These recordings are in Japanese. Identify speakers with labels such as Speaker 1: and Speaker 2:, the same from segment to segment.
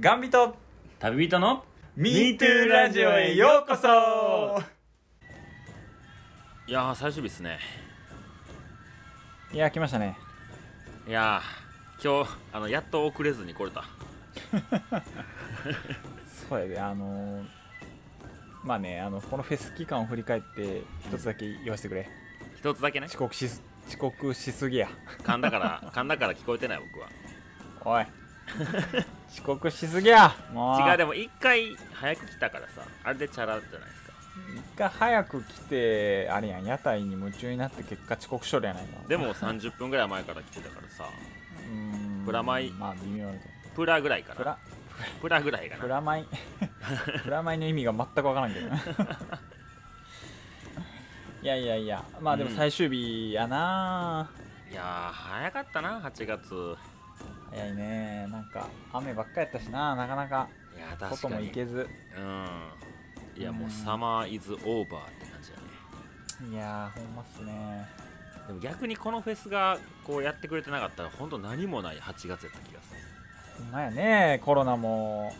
Speaker 1: ガンビト
Speaker 2: 旅人の
Speaker 1: MeToo ラジオへようこそ
Speaker 2: いやー最終日ですね
Speaker 1: いや来ましたね
Speaker 2: いやー今日あのやっと遅れずに来れた
Speaker 1: そうやであのーまあねあのこのフェス期間を振り返って一つだけ言わせてくれ
Speaker 2: 一つだけね
Speaker 1: 遅刻しす遅刻しすぎや
Speaker 2: 噛んだ から噛んだから聞こえてない僕は
Speaker 1: お い遅刻しすぎやもう
Speaker 2: 違うでも一回早く来たからさあれでチャラじゃないですか
Speaker 1: 一回早く来てあれやん屋台に夢中になって結果遅刻しとるやないの
Speaker 2: でも30分ぐらい前から来てたからさ
Speaker 1: うーん
Speaker 2: プラマイ
Speaker 1: まあ微妙だけど
Speaker 2: プラぐらいか
Speaker 1: プ
Speaker 2: な
Speaker 1: ラ
Speaker 2: プラぐらいか
Speaker 1: プ
Speaker 2: な
Speaker 1: ラ マイプラマイの意味が全くわからんけどないやいやいやまあでも
Speaker 2: うん
Speaker 1: 最終日やない
Speaker 2: やー早かったな8月
Speaker 1: 早いねなんか雨ばっかやったしななかなか
Speaker 2: いやー確
Speaker 1: 外
Speaker 2: か
Speaker 1: も
Speaker 2: に
Speaker 1: 行けず
Speaker 2: うんいやも
Speaker 1: う
Speaker 2: うんサマーイズオーバーって感じだね
Speaker 1: いやーほんまっすね
Speaker 2: でも逆にこのフェスがこうやってくれてなかったら本当何もない8月やった気がする
Speaker 1: ほんまやねコロナも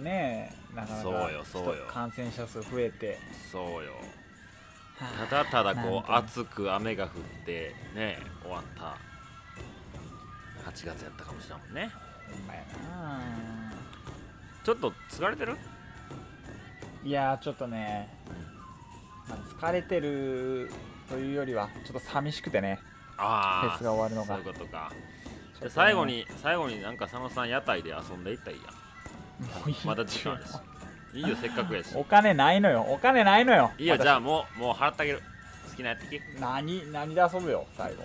Speaker 1: ねえなかなか
Speaker 2: そうよそうよ
Speaker 1: 人感染者数増えて
Speaker 2: そうよ
Speaker 1: はあ
Speaker 2: ただただこう
Speaker 1: なんか
Speaker 2: 暑く雨が降ってね終わった8月やったかもしれんもんね
Speaker 1: ほんまやな
Speaker 2: ちょっと疲れてる
Speaker 1: いやーちょっとね、まあ疲れてるというよりはちょっと寂しくてね
Speaker 2: ああ
Speaker 1: フェスが終わるのが
Speaker 2: そういうことか
Speaker 1: ちょっとね
Speaker 2: じゃあ最後に最後になんか佐野さん屋台で遊んでいったらいいや
Speaker 1: もういいよ
Speaker 2: まだ時間あるしいいよせっかくやし
Speaker 1: お金ないのよお金ないのよ
Speaker 2: いいよ
Speaker 1: 私
Speaker 2: じゃあもうもう払ってあげる好きなやってき
Speaker 1: 何何で遊ぶよ最後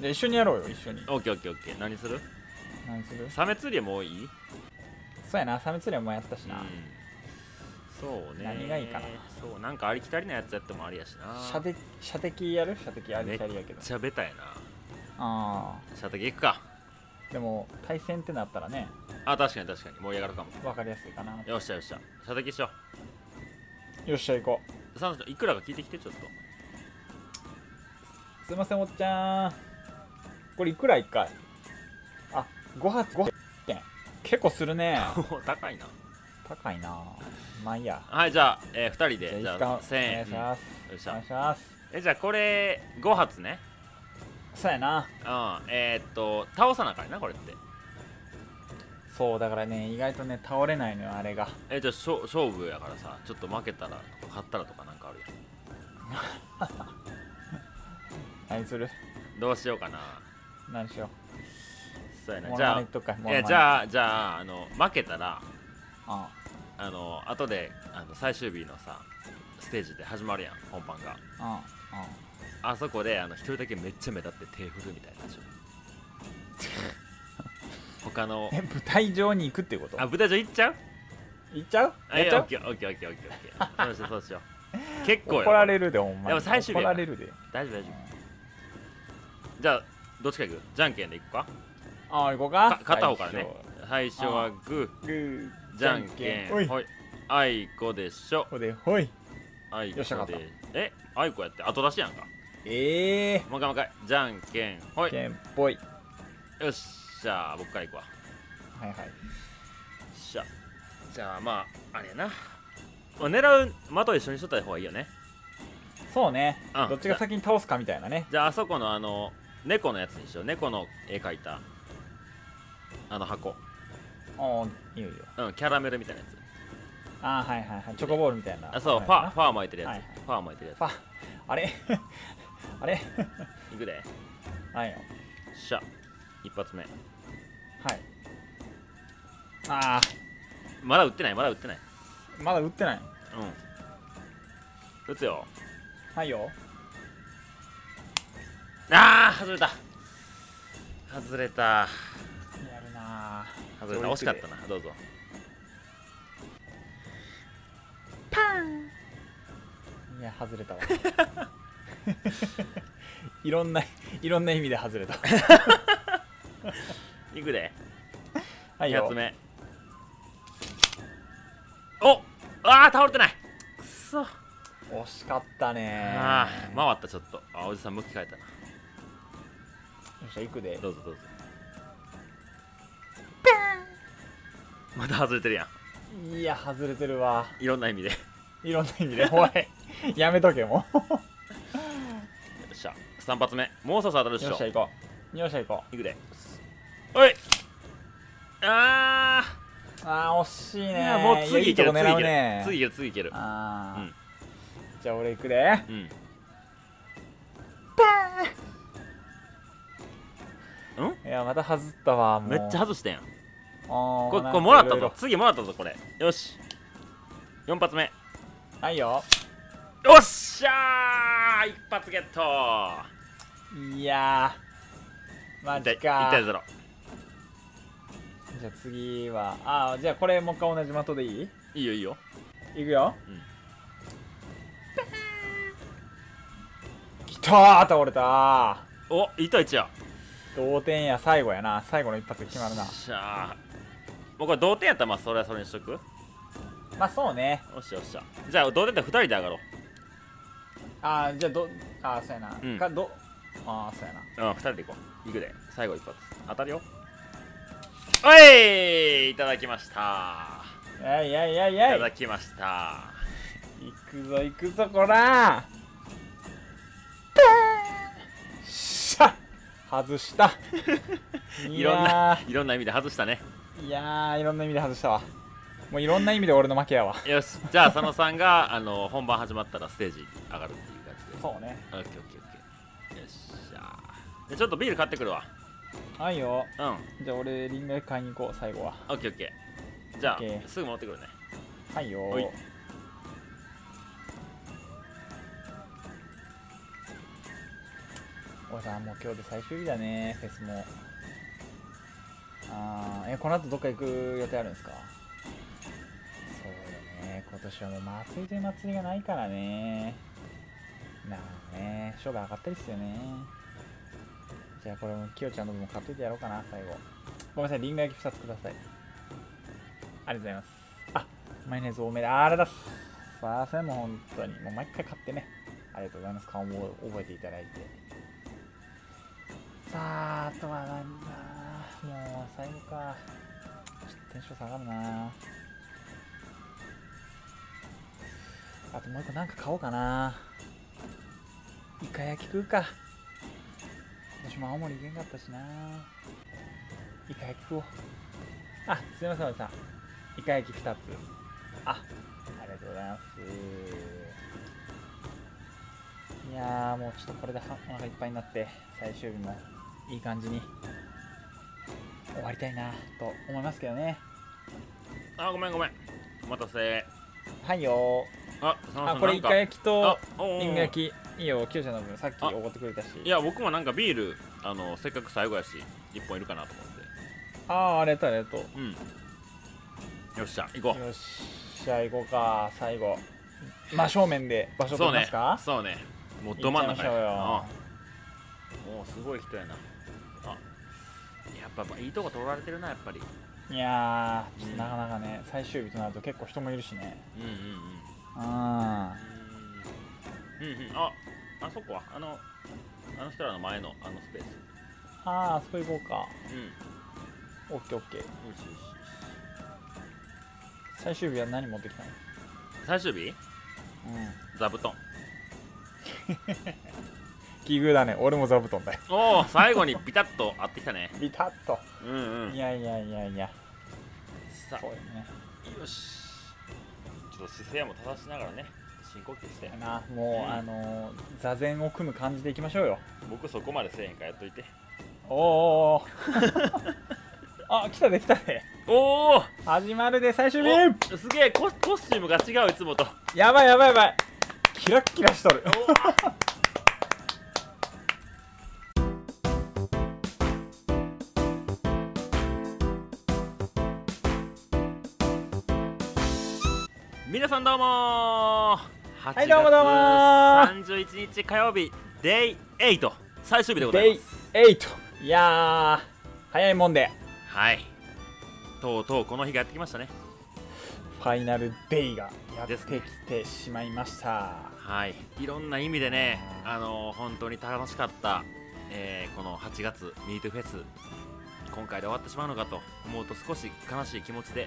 Speaker 1: じゃあ一緒にやろうよ一緒に
Speaker 2: オッケーオッケーオッケー何する
Speaker 1: 何する
Speaker 2: サメ釣りはもういい
Speaker 1: そうやなサメ釣りもやったしな
Speaker 2: うんそうね
Speaker 1: 何がいいかな
Speaker 2: そうなんかありきたりなやつやってもありやしな
Speaker 1: 射的射的やる射的ありきありやけ
Speaker 2: め
Speaker 1: ど
Speaker 2: っちゃベタやな
Speaker 1: あ
Speaker 2: 射的行くか
Speaker 1: ーでも対戦ってなったらね
Speaker 2: あ確かに確かに盛り上がるかも
Speaker 1: 分かりやすいかな
Speaker 2: よっしゃよっしゃ射的しよ
Speaker 1: よっしゃ行こ
Speaker 2: うサンいくらか聞いてきてちょっと
Speaker 1: うすいませんおっちゃんこれいくら一回あ5発5発結構するね
Speaker 2: おー 高いな
Speaker 1: 高いなまあいいや
Speaker 2: はいじゃあ、え2人
Speaker 1: じゃあ
Speaker 2: で
Speaker 1: いい
Speaker 2: じ
Speaker 1: っす
Speaker 2: ゃあ
Speaker 1: かお
Speaker 2: 1000円
Speaker 1: 願いします
Speaker 2: うんよっし
Speaker 1: お願
Speaker 2: ゃ
Speaker 1: いします
Speaker 2: えじゃあこれ5発ね
Speaker 1: そうやな
Speaker 2: うんえー、っと倒さなあかんなこれって
Speaker 1: そうだからね意外とね倒れないのよあれが
Speaker 2: えじゃあしょ勝負やからさちょっと負けたら勝ったらとかなんかあるや
Speaker 1: 何する
Speaker 2: んどうしようかな
Speaker 1: 何しよ
Speaker 2: そうや
Speaker 1: う
Speaker 2: な
Speaker 1: モ
Speaker 2: じ
Speaker 1: ノ
Speaker 2: ゃ
Speaker 1: マ
Speaker 2: あ
Speaker 1: ネとかモノ
Speaker 2: い
Speaker 1: マネ
Speaker 2: やじゃあじゃああの負けたら
Speaker 1: あ
Speaker 2: あの後であの最終日のさステージで始まるやん本番が
Speaker 1: あああ
Speaker 2: あそこであの一人だけめっちゃ目立って手振るみたいなで しょ他の
Speaker 1: え舞台上に行くっていうこと
Speaker 2: あ舞台上行っちゃう
Speaker 1: 行っちゃう
Speaker 2: あ
Speaker 1: や
Speaker 2: い
Speaker 1: っちゃ
Speaker 2: やオ
Speaker 1: う
Speaker 2: ッケーオッケーオッケーオッケーオッケーそうしようそうしよ う結構
Speaker 1: 怒
Speaker 2: よ
Speaker 1: られるでほんまに
Speaker 2: でも最終日
Speaker 1: 怒
Speaker 2: やから
Speaker 1: られるで
Speaker 2: 大丈夫大丈夫じゃあどっちか行くじゃんけんで行くか
Speaker 1: ああ行こうか
Speaker 2: か片方からね最初はグ
Speaker 1: 最初グ
Speaker 2: ー
Speaker 1: ー
Speaker 2: じゃんけん
Speaker 1: おい
Speaker 2: ほいあいこでしょ
Speaker 1: ほでほい
Speaker 2: あいこ
Speaker 1: よっしゃ勝っ
Speaker 2: でえあいこやって後出しやんか
Speaker 1: ええ
Speaker 2: もう一回もう一回じゃんけんほい
Speaker 1: けんぽい
Speaker 2: よっしゃ僕から行くわよ
Speaker 1: はいはい
Speaker 2: っしゃじゃあまああれやなまあ狙う的を一緒にしとった方がいいよね
Speaker 1: そうね
Speaker 2: うん
Speaker 1: どっちが先に倒すかみたいなね
Speaker 2: じゃああそこのあの猫のやつにしよう猫の絵描いたあの箱
Speaker 1: おいいよいいよ
Speaker 2: うんキャラメルみたいなやつ
Speaker 1: ああはいはいはいチョコボールみたいな
Speaker 2: あそう
Speaker 1: はい
Speaker 2: ファーファー巻いてるやつ、
Speaker 1: はい
Speaker 2: ファー巻いてるや
Speaker 1: ファあれあれ
Speaker 2: ついくでよ
Speaker 1: はいよ
Speaker 2: っしゃ一発目
Speaker 1: はいああ
Speaker 2: まだ打ってないまだ打ってない
Speaker 1: まだ打ってない
Speaker 2: うん打つよ
Speaker 1: はいよ
Speaker 2: あー外れた外れた
Speaker 1: やるな
Speaker 2: 外れた惜しかったなどうぞ
Speaker 1: いや外れたわ いろんないろんな意味で外れた
Speaker 2: いくで
Speaker 1: はい
Speaker 2: 2
Speaker 1: よ
Speaker 2: つ目おあー倒れてないくそ
Speaker 1: 惜しかったね
Speaker 2: あー回ったちょっとあおじさん向き変えたな
Speaker 1: よっしゃ行くで
Speaker 2: どうぞどうぞまた外れてるや
Speaker 1: いや外れてる わ
Speaker 2: んいろんな意味でよ
Speaker 1: いろんな意味でおいやめとけも
Speaker 2: っしゃ3発目もうそろそろ当たるっ
Speaker 1: う
Speaker 2: しょ
Speaker 1: よっしゃ行こうよっしゃ行こ
Speaker 2: いくでおい
Speaker 1: う
Speaker 2: あ
Speaker 1: あー惜しい
Speaker 2: ー
Speaker 1: ね
Speaker 2: いやもう次いける
Speaker 1: いやいいとこ狙うね
Speaker 2: 次いける次いける次いける
Speaker 1: あー、
Speaker 2: うん
Speaker 1: じゃあ俺行くで
Speaker 2: うん
Speaker 1: いやまた外ったわもう
Speaker 2: めっちゃ外してんやん
Speaker 1: あー
Speaker 2: これ
Speaker 1: なん
Speaker 2: こ
Speaker 1: か
Speaker 2: れもらっ
Speaker 1: い
Speaker 2: た
Speaker 1: ろい
Speaker 2: ぞ
Speaker 1: ろ
Speaker 2: 次もらったぞこれよし4発目
Speaker 1: はいよ
Speaker 2: よっしゃー一発ゲット
Speaker 1: いやーマジ
Speaker 2: 1
Speaker 1: か
Speaker 2: 対0
Speaker 1: じゃあ次はあーじゃあこれもう一回同じ的でいい
Speaker 2: いいよいいよ
Speaker 1: いくよ、
Speaker 2: うん
Speaker 1: きたー倒れたー
Speaker 2: お一対1や
Speaker 1: 同点や最後やな最後の一発で決まるな
Speaker 2: よっしゃーもうこれ同点やったらまあそれはそれにしとくよ
Speaker 1: まあそうね
Speaker 2: っしゃよっしゃじゃあ同点だったら2人で上がろ
Speaker 1: あーじゃあどあーそうやな、
Speaker 2: うん
Speaker 1: かどあーそうやな
Speaker 2: ううん2人で行こういくで最後一発当たるよおいいただきました
Speaker 1: やいやいやい
Speaker 2: い
Speaker 1: や
Speaker 2: た
Speaker 1: い
Speaker 2: だきました
Speaker 1: 行くぞ行くぞこらしゃ外した
Speaker 2: いろんないろんな意味で外したね
Speaker 1: いやーいやーいろんな意味で外したわもういろんな意味で俺の負けやわ
Speaker 2: よしじゃあ佐野さんが あの本番始まったらステージに上がるっていう感じで
Speaker 1: そうね
Speaker 2: オッケーオッケーオッケーよっしゃでちょっとビール買ってくるわ
Speaker 1: はいよ
Speaker 2: うんオ
Speaker 1: じゃあ俺リンゴ買いに行こう最後は
Speaker 2: ッケーオッケーじゃあ
Speaker 1: オッケー
Speaker 2: すぐ持ってくるね
Speaker 1: はいよ
Speaker 2: おい
Speaker 1: 俺さもう今日で最終日だねフェスもあーえこの後どっか行く予定あるんですかそうよね今年はもう祭りという祭りがないからねなあね賞が上がったりっすよねじゃあこれもきよちゃんの分も買っといてやろうかな最後ごめんなさいリンゴ焼き2つくださいありがとうございますあマヨネーズ多めであれだっすさあそれもう本当にもう毎回買ってねありがとうございます顔も覚えていただいてさああとはなんだもう最後かちょっとテンション下がるなあともう一個なんか買おうかなイカ焼き食うか私も青森行けんかったしなイカ焼き食おうあすいませんおじさんイカ焼き2つあありがとうございますいやーもうちょっとこれではお腹いっぱいになって最終日もいい感じに終わりたいなと思いますけどね
Speaker 2: あごめんごめんお待たせ
Speaker 1: はいよ
Speaker 2: あ佐野
Speaker 1: ー
Speaker 2: さ
Speaker 1: あ
Speaker 2: ん
Speaker 1: これ
Speaker 2: な
Speaker 1: イ
Speaker 2: んか
Speaker 1: カ焼きと
Speaker 2: あおうおう
Speaker 1: リンゴ焼きいいよキヨちゃんの分さっき
Speaker 2: あ
Speaker 1: おごってくれたし
Speaker 2: いや僕もなんかビールあのせっかく最後やし1本いるかなと思って
Speaker 1: ああありがとうありがとう
Speaker 2: うんよっしゃ行こう
Speaker 1: よっしゃ行こうか最後真正面で場所取
Speaker 2: そ
Speaker 1: り
Speaker 2: う
Speaker 1: ま
Speaker 2: ね
Speaker 1: すか
Speaker 2: そうねもう
Speaker 1: 行っ
Speaker 2: ど
Speaker 1: ちゃ
Speaker 2: 真
Speaker 1: い
Speaker 2: ん
Speaker 1: まし
Speaker 2: 中
Speaker 1: ょう
Speaker 2: や
Speaker 1: よ
Speaker 2: うんもうすごい人やなあやっぱいいとこ取られてるなやっぱり
Speaker 1: いやーちょっとなかなかね最終日となると結構人もいるしね
Speaker 2: うんうんうん
Speaker 1: うんあ
Speaker 2: うんうんああそこはあのあの人らの前のあのスペース
Speaker 1: ああそこ行こうか
Speaker 2: うん
Speaker 1: オ
Speaker 2: よ
Speaker 1: ッケーオッケー
Speaker 2: しよしよし
Speaker 1: 最終日は何持ってきたの
Speaker 2: 最終日
Speaker 1: うん
Speaker 2: 座布団
Speaker 1: 奇遇だね俺も座布団だよ
Speaker 2: おお最後にビタッと合ってきたね
Speaker 1: ビタッと
Speaker 2: うんうん
Speaker 1: いやいやいやいや
Speaker 2: さ
Speaker 1: そうよね
Speaker 2: あよしちょっと姿勢も正しながらね深呼吸して
Speaker 1: なもう、
Speaker 2: うん
Speaker 1: あのー座禅を組む感じでいきましょうよ
Speaker 2: 僕そこまでせえへんからやっといて
Speaker 1: おーおーおー あ来たで来たで
Speaker 2: おお
Speaker 1: 始まるで最終日
Speaker 2: おすげえココスチュームが違ういつもと
Speaker 1: やばいやばいやばいキラッキラしとる
Speaker 2: 皆さんどうもー
Speaker 1: いどうもどうもー
Speaker 2: 8月31日火曜日 Day8 最終日でござい
Speaker 1: デ
Speaker 2: ま
Speaker 1: イ
Speaker 2: す
Speaker 1: 8いやー早いもんで
Speaker 2: はいとうとうこの日がやってきましたね
Speaker 1: ファイナルデイがやって
Speaker 2: で
Speaker 1: き
Speaker 2: すね
Speaker 1: てしまいました
Speaker 2: はいいろんな意味でね
Speaker 1: うん
Speaker 2: あのー本当に楽しかった、えーこの8月ミートフェス今回で終わってしまうのかと思うと少し悲しい気持ちでいっ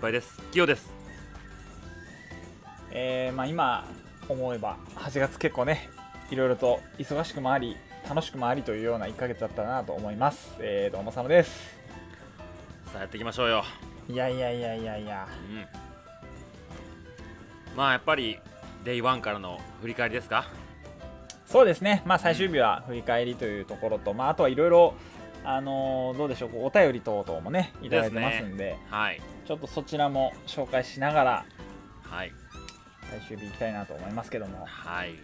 Speaker 2: ぱいです器用です
Speaker 1: えーまあ、今思えば8月結構ねいろいろと忙しくもあり楽しくもありというような1ヶ月だったなと思います、えー、どうもさまです
Speaker 2: さあやっていきましょうよ
Speaker 1: いやいやいやいやいや
Speaker 2: うんまあやっぱりデイワンからの振り返りですか
Speaker 1: そうですね、まあ、最終日は振り返りというところと、まあ、あとはいろいろあのーどうでしょうこうお便り等々もねいただいてますんで
Speaker 2: はい
Speaker 1: ちょっとそちらも紹介しながら
Speaker 2: はい
Speaker 1: 最終日行きたいなと思いますけども
Speaker 2: はいい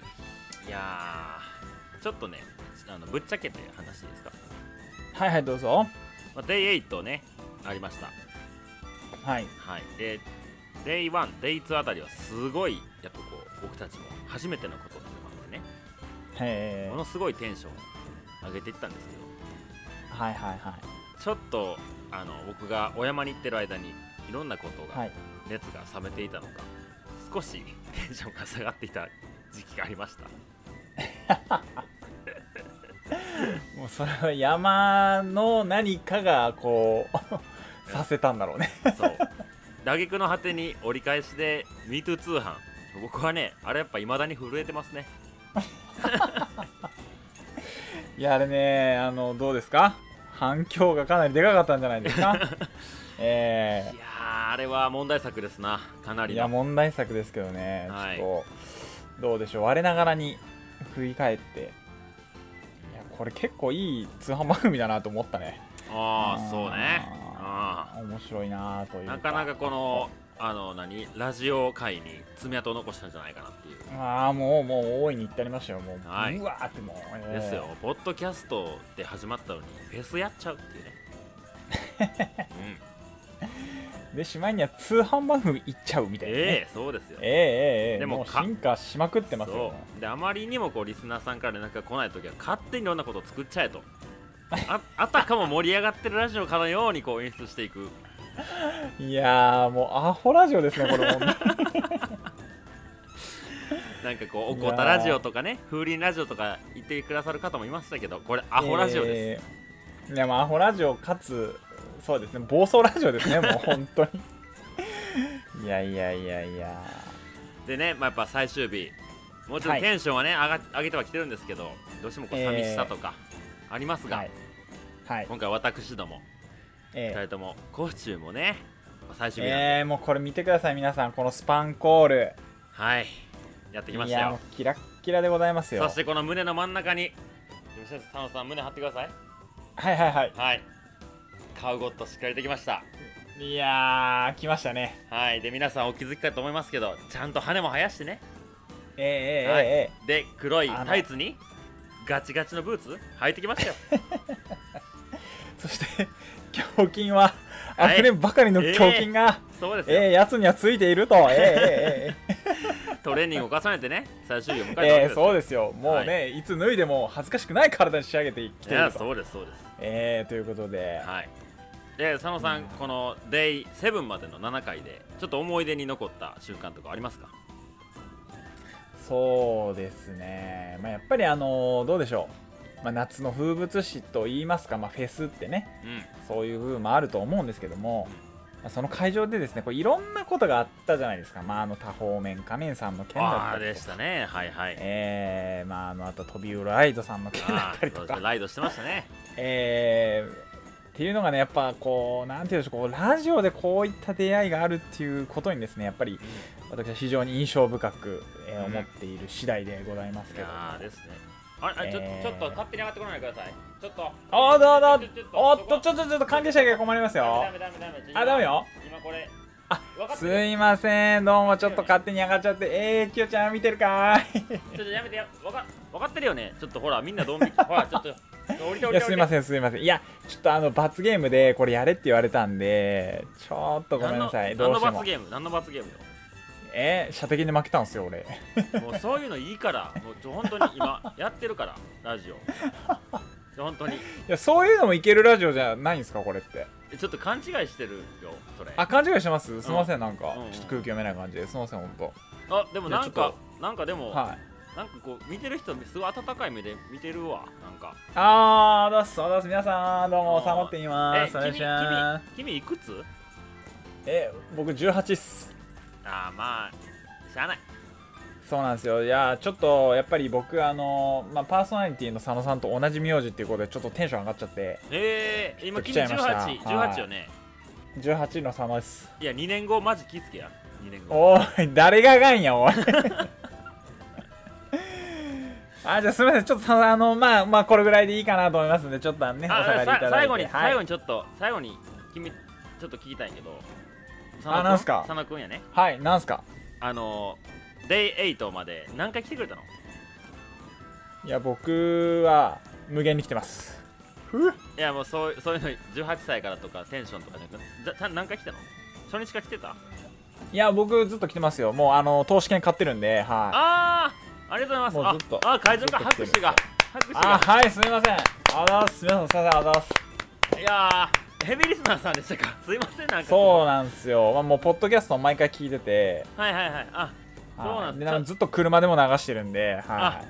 Speaker 2: やーちょっとねあのぶっちゃけて話していいですか、
Speaker 1: はいはいどうぞ
Speaker 2: まあ、デイ8ねありました
Speaker 1: はい
Speaker 2: はい、で、デイ1、デイ2あたりはすごい、やっぱこう、僕たちも初めてのことなのでね、
Speaker 1: へ
Speaker 2: も
Speaker 1: ー
Speaker 2: のすごいテンション上げていったんですけど、
Speaker 1: はいはいは
Speaker 2: ちょっとあの僕がお山に行ってる間に、いろんなこと
Speaker 1: いは
Speaker 2: が、
Speaker 1: い
Speaker 2: 熱が冷めていたのか、少しテンションが下がっていた時期がありました。
Speaker 1: もうそれは山の何かがこうさせたんだろうね
Speaker 2: そう。打撃の果てに折り返しで MeToo 通販、僕はね、あれやっぱ未だに震えてますね。
Speaker 1: いやあれねあのどうですか反響がかなりでかかったんじゃないです かえ
Speaker 2: いやー、あれは問題作ですな、かな
Speaker 1: ー、
Speaker 2: り
Speaker 1: い
Speaker 2: の
Speaker 1: や。問題作ですけどね、
Speaker 2: はい
Speaker 1: ちょっとどうでしょう我ながらに振り返っていやこれ結構いい通販番組だなと思ったね
Speaker 2: ああそうね
Speaker 1: あー面白いなといううんか
Speaker 2: なかなかこのあの何ラジオ界に爪痕を残したんじゃないかなっていう、
Speaker 1: ああもうもう大いに行ってありましたよもう、
Speaker 2: はいう
Speaker 1: わーってもう、えー
Speaker 2: ですよポッドキャストで始まったのにフェスやっちゃうっていうね うん
Speaker 1: でしまいには通販番組行っちゃうみたいな、ね
Speaker 2: ええそうですよ
Speaker 1: ええええええ
Speaker 2: でも
Speaker 1: もう
Speaker 2: か
Speaker 1: 進化しまくってますよ
Speaker 2: そうであまりにもこうリスナーさんから連絡が来ない時は勝手にいろんなことを作っちゃえとあ あたかも盛り上がってるラジオかのようにこう演出していく
Speaker 1: いやーもうアホラジオですねこれもう
Speaker 2: なんかこうおこたラジオとかね風鈴ラジオとか言ってくださる方もいましたけどこれ アホラジオです、
Speaker 1: す、いやもうアホラジオかつそうですね暴走ラジオです ねもう本当にいやいやいやいや
Speaker 2: でね、まあ、やっぱ最終日もちろ
Speaker 1: は
Speaker 2: ん
Speaker 1: い
Speaker 2: テンションはね、上が上げてはきてるんですけどどうしてもこう
Speaker 1: えー
Speaker 2: 寂しさとかありますが、
Speaker 1: はいはい
Speaker 2: 今回私ども2
Speaker 1: ええ
Speaker 2: 人ともコスチュームをねまあ最終日なんで、
Speaker 1: ええもうこれ見てください皆さんこのスパンコール
Speaker 2: はいやってきま
Speaker 1: い
Speaker 2: した
Speaker 1: やもう
Speaker 2: よ
Speaker 1: キラッキラでございますよ
Speaker 2: そしてこの胸の真ん中に吉田さんさん胸張ってください
Speaker 1: はいはいはい
Speaker 2: はいカウゴットしっかりできました
Speaker 1: いやー来ましたね
Speaker 2: はいで皆さんお気づきかと思いますけどちゃんと羽も生やしてね
Speaker 1: ええ
Speaker 2: はい
Speaker 1: ええええ
Speaker 2: で黒い
Speaker 1: あの
Speaker 2: タイツにガチガチのブーツ履いてきまし たよ
Speaker 1: そして胸筋は
Speaker 2: はい
Speaker 1: 溢れんばかりの胸筋が、
Speaker 2: そうです
Speaker 1: え
Speaker 2: よ、
Speaker 1: えやつにはついていると、え えええ
Speaker 2: トレーニングを重ねてね、最終日を迎えた
Speaker 1: え
Speaker 2: わ
Speaker 1: え
Speaker 2: け
Speaker 1: ええ
Speaker 2: ですよ。
Speaker 1: そうですよ、もうね、い、つ脱いでも恥ずかしくない体に仕上げてき
Speaker 2: い
Speaker 1: てい
Speaker 2: や
Speaker 1: ると。
Speaker 2: そうです、そうです。
Speaker 1: ええということで、
Speaker 2: はい。で、佐野さん、この Day7 までの7回で、ちょっと思い出に残った瞬間とかありますか
Speaker 1: そうですね、まあ、やっぱりあのどうでしょう、まあ、夏の風物詩と言いますか、まあ、フェスってね、
Speaker 2: うん。
Speaker 1: そういう部分もあると思うんですけども、まあその会場でですねこういろんなことがあったじゃないですか、まあ、あの多方面、仮面さんの件だ
Speaker 2: あ
Speaker 1: った
Speaker 2: あ、
Speaker 1: り
Speaker 2: で
Speaker 1: と
Speaker 2: し
Speaker 1: か
Speaker 2: たね。はいはい。
Speaker 1: えーまあ、あのあと飛びうライドさんの件だ
Speaker 2: あ
Speaker 1: ったりと
Speaker 2: あ、
Speaker 1: か、
Speaker 2: ライドしてましたね。
Speaker 1: えーっていうのがねやっぱこうなんていうんでしょうこうラジオでこういった出会いがあるっていうことにですねやっぱり私は非常に印象深く、えー
Speaker 2: うん
Speaker 1: 思っている次第でございます
Speaker 2: い
Speaker 1: けど、
Speaker 2: やーですね。あれあれ、ちょっと
Speaker 1: えー
Speaker 2: ちょっと勝手に上がってこないでください。ちょっと。
Speaker 1: おーどうぞ
Speaker 2: ちょちょ
Speaker 1: おっとち
Speaker 2: ょ
Speaker 1: ょっとちょっと関係者が困りますよ
Speaker 2: ダメダメダメダメ。
Speaker 1: あダメ。よ
Speaker 2: 今これ。
Speaker 1: あ
Speaker 2: 分かって
Speaker 1: す
Speaker 2: る。
Speaker 1: いませんどうもちょっと勝手に上がっちゃってえー、きよちゃん見てるかーい
Speaker 2: ちょっとやめてや。分か分かってるよね。ちょっとほら、みんなドン引き。ほら、ちょっと。降りて降
Speaker 1: い
Speaker 2: り
Speaker 1: や
Speaker 2: て降
Speaker 1: す
Speaker 2: り
Speaker 1: い
Speaker 2: て
Speaker 1: ま。せんすいませんいやちょっとあの罰ゲームでこれやれって言われたんでちょっとごめんなさい
Speaker 2: 何
Speaker 1: どう
Speaker 2: の
Speaker 1: して
Speaker 2: 何の罰
Speaker 1: も
Speaker 2: ゲーム何の罰ゲームよ
Speaker 1: えー、射的に負けたんですよ俺
Speaker 2: もうそういうのいいからもうちょ本当に今 やってるからラジオちょ本当に
Speaker 1: いやそういうのもいけるラジオじゃないんですかこれって
Speaker 2: えちょっと勘違いしてるよそれ
Speaker 1: あ勘違いしてますすいませんなんか、
Speaker 2: うんうん
Speaker 1: ちょっと空気読めない感じですいませんほんと
Speaker 2: あでもなん
Speaker 1: いやち
Speaker 2: か
Speaker 1: ょ
Speaker 2: なんかでも
Speaker 1: は
Speaker 2: なんかこう見てる人すごい温かい目で見てるわなんか
Speaker 1: あー、どうす、どうす、皆さん、どうも、
Speaker 2: あー
Speaker 1: サボっています。お願い
Speaker 2: 君
Speaker 1: します。
Speaker 2: 君君いくつ
Speaker 1: え、僕18っす。
Speaker 2: ああまあしゃあない
Speaker 1: そうなんですよ。いやー、ちょっと、やっぱり僕、あのー、まあ、パーソナリティの佐野さんと同じ名字っていうことで、ちょっとテンション上がっちゃって、
Speaker 2: ええ今
Speaker 1: 来
Speaker 2: 君
Speaker 1: ちゃいました
Speaker 2: 1818
Speaker 1: はい
Speaker 2: よね
Speaker 1: 18の佐野です。
Speaker 2: いや2年後マジ気付けや2年後
Speaker 1: おい、誰があかんや、おい。 あ、じゃあすみません、ちょっと、あの、まあ、まあ、これぐらいでいいかなと思いますんで、ちょっとあの ね、お
Speaker 2: あ
Speaker 1: 下がりいただい
Speaker 2: さ
Speaker 1: て。
Speaker 2: 最後に、
Speaker 1: はい
Speaker 2: 最後にちょっと最後に君ちょっと聞きたいんやけど佐野
Speaker 1: あなんすか
Speaker 2: 君佐野君やね
Speaker 1: はい、なんすか
Speaker 2: あのデイ8まで何回来てくれたの
Speaker 1: いや、僕は、無限に来てます。ふう
Speaker 2: いやもうそうそういうの18歳からとかテンションとかじゃなくてじゃた何回来たの初日から来てたあ
Speaker 1: いや、僕、ずっと来てますよ。もう、あの、投資券買ってるんで、はい。
Speaker 2: あーありがとうござい
Speaker 1: もう
Speaker 2: ま
Speaker 1: ずっ
Speaker 2: す
Speaker 1: と
Speaker 2: ああ会場から
Speaker 1: ずっと
Speaker 2: 拍
Speaker 1: 来て
Speaker 2: 手
Speaker 1: る
Speaker 2: が拍手
Speaker 1: あ、
Speaker 2: が
Speaker 1: はい、すみません。あざっす。皆さん、すみません、あざっす。
Speaker 2: いやーヘビーリスナーさんでしたかすいませんなんか
Speaker 1: そうなんですよ。まあ、もう、ポッドキャストを毎回聞いてて、
Speaker 2: うはいはいはいあそう
Speaker 1: はい
Speaker 2: なん
Speaker 1: で
Speaker 2: だ
Speaker 1: なんかずっと車でも流してるんで、はい。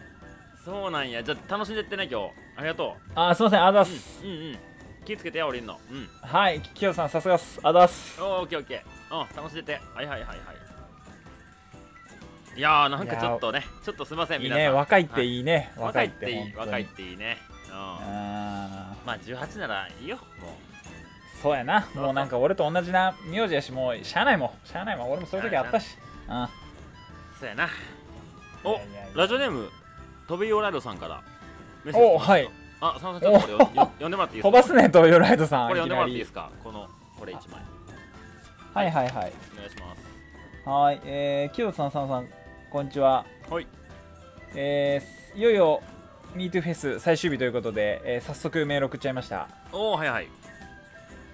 Speaker 2: そうなんやじゃあ楽しんでってね今日ありがと
Speaker 1: あ、すみません、あざっす。
Speaker 2: ううんうん気ぃつけてや降りんのうん
Speaker 1: はい、きよさん、さすがっす。あだっす。
Speaker 2: おーオッケーオッケーうん楽しんでてはいはいはいはいいやーなんかちょっとねちょっとすいません
Speaker 1: いい
Speaker 2: 皆さん
Speaker 1: ね、若いっ
Speaker 2: は
Speaker 1: ていいね。
Speaker 2: 若いっていい
Speaker 1: 本当に
Speaker 2: 若いっていいねうん
Speaker 1: あ
Speaker 2: まあ18ならいいよも
Speaker 1: ーそうやな。
Speaker 2: そう
Speaker 1: もうなんか俺と同じな名字やし、もうしゃあないもん。しゃあないもん。俺もそういう時あったし。うん。
Speaker 2: うそうやな
Speaker 1: い
Speaker 2: お
Speaker 1: やいやいや
Speaker 2: ラジオネーム飛びオライドさんからメッセージ
Speaker 1: おはい。
Speaker 2: あ佐野さんちょっとこれよ
Speaker 1: お
Speaker 2: よ読んでもらっていいです
Speaker 1: 飛ば
Speaker 2: か
Speaker 1: すねと、ヨライトさん。
Speaker 2: これ読んでもらっていいで
Speaker 1: き
Speaker 2: すかこのこれ1枚
Speaker 1: なりはいはいはい。
Speaker 2: お願いします
Speaker 1: はい、えー、きよさん、さんさん、こんにちは。
Speaker 2: はい
Speaker 1: えー、いよいよ、MeToo フェス最終日ということで、えー早速メール送っちゃいました。
Speaker 2: おおはいはい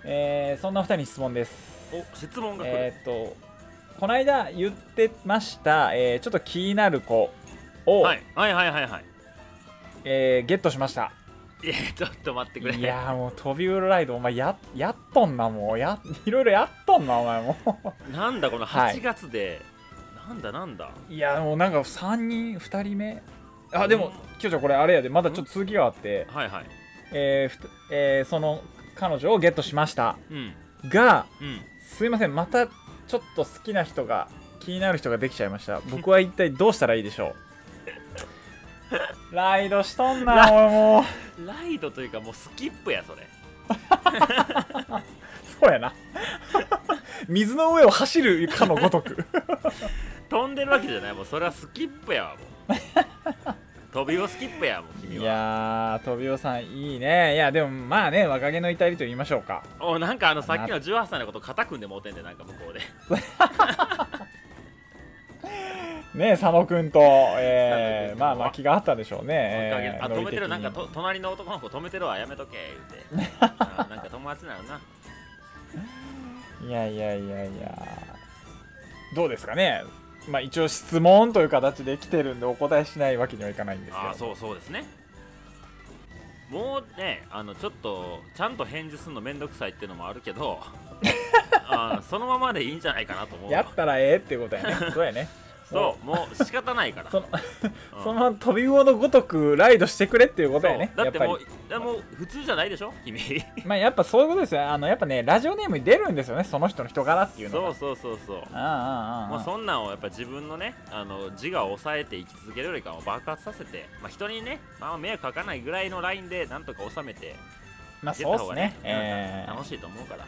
Speaker 1: えー、そんなお二人に質問です。
Speaker 2: お質問が来る、
Speaker 1: えーっとこの間言ってました、えーちょっと気になる子を、
Speaker 2: はい、はいはいはいはい
Speaker 1: えーゲットしました
Speaker 2: いやちょっと待ってくれ
Speaker 1: いやーもう飛びウロライドお前ややっとんなもうやいろいろやっとんなお前も
Speaker 2: なんだこの
Speaker 1: はい
Speaker 2: 8月で、なんだなんだ
Speaker 1: ういやもうなんか3人2人目あで
Speaker 2: う
Speaker 1: も
Speaker 2: ん
Speaker 1: きょちゃんこれあれやでまだちょっと続きがあって、
Speaker 2: はいはい
Speaker 1: えーふたえーその彼女をゲットしました
Speaker 2: うん
Speaker 1: が
Speaker 2: うん
Speaker 1: すいませんまたちょっと好きな人が気になる人ができちゃいました僕は一体どうしたらいいでしょうライドしとんな俺もう
Speaker 2: ライドというかもうスキップやそれ
Speaker 1: そうやな水の上を走るかのごとく
Speaker 2: 飛んでるわけじゃないもうそれはスキップやわも う飛びをスキップやもう
Speaker 1: い
Speaker 2: 君は
Speaker 1: やートビオさんいいねいやでもまあね若気の至りと言いましょうか
Speaker 2: おなんかあのさっきの18歳のこと肩組んでもうてんでなんか向こうで
Speaker 1: ね佐野くんと、えー、
Speaker 2: 佐野くんと
Speaker 1: まあまあ気があったでしょうね、え
Speaker 2: あ
Speaker 1: ー
Speaker 2: 止めてる
Speaker 1: ノ
Speaker 2: な
Speaker 1: リ的に
Speaker 2: んかと隣の男の子止めてるわやめとけ言う てあなんか友達なのない
Speaker 1: やいやいやいやどうですかねまあ一応質問という形で来てるんでお答えしないわけにはいかないんですけど
Speaker 2: あーそうそうですねもうねあのちょっとちゃんと返事するのめんどくさいっていうのもある けどあーそのままでいいんじゃないかなと思う
Speaker 1: や
Speaker 2: よ
Speaker 1: ったらええってことや ねそうやね
Speaker 2: そうもう仕方ないから
Speaker 1: その
Speaker 2: うん
Speaker 1: その飛び魚のごとくライドしてくれっていうことやね
Speaker 2: そうだっても
Speaker 1: やっぱ
Speaker 2: うだもう普通じゃないでしょ君
Speaker 1: りまあやっぱそういうことですよあのやっぱねラジオネームに出るんですよねその人の人柄っていうの
Speaker 2: そ
Speaker 1: が
Speaker 2: うそうそうそう
Speaker 1: ああああああ
Speaker 2: まあ、そんなんをやっぱ自分のねあの自我を抑えて生き続けるよりかは爆発させて、まあ、人にね、まあ、迷惑かかないぐらいのラインでなんとか収めて
Speaker 1: まあ
Speaker 2: 出
Speaker 1: そう
Speaker 2: た
Speaker 1: っ
Speaker 2: 方
Speaker 1: す
Speaker 2: が
Speaker 1: ね
Speaker 2: ね、
Speaker 1: え
Speaker 2: うん楽しいと思うから、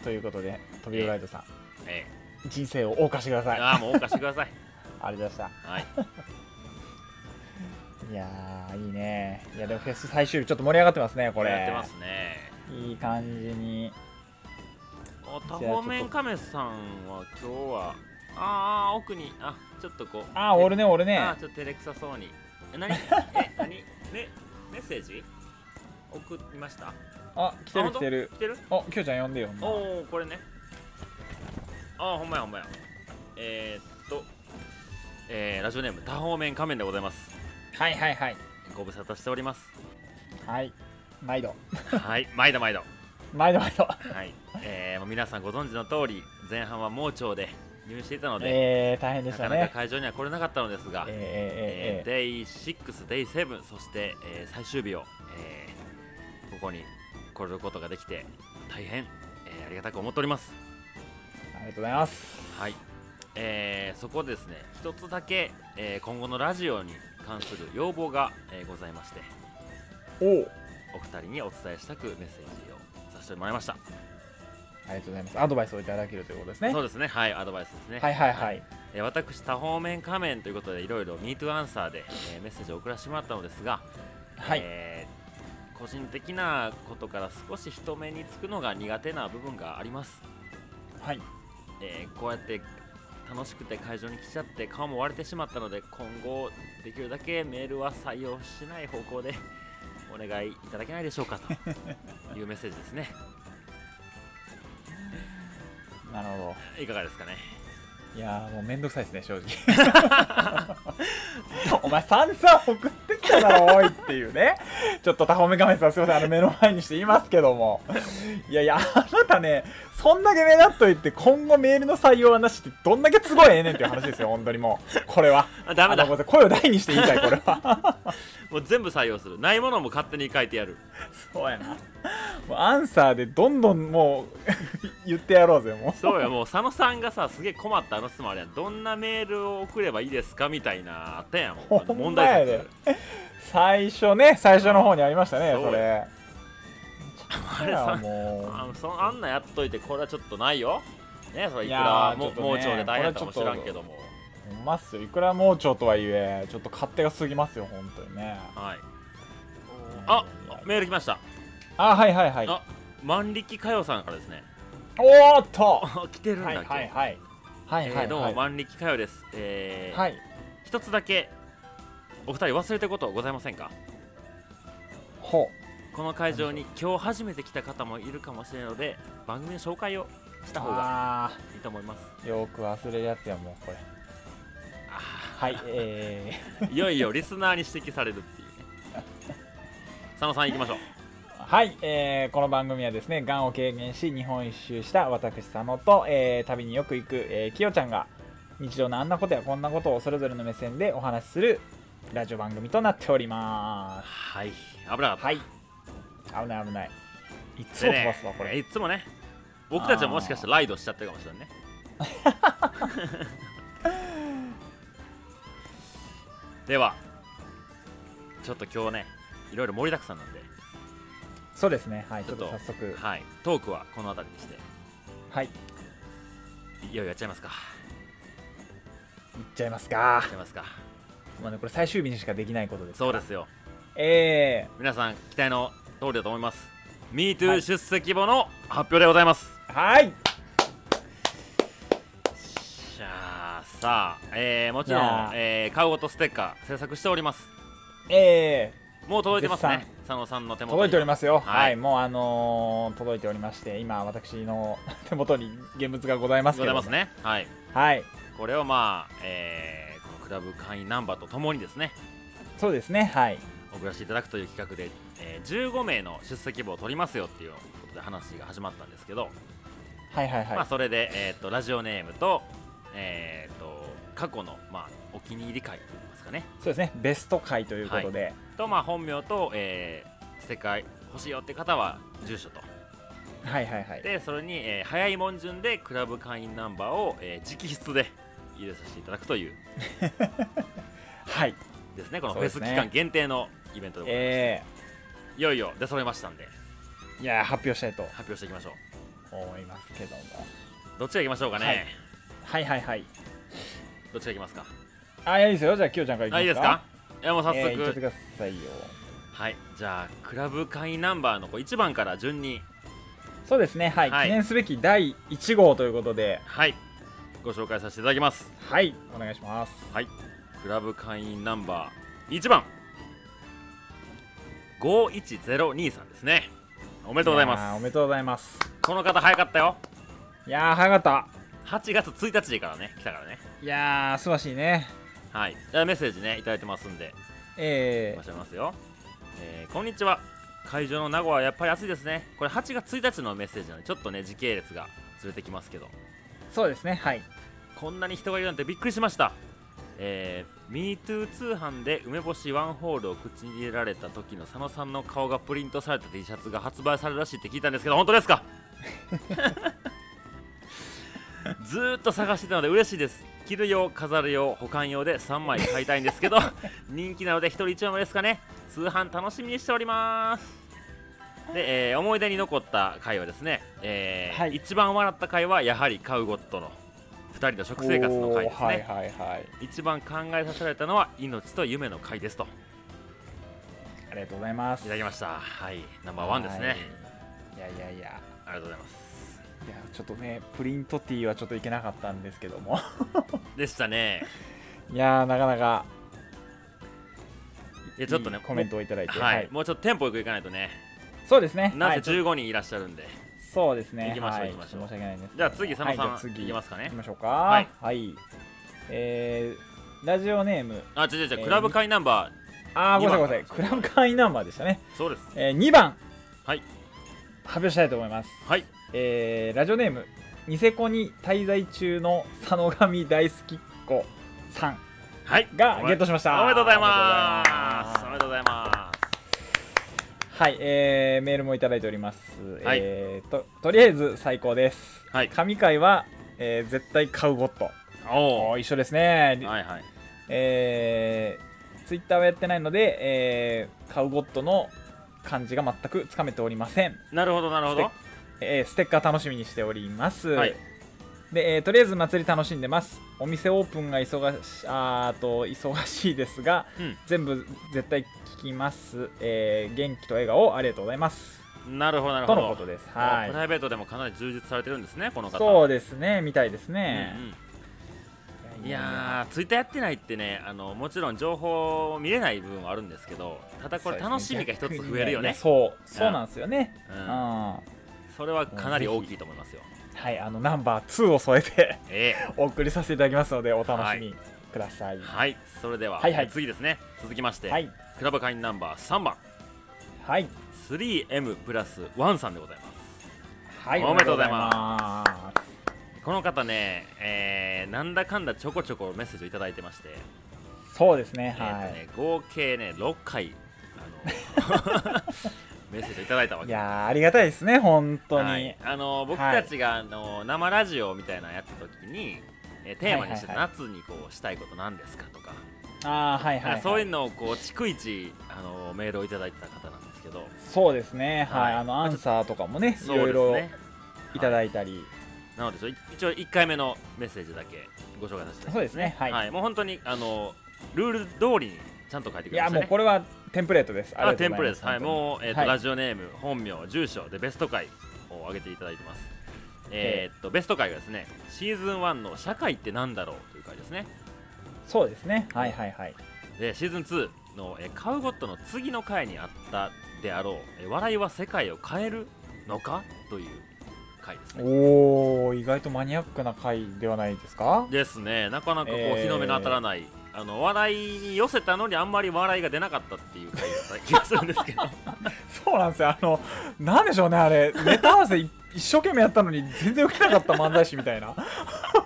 Speaker 1: ーということで飛び魚ライドさん、
Speaker 2: え
Speaker 1: 人生を謳歌してくだ
Speaker 2: え
Speaker 1: さいあ
Speaker 2: ああもう謳歌してください
Speaker 1: りがとうございま
Speaker 2: はい
Speaker 1: したいやーいいねいやでもフェス最終日ちょっと盛り上がってます ねこれ
Speaker 2: やってますね
Speaker 1: いい感じに
Speaker 2: お多方面カメさんは今日はああ奥にあちょっとこう
Speaker 1: あー俺ね俺ね
Speaker 2: あーちょっと照れくさそうに え何え何ねメッセージ送りました
Speaker 1: あ来て
Speaker 2: あ
Speaker 1: る来
Speaker 2: 本当
Speaker 1: てる
Speaker 2: 来てる
Speaker 1: おきょうちゃん呼んでよほんま
Speaker 2: おおこれねああほんまやほんまやえー、っと、えー、ラジオネーム多方面仮面でございます
Speaker 1: はいはいはい
Speaker 2: ご無沙汰しており ます
Speaker 1: はい毎度
Speaker 2: はい毎度毎度
Speaker 1: 毎度毎度
Speaker 2: はい、えー、もう皆さんご存知の通り前半は盲腸で入院していたので、
Speaker 1: えー、大変で
Speaker 2: な
Speaker 1: した
Speaker 2: かなか
Speaker 1: ね。
Speaker 2: 会場には来れなかったのですが、え
Speaker 1: えーえーえーえ
Speaker 2: ー、デイ6、デイ7、そして、えー最終日を、えーここに来れることができて、大変、えーありがたく思っております。
Speaker 1: ーありがとうございます。
Speaker 2: はい、えーそこでですね、一つだけ、えー今後のラジオに関する要望が、えーございまして、
Speaker 1: おお、
Speaker 2: お二人にお伝えしたくメッセージをさせてもらいました。
Speaker 1: ありがとうございます。アドバイスをいただけるということですね。
Speaker 2: そうですね、はい、アドバイスですね。
Speaker 1: はいはいはい。
Speaker 2: えー私多方面仮面ということでいろいろ MeToAnswer で、えーメッセージを送らせてもらったのですが、
Speaker 1: はい。
Speaker 2: えー個人的なことから少し人目につくのが苦手な部分があります、
Speaker 1: はい。
Speaker 2: えーこうやって楽しくて会場に来ちゃって顔も割れてしまったので今後できるだけメールは採用しない方向で お願いいただけないでしょうか というメッセージですね
Speaker 1: なるほ
Speaker 2: いかがですかね
Speaker 1: ど。いやー、もうめんどくさいですね、 正直。お前、さんさん送ってきただろ、おいっていうね。ちょっとタホメカメさん、すいません、あの、目の前にして言いますけども。いやいや、あなたね、そんだけ目立っといて、今後メールの採用はなしって、どんだけ都合ええねんっていう話ですよ、本当にもう。これは。
Speaker 2: あダメだ
Speaker 1: あのごめんなさ
Speaker 2: も
Speaker 1: い声を大にして言いたい、これは。
Speaker 2: う全部採用するないものも勝手に書いてやる
Speaker 1: そうやな。もうアンサーでどんどんもう 言ってやろうぜ、も
Speaker 2: そうよもう佐野さんがさすげえ困ったあの質問あれやんどんなメールを送ればいいですかみたいなあったやんもう
Speaker 1: ほんまや
Speaker 2: 問題
Speaker 1: で
Speaker 2: 作
Speaker 1: う。最初ね、最初の方にありましたね、
Speaker 2: そう
Speaker 1: それ。
Speaker 2: あれさあ
Speaker 1: も
Speaker 2: のそのあんなやっといてこれはちょっとないよねそれいく
Speaker 1: いや
Speaker 2: ら
Speaker 1: ーち
Speaker 2: も
Speaker 1: ょっとね
Speaker 2: 盲腸で大変かもしらんけども
Speaker 1: う、ほんまっすよ。いくら盲腸とはいえ、ちょっと勝手が過ぎますよ、本当にね。
Speaker 2: はいあメール来ました
Speaker 1: あ、はいはいはい。
Speaker 2: あ万力かよさんからですね
Speaker 1: おーっと
Speaker 2: あ来てるんだ
Speaker 1: はい
Speaker 2: 今日
Speaker 1: はいはい。はい
Speaker 2: え
Speaker 1: は
Speaker 2: ー
Speaker 1: い
Speaker 2: どう
Speaker 1: は
Speaker 2: も
Speaker 1: い。
Speaker 2: 万力かよですえー
Speaker 1: はい。
Speaker 2: 一つだけお二人忘れたことございませんか
Speaker 1: ほ
Speaker 2: この会場に今日初めて来た方もいるかもしれないので番組の紹介をした方が
Speaker 1: あ
Speaker 2: いいと思います
Speaker 1: ーよく忘れるやつや、もうこれ。はい、え
Speaker 2: いよいよリスナーに指摘されるっていうね佐野さん行きましょう
Speaker 1: はい、えーこの番組はですね、がんを軽減し、日本一周した私、佐野と、えー旅によく行く、えーきよちゃんが、日常のあんなことやこんなことをそれぞれの目線でお話しするラジオ番組となっております。
Speaker 2: はい危なかっ た
Speaker 1: はい、危ない危ない。いつも飛ばすわ、こ
Speaker 2: でね
Speaker 1: れ。
Speaker 2: いつもね僕たちはもしかしたらライドしちゃってるかもし れないねではちょっと今日ねいろいろ盛りだくさんなんで、
Speaker 1: そうですね、はい、
Speaker 2: ち
Speaker 1: ち
Speaker 2: ょ
Speaker 1: ょ
Speaker 2: っ
Speaker 1: っと
Speaker 2: と
Speaker 1: 早速、
Speaker 2: はい、トークはこの辺りにして
Speaker 1: はい、いっ
Speaker 2: いよいよやっちゃいますか
Speaker 1: ちゃいますか
Speaker 2: やっち。ゃいますか
Speaker 1: まあね、これ最終日にしかできないことです。
Speaker 2: そうですよ
Speaker 1: え
Speaker 2: 皆さん期待の通りだと思います MeToo、
Speaker 1: はい
Speaker 2: 出席簿の発表でございます
Speaker 1: ー、はい、
Speaker 2: じゃあさあ、えーもちろ
Speaker 1: いや
Speaker 2: ん
Speaker 1: ー、
Speaker 2: えー、買うごとステッカー制作しております
Speaker 1: えー、
Speaker 2: もう届いてますね
Speaker 1: 絶
Speaker 2: 佐野さんの手元に
Speaker 1: 届いておりますよ、
Speaker 2: は
Speaker 1: はいい、もうあのー届いておりまして、今、私の 手元に現物がございますけ
Speaker 2: ご
Speaker 1: れ
Speaker 2: ざい
Speaker 1: ども
Speaker 2: ますねはい
Speaker 1: はい、
Speaker 2: これをまあ、えーこのクラブ会員ナンバーとともにですね
Speaker 1: そうですね、はい、
Speaker 2: 送らせていただくという企画で、えー15名の出席簿を取りますよっていうことで話が始まったんですけど、
Speaker 1: はいはいはい、
Speaker 2: まあそれで、えー、とラジオネームと,、えー、と過去の、まあ、お気に入り会といいますかね
Speaker 1: そうですね、ベスト回ということで、
Speaker 2: と、まあ、本名と、えー、世界欲しいよって方は住所と
Speaker 1: はい、はいはい
Speaker 2: でそれに、えー早いもん順でクラブ会員ナンバーを、えー直筆で入れさせていただくという
Speaker 1: はい、
Speaker 2: ですねこの
Speaker 1: そ
Speaker 2: フ
Speaker 1: う
Speaker 2: ェ
Speaker 1: です
Speaker 2: ス
Speaker 1: ね
Speaker 2: 期間限定のイベントでございます、
Speaker 1: え
Speaker 2: いよいよ出揃いましたんで
Speaker 1: ー、いやー、発表したいと
Speaker 2: 発表していきましょう
Speaker 1: 思いますけども、
Speaker 2: どっちがいきましょうかね、
Speaker 1: はいはいはいはい、
Speaker 2: どっちがいきますか
Speaker 1: あ、いやいいですよ、じゃあ、きよちゃんからいきま
Speaker 2: あいい
Speaker 1: す
Speaker 2: です
Speaker 1: か
Speaker 2: か、いやもう早速、
Speaker 1: えー、いっちゃってくださいよ、
Speaker 2: はいじゃあクラブ会員ナンバーのこう1番から順に
Speaker 1: そうですね、はい、
Speaker 2: はい
Speaker 1: 記念すべき第1号ということで、
Speaker 2: はいご紹介させていただきます
Speaker 1: はい、お願いします。
Speaker 2: はい、クラブ会員ナンバー1番51023ですねおめ
Speaker 1: あ
Speaker 2: でとうござい
Speaker 1: お
Speaker 2: ます
Speaker 1: めでとうございます。
Speaker 2: この方早かったよ
Speaker 1: いやー、早かっ
Speaker 2: 8月1日からね来たからね
Speaker 1: た。いやー、素晴らしいね。
Speaker 2: はいじゃあメッセージねいただいてますんで
Speaker 1: え
Speaker 2: お待ちしてますよ、えーこんにちは会場の名古屋はやっぱり暑いですねこれ8月1日のメッセージなのでちょっとね時系列がずれてきますけど
Speaker 1: ー、そうですねはい
Speaker 2: こんなに人がいるなんてびっくりしましたえー、MeToo 通販で梅干しワンホールを口に入れられた時の佐野さんの顔がプリントされた T シャツが発売されるらしいって聞いたんですけど本当ですか ずーっと探してたので嬉しいです着る用飾る用保管用で3枚買いたいんですけど 人気なので1人1枚ですかね通販楽しみにしておりますで、えー思い出に残った回はですね、えー
Speaker 1: はい
Speaker 2: 一番笑った回はやはりカウゴットの2人の食生活の回です
Speaker 1: お
Speaker 2: ね、
Speaker 1: ーはいはいはい
Speaker 2: 一番考えさせられたのは命と夢の会ですと
Speaker 1: ありがとうございます
Speaker 2: いただきましたはいナンバーワンです
Speaker 1: は
Speaker 2: ね
Speaker 1: いいやいやいや
Speaker 2: ありがとうございます
Speaker 1: いやちょっとねプリントティーはちょっといけなかったんですけども
Speaker 2: でしたね
Speaker 1: いやーなかなか
Speaker 2: いやちょっとね
Speaker 1: いいコメントをいただいて
Speaker 2: はい、もうちょっとテンポよくいかないとね
Speaker 1: そうですね
Speaker 2: な
Speaker 1: は
Speaker 2: ぜ
Speaker 1: いちょ
Speaker 2: 15人いらっしゃるんで、
Speaker 1: そうですね
Speaker 2: 行きましょう
Speaker 1: はい
Speaker 2: 行きましょう
Speaker 1: ちっと申し訳ないです
Speaker 2: じゃあ次佐野さん、、
Speaker 1: はいい、
Speaker 2: きますか
Speaker 1: 行
Speaker 2: ね
Speaker 1: きましょうか
Speaker 2: は
Speaker 1: はいい、えー、ラジオネーム
Speaker 2: あ違う違う違う
Speaker 1: えー
Speaker 2: クラブ会ナンバ
Speaker 1: あーごめんなさいごめんなさ
Speaker 2: 二番
Speaker 1: いクラブ会員ナンバーでしたね、
Speaker 2: ーそうです
Speaker 1: えー、2番
Speaker 2: はい
Speaker 1: 発表したいと思います
Speaker 2: はい
Speaker 1: えーラジオネームニセコに滞在中の佐野神大好きっ子さん
Speaker 2: はい
Speaker 1: が
Speaker 2: おめ
Speaker 1: ゲットしました
Speaker 2: おめでとうございます
Speaker 1: お
Speaker 2: おめ
Speaker 1: めで
Speaker 2: でと
Speaker 1: とう
Speaker 2: うござ
Speaker 1: ござい
Speaker 2: います
Speaker 1: ますはい、えーメールもいただいております、
Speaker 2: はい
Speaker 1: えーととりあえず最高です、
Speaker 2: はい
Speaker 1: 神回は、えー絶対買うゴット
Speaker 2: お
Speaker 1: おー一緒ですね、
Speaker 2: おはいはい
Speaker 1: えー、ツイッターはやってないので、えー、カウゴットの感じが全くつかめておりません、
Speaker 2: なるほどなるほど
Speaker 1: えーステッカー楽しみにしております、
Speaker 2: はい
Speaker 1: で、えーとりあえず祭り楽しんでますお店オープンが忙しあーと忙しいですが、
Speaker 2: うん
Speaker 1: 全部絶対聞きます、えー元気と笑顔ありがとうございます
Speaker 2: なるほどなるほ
Speaker 1: と
Speaker 2: ど
Speaker 1: のことです
Speaker 2: もうプ
Speaker 1: は
Speaker 2: ライベートでもかなり充実されてるんですねこの
Speaker 1: い
Speaker 2: 方
Speaker 1: そう
Speaker 2: う
Speaker 1: ですねみたいです
Speaker 2: ね、
Speaker 1: ね
Speaker 2: うん、いやーツイッターやってないってねあのもちろん情報見れない部分はあるんですけどただこれ楽しみが一つ増えるよね
Speaker 1: そうそうなんですよね
Speaker 2: う
Speaker 1: うん
Speaker 2: ん、
Speaker 1: は
Speaker 2: それはかなり大きいと思いますよ
Speaker 1: いあのナンバー2を添えて
Speaker 2: え
Speaker 1: お送りさせていただきますのでお楽しみください。
Speaker 2: え
Speaker 1: は
Speaker 2: はいそれでは、
Speaker 1: はいはい
Speaker 2: 次ですね続きまして、
Speaker 1: い、はい、
Speaker 2: クラブ会員ナンバー3番
Speaker 1: はい
Speaker 2: 3M プラス1さんでございます
Speaker 1: はい
Speaker 2: おめでとうござい
Speaker 1: ま
Speaker 2: この方ね、えーなんだかんだちょこちょこメッセージをいただいてまして、
Speaker 1: す。そうですね、
Speaker 2: えー
Speaker 1: は
Speaker 2: と
Speaker 1: い。
Speaker 2: ね、合計ね6回あ のメッセージをいただいたわけ
Speaker 1: いやーありがたいですね、本当に。
Speaker 2: はい、あの僕たちが、あの生ラジオみたいなのやった時に、えーテーマにして、
Speaker 1: はいはい
Speaker 2: 夏にこうしたいことなんですかとか、
Speaker 1: あーはいはい、
Speaker 2: なん
Speaker 1: は
Speaker 2: か
Speaker 1: い。
Speaker 2: そういうのをこう逐一あのメールをいただいてた方なんですけど
Speaker 1: そうですね、はい、
Speaker 2: はい
Speaker 1: あのアンサーとかもね、い
Speaker 2: そう
Speaker 1: ろい
Speaker 2: です
Speaker 1: ろ
Speaker 2: ね
Speaker 1: いただいたり、
Speaker 2: なのでちょい一応1回目のメッセージだけご紹介させていただきます
Speaker 1: そうですね、はい。い、
Speaker 2: もう本当にあのルール通りにちゃんと書いてくれま
Speaker 1: や
Speaker 2: したね
Speaker 1: もうこれはテンプレートです。あ
Speaker 2: あ
Speaker 1: りがと
Speaker 2: テ
Speaker 1: う
Speaker 2: ン
Speaker 1: ご
Speaker 2: プ
Speaker 1: ざ
Speaker 2: レ
Speaker 1: い
Speaker 2: で
Speaker 1: ますす。
Speaker 2: はいもう、えーと
Speaker 1: はい
Speaker 2: ラジオネーム本名住所でベスト回を上げていただいてますえーっとベスト回がですねシーズン1の「社会ってなんだろう?」という回ですね
Speaker 1: そうですね、はいはいはい。
Speaker 2: でシーズン2の、えーカウゴットの次の回にあったであろう「えー笑いは世界を変えるのか?」という回ですね
Speaker 1: おお、意外とマニアックな回ではないですか。
Speaker 2: ですねなかなかこう、
Speaker 1: えー
Speaker 2: 日の目の当たらないあの笑いに寄せたのにあんまり笑いが出なかったっていう回だった気がするんですけど
Speaker 1: そうなんですよあのなんでしょうねあれネタ合わせい 一生懸命やったのに全然受けなかった漫才師みたいな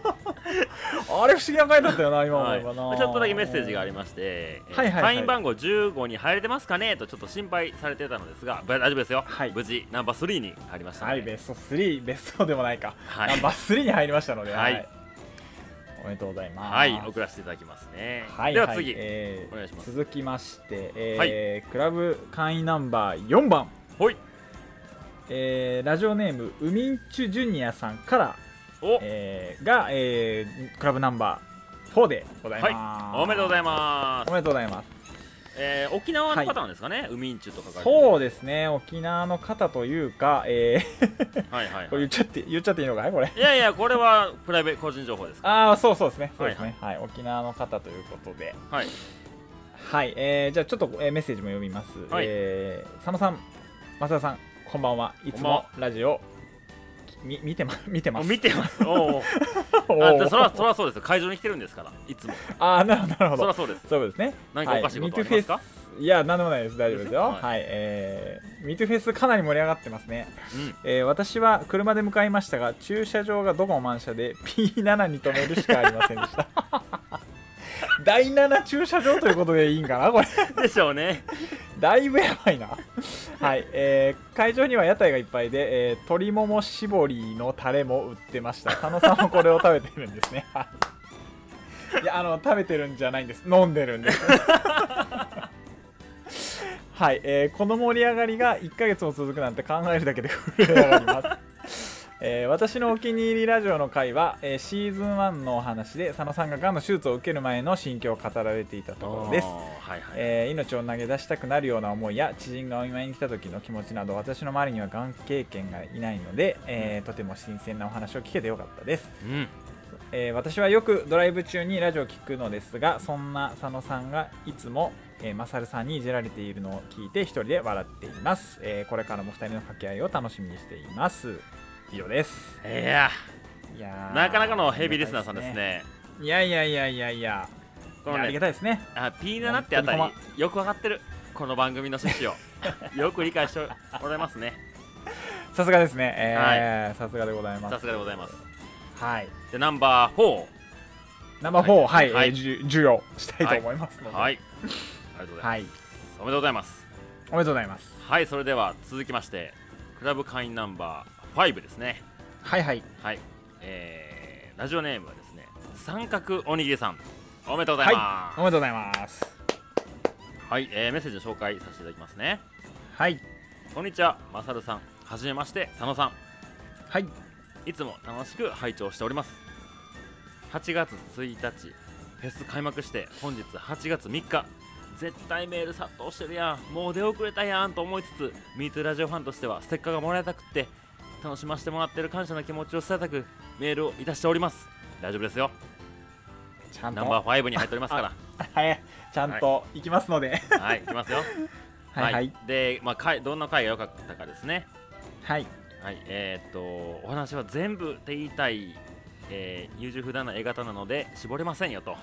Speaker 1: あれ不思議な回だったよな今思
Speaker 2: は
Speaker 1: え
Speaker 2: い、ち
Speaker 1: ばな、
Speaker 2: ょっとだけメッセージがありまして、えー
Speaker 1: はいはいはい
Speaker 2: 会員番号15に入れてますかねとちょっと心配されてたのですがば大丈夫ですよ、
Speaker 1: はい
Speaker 2: 無事ナンバー3に入りましたの
Speaker 1: はい
Speaker 2: で、
Speaker 1: ベスト3ベストでもないか、
Speaker 2: はい
Speaker 1: ナンバー3に入りましたので、
Speaker 2: はい
Speaker 1: おめでとうございます
Speaker 2: はい送らせていただきますね、
Speaker 1: はい
Speaker 2: では次、
Speaker 1: いえー
Speaker 2: お願いします
Speaker 1: 続きまして、えークラブ会員ナンバー4番、
Speaker 2: ほい
Speaker 1: えーラジオネームウミンチュジュニアさんから
Speaker 2: お、
Speaker 1: えーが、えークラブナンバー4でございます、
Speaker 2: はいおめでとうございま
Speaker 1: おめでとうございます
Speaker 2: す、えー沖縄の方なんですかね、ウミンチュとか書いてる
Speaker 1: そうですね沖縄の方というか、えー
Speaker 2: はいはい、
Speaker 1: こ
Speaker 2: は
Speaker 1: れ言
Speaker 2: い、
Speaker 1: っちゃって言っちゃっていいのかいこれ
Speaker 2: いやいやこれはプライベート個人情報ですか
Speaker 1: ああそうそうですねそう
Speaker 2: はい
Speaker 1: ですねはい、沖縄の方ということで
Speaker 2: らはい
Speaker 1: はい、えーじゃあちょっと、えーメッセージも読みます、
Speaker 2: はい
Speaker 1: えー佐野さん増田さんこんばんはいつ
Speaker 2: こんばん
Speaker 1: も
Speaker 2: は
Speaker 1: ラジオきみ見てま 見てま
Speaker 2: お
Speaker 1: す
Speaker 2: 見てますおお
Speaker 1: お
Speaker 2: あ
Speaker 1: ー
Speaker 2: でそらそらそうですよ会場に来てるんですからいつも
Speaker 1: あーなるほどなるほ
Speaker 2: そら
Speaker 1: ど
Speaker 2: そうです
Speaker 1: そういうことですね
Speaker 2: 何かおかしいことありますか
Speaker 1: はいミートフェいや何でもないです大丈夫ですよ
Speaker 2: は
Speaker 1: はいい、えー、ミートフェスかなり盛り上がってますね、
Speaker 2: うん
Speaker 1: えー私は車で向かいましたが駐車場がどこも満車で P7 に止めるしかありませんでした 第7駐車場ということでいいんかなこれ
Speaker 2: でしょうね
Speaker 1: だいぶやばいなはい、えー会場には屋台がいっぱいで、えー鶏もも絞りのタレも売ってました佐野さんもこれを食べてるんですねはいいやあの食べてるんじゃないんです飲んでるんですはい、えーこの盛り上がりが1ヶ月も続くなんて考えるだけで震え上がります、えー私のお気に入りラジオの回は、えーシーズン1のお話で佐野さんががんの手術を受ける前の心境を語られていたところです
Speaker 2: あーはいはい、
Speaker 1: えー命を投げ出したくなるような思いや知人がお見舞いに来た時の気持ちなど私の周りにはがん経験がいないので、えーとても新鮮なお話を聞けてよかったです、
Speaker 2: うん
Speaker 1: えー私はよくドライブ中にラジオを聞くのですがそんな佐野さんがいつも、えー、マサルさんにいじられているのを聞いて一人で笑っています、えーこれからも二人の掛け合いを楽しみにしています以上です
Speaker 2: いや
Speaker 1: いや
Speaker 2: ー
Speaker 1: ー
Speaker 2: なかなかのヘビーリスナーさんですね
Speaker 1: いやいやいやいやいやい
Speaker 2: こ
Speaker 1: や
Speaker 2: の
Speaker 1: あり
Speaker 2: ね
Speaker 1: がたいですね
Speaker 2: あ P7 ってあたり
Speaker 1: 本当
Speaker 2: よくわかってるこの番組の 趣旨をよく理解しておられますね
Speaker 1: さすがですね、えーさすがでございます
Speaker 2: さすがでございます
Speaker 1: はい
Speaker 2: でナンバー4
Speaker 1: 生4を、
Speaker 2: は
Speaker 1: はいい、
Speaker 2: はい
Speaker 1: えーじゅ授与したいと思いますので、
Speaker 2: はい。ありがとうございます。
Speaker 1: はい
Speaker 2: おめでとうございます。
Speaker 1: おめでとうございます。
Speaker 2: はい、それでは続きまして、クラブ会員ナンバー5ですね。
Speaker 1: はいはい。
Speaker 2: はい。えー、ラジオネームはですね、三角おにぎりさん。おめでとうございます。
Speaker 1: おめでとうございます。
Speaker 2: はい、えーメッセージの紹介させていただきますね。
Speaker 1: はい。
Speaker 2: こんにちは、まさるさん。はじめまして、佐野さん。
Speaker 1: はい。
Speaker 2: いつも楽しく拝聴しております。8月1日、フェス開幕して、本日8月3日、絶対メール殺到してるやん、もう出遅れたやんと思いつつ、ミートラジオファンとしてはステッカーがもらえたくって、楽しませてもらってる感謝の気持ちを伝えたく、メールをいたしております。大丈夫ですよ。
Speaker 1: ちゃん
Speaker 2: ナンバ
Speaker 1: と、
Speaker 2: ー5に入っておりますか
Speaker 1: はい、ちゃんと行きますので。
Speaker 2: ら。はい、いきますよ。
Speaker 1: はいはい。
Speaker 2: で、まあ回、どんな回が良かったかですね。
Speaker 1: はい。
Speaker 2: はい、えーっとお話は全部って言いたい、えー優柔不断な A 型なので絞れませんよと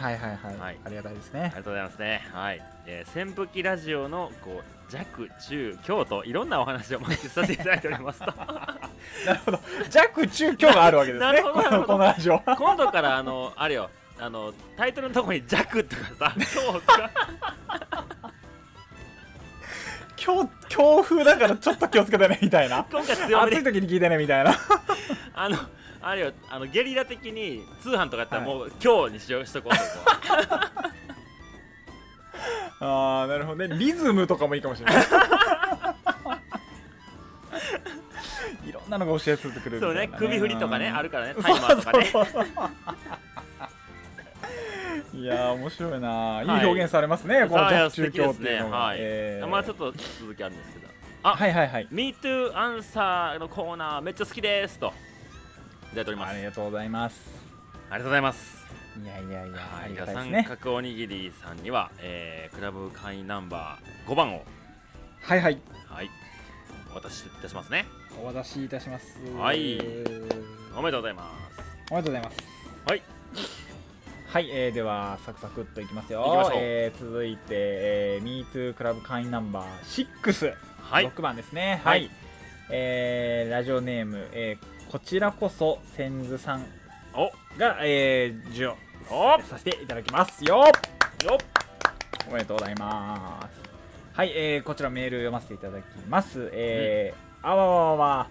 Speaker 2: あ
Speaker 1: はいはいはい。
Speaker 2: はい
Speaker 1: ありがたいです
Speaker 2: り
Speaker 1: ね。
Speaker 2: がとうございますねはい、えー扇風機ラジオのこう弱中強といろんなお話をお待ちさせていただいており ますと
Speaker 1: なるほど。弱中強があるわけです
Speaker 2: なる
Speaker 1: ね。
Speaker 2: ほど
Speaker 1: こ
Speaker 2: なるほ
Speaker 1: の
Speaker 2: ど
Speaker 1: このラジオ。
Speaker 2: 今度からあのあれよあのタイトルのところに弱とかさ 強とか
Speaker 1: 強強風だからちょっと気をつけてねみたいな。
Speaker 2: 今回強
Speaker 1: 暑
Speaker 2: め
Speaker 1: い
Speaker 2: に
Speaker 1: 時に聞いてねみたいな。
Speaker 2: あのあれよあのゲリラ的に通販とかやったら
Speaker 1: はい
Speaker 2: もう強にしようしとこうとか
Speaker 1: ああなるほどね。リズムとかもいいかもしれない。 いろんなのが教え続けてくる
Speaker 2: そうね首振りとかねあ
Speaker 1: る
Speaker 2: るからねタイマーとかね
Speaker 1: そうそうそう いやー面白いなーいい表現されますね、この特中教っていうのが、
Speaker 2: はい
Speaker 1: えー
Speaker 2: まあちょっと続きあるんですけどあ
Speaker 1: はいはいはい
Speaker 2: MeToo アンサーのコーナーめっちゃ好きですといただいております
Speaker 1: あ
Speaker 2: あり
Speaker 1: り
Speaker 2: が
Speaker 1: がとうございます
Speaker 2: とうございます
Speaker 1: いやいやいやありがたいです
Speaker 2: 三
Speaker 1: ね
Speaker 2: 角おにぎりさんには、えークラブ会員ナンバー5番を
Speaker 1: はいはい
Speaker 2: はいお渡しいたしますね
Speaker 1: お渡しいたします
Speaker 2: はい
Speaker 1: えー
Speaker 2: おめでとうございます
Speaker 1: おめでとうございます
Speaker 2: はい
Speaker 1: はい、えー、ではサクサクっといきますよ
Speaker 2: いきましょう
Speaker 1: えー続いて、えー、MeToo クラブ会員ナンバー6
Speaker 2: はい
Speaker 1: 6番ですね
Speaker 2: は
Speaker 1: はいい、えーラジオネーム、えーこちらこそ千頭さん
Speaker 2: およ
Speaker 1: が、えー、授与
Speaker 2: っ
Speaker 1: させていただきますよ
Speaker 2: よっ
Speaker 1: おめでとうございますはい、えーこちらメール読ませていただきますえーあわわわわ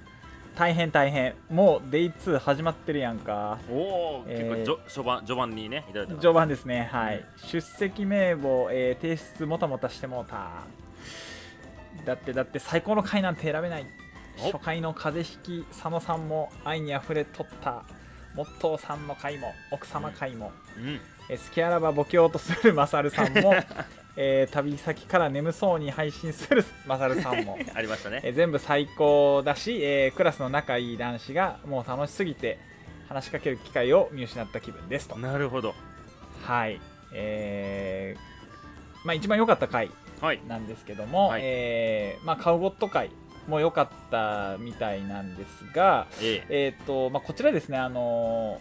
Speaker 1: 大変大変もう Day2 始まってるやんか
Speaker 2: おお、
Speaker 1: えー
Speaker 2: 結構じょ序盤序盤にねいただいた
Speaker 1: 序盤ですねはい出席名簿、えー提出もたもたしてもうただってだって最高の回なんて選べない
Speaker 2: お
Speaker 1: 初回の風邪ひき佐野さんも愛にあふれとったモットーさんの回も奥様回も、
Speaker 2: うん
Speaker 1: えー、好きあらばボケようとするマサルさん も、えー旅先から眠そうに配信する マサルさんも、
Speaker 2: ありましたね
Speaker 1: えー全部最高だし、えークラスの仲いい男子がもう楽しすぎて話しかける機会を見失った気分ですと
Speaker 2: なるほど
Speaker 1: はいえーまあ一番良かった回
Speaker 2: はい
Speaker 1: なんですけども、
Speaker 2: はい
Speaker 1: えーまあカウゴット回も良かったみたいなんですが
Speaker 2: ええ
Speaker 1: えっ、とまあこちらですねあの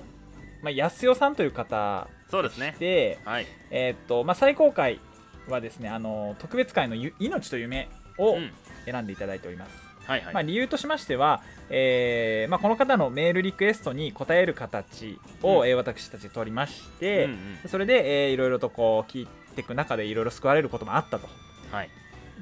Speaker 1: ーまあ安代さんという方
Speaker 2: そうですね
Speaker 1: で
Speaker 2: はい
Speaker 1: えーっとまあ、最高回はですねあの特別会のゆ「命と夢」を
Speaker 2: うん
Speaker 1: 選んでいただいております、
Speaker 2: はいはい、
Speaker 1: まあ、理由としましては、えーまあ、この方のメールリクエストに応える形を、
Speaker 2: うん
Speaker 1: えー私たち取りまし
Speaker 2: うん
Speaker 1: て、
Speaker 2: うん
Speaker 1: それで、えーいろいろとこう聞いていく中でいろいろ救われることもあったと。
Speaker 2: はい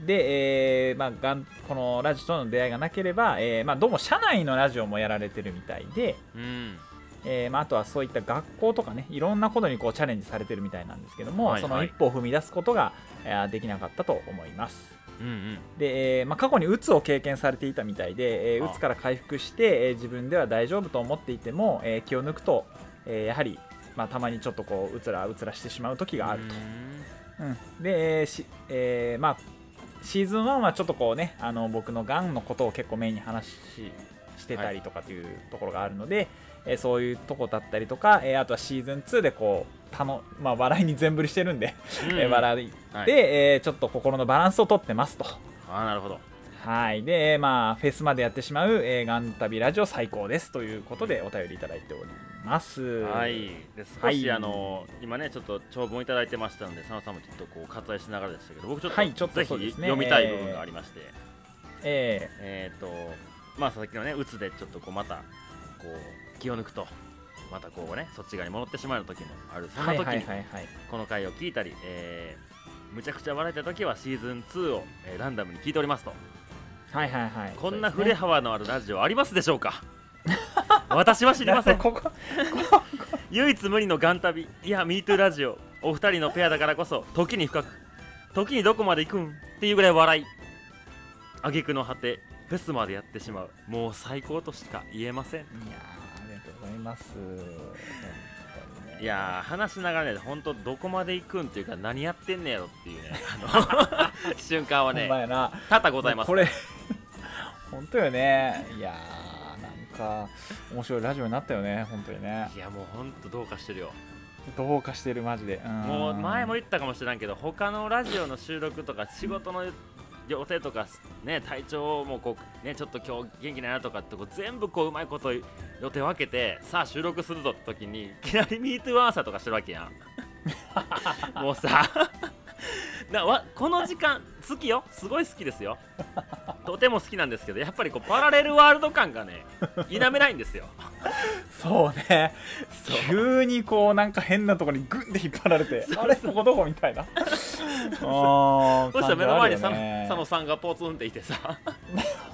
Speaker 1: で、えーまあ、がんこのラジオとの出会いがなければ、えーまあ、どうも社内のラジオもやられてるみたいで、
Speaker 2: うん
Speaker 1: えーまあ、あとはそういった学校とかねいろんなことにこうチャレンジされてるみたいなんですけども、
Speaker 2: はいはい
Speaker 1: その一歩を踏み出すことが、えーできなかったと思います。
Speaker 2: うんうん
Speaker 1: で、えーまあ、過去にうつを経験されていたみたいで、え
Speaker 2: あ
Speaker 1: うつから回復して、えー自分では大丈夫と思っていても、えー気を抜くと、えーやはり、まあ、たまにちょっとこううつらうつらしてしまう時があると。うんで、えーしえーまあ、シーズン1はちょっとこうねあの僕のがんのことを結構メインに話ししてたりとかっていうところがあるので、えーそういうとこだったりとか、えーあとはシーズン2でこうたの、まあ、笑いに全振りしてるんで、
Speaker 2: うん
Speaker 1: えー笑い
Speaker 2: はい
Speaker 1: で、えーちょっと心のバランスをとってますと。
Speaker 2: ああなるほど
Speaker 1: はい、で、えーまあ、フェスまでやってしまう、えー、ガン旅ラジオ最高ですということでお便りいただいております。
Speaker 2: はい、で少
Speaker 1: はい
Speaker 2: し、あの今ね、ちょっと長文いただいてましたので、佐野さんもちょっとこう割愛しながらでしたけど、僕ちょっと,、
Speaker 1: はいちょっと
Speaker 2: ぜひ
Speaker 1: そうですね
Speaker 2: 読みたい部分がありまして、
Speaker 1: え
Speaker 2: えっ、と、まあ、佐々木のね、うつでちょっとこうまたこう気を抜くと、またこうね、そっち側に戻ってしまう時もある、
Speaker 1: ー
Speaker 2: そんな時に、
Speaker 1: はいはいはいはい。
Speaker 2: この回を聞いたり、えーむちゃくちゃ笑えた時はシーズン2を、えーランダムに聞いておりますと、
Speaker 1: はいはいはい。
Speaker 2: こんな
Speaker 1: そう
Speaker 2: 振
Speaker 1: で
Speaker 2: れ
Speaker 1: すね
Speaker 2: 幅のあるラジオありますでしょうか 私は知りませ ん
Speaker 1: ここ
Speaker 2: 唯一無二のガン旅いや MeToo ラジオお二人のペアだからこそ時に深く時にどこまで行くんっていうぐらい笑い挙句の果てフェスまでやってしまうもう最高としか言えません
Speaker 1: いやーありがとうございます。本当にね
Speaker 2: いやー話しながらね本当どこまで行くんっていうか何やってんねやろっていうねあ の瞬間は
Speaker 1: ほんま
Speaker 2: ね
Speaker 1: やな。
Speaker 2: 多々ございます
Speaker 1: これ 本当よね。いやーなんか面白いラジオになったよね本当にね。
Speaker 2: いやもうほんとどうかしてるよ
Speaker 1: どうかしてるマジで。うん
Speaker 2: もう前も言ったかもしれないけど他のラジオの収録とか仕事の予定とか、ね、体調もこう、ね、ちょっと今日元気ないなとかってこう全部こううまいこと予定を分けてさあ収録するぞって時にいきなり「MeToo アンサー」とかしてるわけやんもうさなわこの時間好きよすごい好きですよとても好きなんですけどやっぱりこうパラレルワールド感がね否めないんですよ
Speaker 1: そうね。
Speaker 2: そう
Speaker 1: 急にこうなんか変なところにグンって引っ張られて
Speaker 2: そう
Speaker 1: あれここどこみた いなそ
Speaker 2: そしたら目の前に佐野
Speaker 1: ね、
Speaker 2: 佐野さんがポツンっていてさ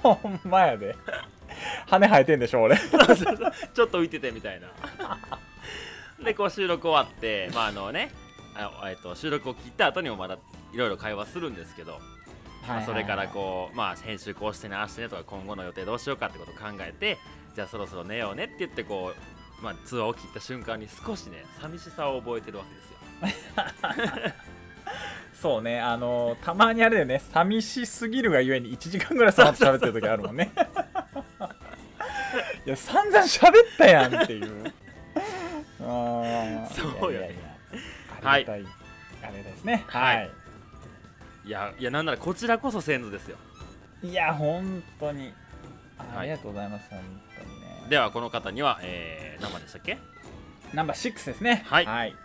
Speaker 1: ほんまやで羽生えてんでしょ俺
Speaker 2: ちょっと浮いててみ たいな。で、こう収録終わって、まああのね、あえっと収録を切った後にもまだいろいろ会話するんですけど、まあそれからこう、まあ、編集こうしてね、ああしてねとか、今後の予定どうしようかってことを考えて、じゃあそろそろ寝ようねって言って、こう、まあ、通話を切った瞬間に少しね、寂しさを覚えてるわけですよ。
Speaker 1: うそうねあのたまにあれだよね寂しすぎるがゆえに1時間ぐらいさまって喋ってる時あるもん ねいや散々喋ったやんって いうあー
Speaker 2: そう
Speaker 1: いや
Speaker 2: よ
Speaker 1: いやいやあ
Speaker 2: はい
Speaker 1: りがたい、あれですね
Speaker 2: はい
Speaker 1: はい
Speaker 2: いや、いやなんならこちらこそ先祖ですよ。
Speaker 1: いや、本当に。
Speaker 2: はい
Speaker 1: ありがとうございます、本当にね。
Speaker 2: では、この方には、えー、生でしたっけ
Speaker 1: ナンバー6ですね。
Speaker 2: はい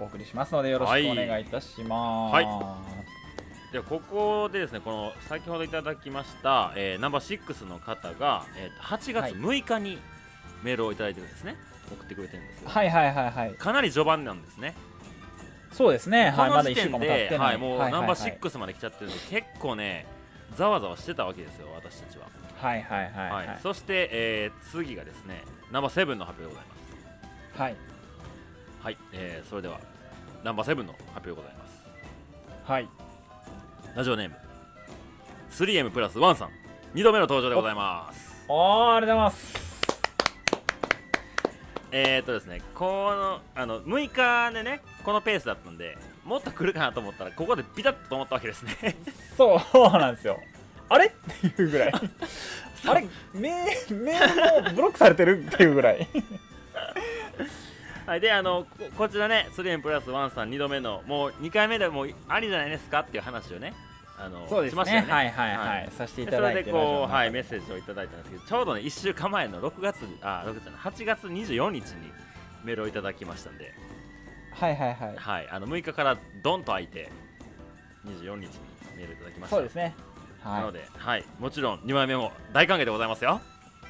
Speaker 1: お送りしますので、よろしくお願いいたします。
Speaker 2: はいではここでですねこの先ほどいただきました、えーナンバー6の方が、えーと8
Speaker 1: は
Speaker 2: 月
Speaker 1: い
Speaker 2: 6日にメールをいただいてるんですね、送ってくれてるんですよ
Speaker 1: はい、はい、はい、はい。
Speaker 2: かなり序盤なんですね、
Speaker 1: そうですね。はい、
Speaker 2: こ
Speaker 1: ま
Speaker 2: の
Speaker 1: だ
Speaker 2: 時
Speaker 1: 一週
Speaker 2: 点
Speaker 1: 間も経っ
Speaker 2: で、
Speaker 1: て
Speaker 2: は、
Speaker 1: ないい。
Speaker 2: もう
Speaker 1: は
Speaker 2: ナンバ
Speaker 1: はい
Speaker 2: ー6まで来ちゃってるんで、結構ねざわざわしてたわけですよ私たちは、
Speaker 1: はい、はい、はい、
Speaker 2: は
Speaker 1: はいい。
Speaker 2: そして、えー次がですねナンバー7の発表でございます
Speaker 1: はい、
Speaker 2: はい、えーそれではナンバー7の発表でございます
Speaker 1: はい。
Speaker 2: ラジオネーム 3M プラスワンさん2度目の登場でございます
Speaker 1: おー、ありがとうございます。
Speaker 2: えー、っとですね、このあの6日でね、このペースだったんで、もっと来るかなと思ったら、ここでビタッと止まったわけです ね。
Speaker 1: そうなんですよ。あれっていうぐらい。 あれ、メール、メールもブロックされてるっていうぐ らい。
Speaker 2: はい、であのこ、こちらね、3円プラスワンさん2度目の、もう2回目でもうありじゃないですかっていう話をね、あのしましたよね。
Speaker 1: はい、はい、は。
Speaker 2: はい
Speaker 1: させてい
Speaker 2: で
Speaker 1: た
Speaker 2: そ
Speaker 1: だい
Speaker 2: れ
Speaker 1: て。
Speaker 2: で
Speaker 1: ラジオ
Speaker 2: こ
Speaker 1: の
Speaker 2: う、はい、メッセージをいただいたんですけど、ちょうどね、1週間前の6月、あ、6月じゃない、8月24日にメールをいただきましたんで、
Speaker 1: はい、はい、はい。
Speaker 2: はい、あの6日からドンと開いて、 24日にメールいただきました
Speaker 1: そうですね
Speaker 2: な
Speaker 1: は
Speaker 2: の
Speaker 1: い
Speaker 2: で、はい、もちろん2枚目も大歓迎でございますよ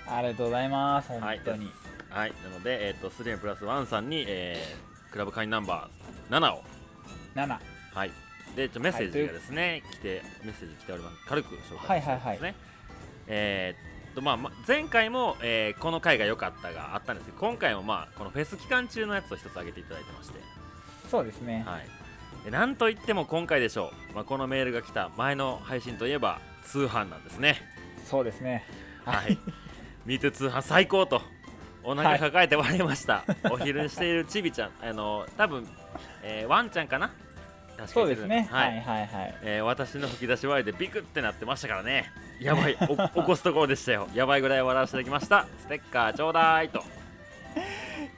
Speaker 1: ありがとうございます本
Speaker 2: はい
Speaker 1: 当に
Speaker 2: はいなので、えっとスリムプラスワンさんに、えークラブ会員ナンバー7を
Speaker 1: 7は
Speaker 2: はいでちょメッセージ
Speaker 1: は
Speaker 2: が
Speaker 1: い
Speaker 2: ですね、来てメッセージ来ております軽く紹介して
Speaker 1: はい
Speaker 2: おきますね、
Speaker 1: はいは
Speaker 2: えーっとまあま前回も、えーこの回が良かったがあったんですけど今回もまあこのフェス期間中のやつを一つ挙げていただいてまして
Speaker 1: そうですね
Speaker 2: はい、でなんといっても今回でしょう、まあ、このメールが来た前の配信といえば通販なんですね
Speaker 1: そうですね
Speaker 2: はい MeToo 通販最高とお
Speaker 1: は
Speaker 2: 腹
Speaker 1: い
Speaker 2: 抱えておりました、お昼寝しているちびちゃんあの多分、えーワンちゃんかな確かに
Speaker 1: そうですね
Speaker 2: は、
Speaker 1: はいいはいはい
Speaker 2: えー私の吹き出し笑いでビクってなってましたからねや ばいお起こすところでしたよやばいぐらい笑わせていただきましたステッカーちょうだいと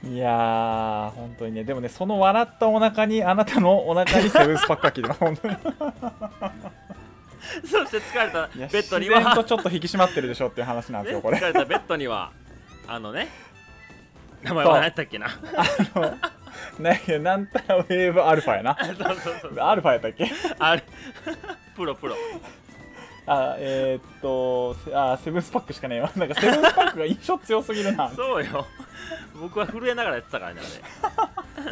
Speaker 1: いやー本当にねでもねその笑ったお腹にあなたのお腹にセブンスパッカー切ります本当に
Speaker 2: そして疲れた
Speaker 1: いや
Speaker 2: ベッドに
Speaker 1: 自然と
Speaker 2: は
Speaker 1: ちょっと引き締まってるでしょっていう話なんです
Speaker 2: ね
Speaker 1: よこ れ
Speaker 2: 疲れたベッドにはあの ね名前は何やったっけな
Speaker 1: ねなんたらウェーブアルファやな
Speaker 2: そうそうそう
Speaker 1: アルファやったっけ
Speaker 2: あれ プロプロ
Speaker 1: あえーっとせあセブンスパックしかねえわなんかセブンスパックが印象強すぎるな
Speaker 2: そうよ僕は震えながらやってたからねあ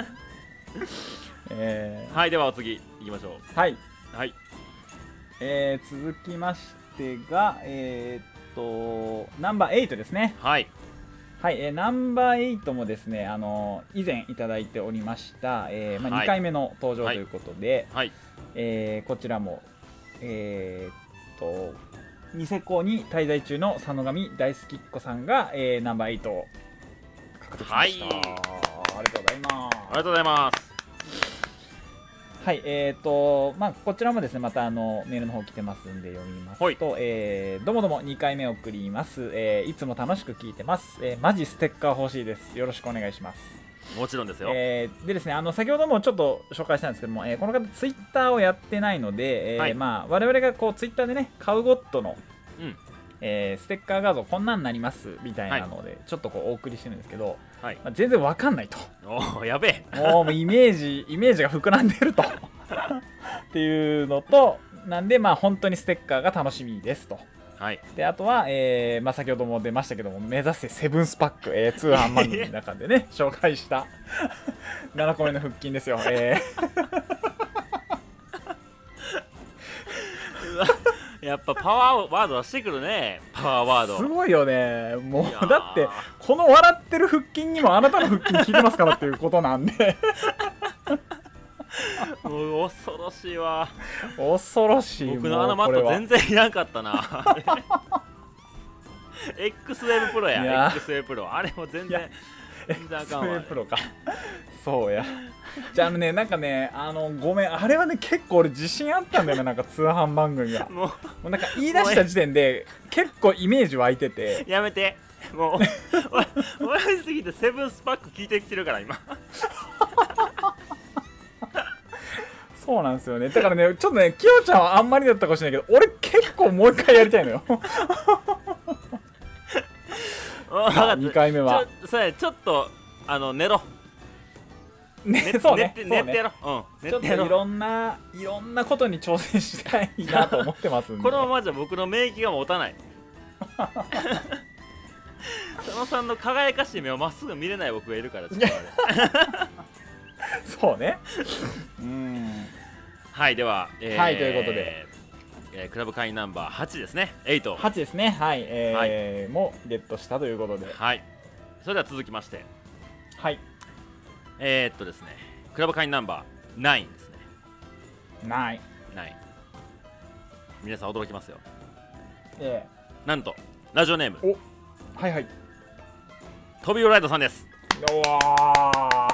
Speaker 2: れ
Speaker 1: え
Speaker 2: はいではお次いきましょ
Speaker 1: ーはい、
Speaker 2: うはい
Speaker 1: えー続きましてがえーっとナンバー8ですね
Speaker 2: はい
Speaker 1: はい、えーナンバー8もですね、あのー以前いただいておりました、えーま
Speaker 2: は
Speaker 1: あ、
Speaker 2: い
Speaker 1: 2回目の登場ということで、
Speaker 2: はい
Speaker 1: えーこちらも、えーっとニセコに滞在中の佐野上大好きっ子さんが、えーナンバー8を獲得しました、
Speaker 2: はい
Speaker 1: ありがとうございま
Speaker 2: あ
Speaker 1: す
Speaker 2: りがとうございます
Speaker 1: はい、えーとまあ、こちらもですねまたあのメールの方来てますんで読みます
Speaker 2: はい
Speaker 1: と、えーどうもどうも2回目送ります、えーいつも楽しく聞いてます、えーマジステッカー欲しいですよろしくお願いします、
Speaker 2: もちろんですよ、
Speaker 1: えーでですねあの先ほどもちょっと紹介したんですけども、えーこの方ツイッターをやってないので、えー
Speaker 2: はい
Speaker 1: まあ、我々がこうツイッターでねカウゴットの、
Speaker 2: うん
Speaker 1: えーステッカー画像こんなんなりますみたいなので、ちょっとこうお送りしてるんですけど、
Speaker 2: はい
Speaker 1: まあ、全然わかんないと。
Speaker 2: おおやべえ
Speaker 1: もうもうイメージ イメージが膨らんでると っていうのとなんでまあ本当にステッカーが楽しみですと
Speaker 2: はい
Speaker 1: であとは、えーまあ、先ほども出ましたけども目指せセブンスパック、えー通販番組の中で ね紹介した7個目の腹筋ですよ、え
Speaker 2: うわやっぱパワーワードはしてくるねパワーワー
Speaker 1: ー
Speaker 2: ド
Speaker 1: すごいよねも
Speaker 2: いやー
Speaker 1: うだってこの笑ってる腹筋にもあなたの腹筋効いてますからっていうことなん で
Speaker 2: もう恐ろしいわ
Speaker 1: 恐ろしい
Speaker 2: 僕のあのマ
Speaker 1: も
Speaker 2: ッ
Speaker 1: う
Speaker 2: ト
Speaker 1: これは
Speaker 2: 全然いらんかったなあれ X ウェブプロ
Speaker 1: い
Speaker 2: や
Speaker 1: や
Speaker 2: X ウェブプロあれも全
Speaker 1: い
Speaker 2: 然全然あかんわ
Speaker 1: XA プロかそうやじゃああのねなんかねあのごめんあれはね結構俺自信あったんだよねなんか通販番組 がも
Speaker 2: も
Speaker 1: うなんか言い出した時点で結構イメージ湧いてて
Speaker 2: うやめてもうお笑いすぎてセブンスパック聞いてきてるから今
Speaker 1: そうなんですよねだからねちょっとねきよちゃんはあんまりだったかもしれないけど俺結構もう一回やりたいのよ2回目
Speaker 2: 目
Speaker 1: は
Speaker 2: ちょそうやちょっとあの 寝ろ
Speaker 1: ね
Speaker 2: 寝
Speaker 1: そうねそ
Speaker 2: 寝て
Speaker 1: う
Speaker 2: 寝て
Speaker 1: ね
Speaker 2: ろうん
Speaker 1: ちょ
Speaker 2: 寝
Speaker 1: ってとい
Speaker 2: ろ
Speaker 1: ろんないろんなことに挑戦したいなと思ってますんで
Speaker 2: このままじゃ僕の免疫が持 たない佐野さんの輝かしい目をまっすぐ見れない僕がいるからち ょっとあれ
Speaker 1: そうねうん
Speaker 2: はいでは、え
Speaker 1: はいということで、
Speaker 2: えークラブ会員ナンバー8ですね8
Speaker 1: 8ですねはいえーもうゲットしたということで
Speaker 2: はいそれでは続きまして
Speaker 1: はい
Speaker 2: えー、っとですねクラブ会員ナンバー9ですね
Speaker 1: ない
Speaker 2: 9皆さん驚きますよ
Speaker 1: え
Speaker 2: なんとラジオネーム
Speaker 1: えはいはい
Speaker 2: トビオライドさんです
Speaker 1: うわ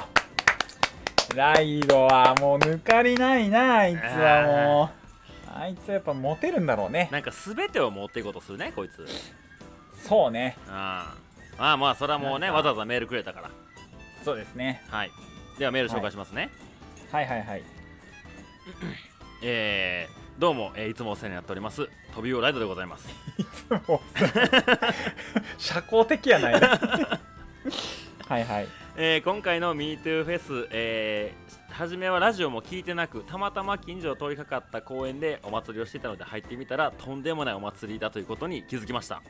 Speaker 1: ーライドはもう抜かりないなあいつはもうあいつはやっぱモテるんだろうね
Speaker 2: なんか全てを持っていこうとするねこいつ
Speaker 1: そうね
Speaker 2: あーまあまあそれはもう
Speaker 1: な
Speaker 2: ね
Speaker 1: んか
Speaker 2: わざわざメールくれたから
Speaker 1: そうですね
Speaker 2: はいではメール紹介しますね、
Speaker 1: はいはいはい
Speaker 2: えー、どうも、えーいつもお世話になっておりますトビオライドでございます
Speaker 1: いつもさ社交的やないな はいはい
Speaker 2: えー今回の MeToo フェス、えー初めはラジオも聞いてなくたまたま近所を通りかかった公園でお祭りをしていたので入ってみたらとんでもないお祭りだということに気づきました、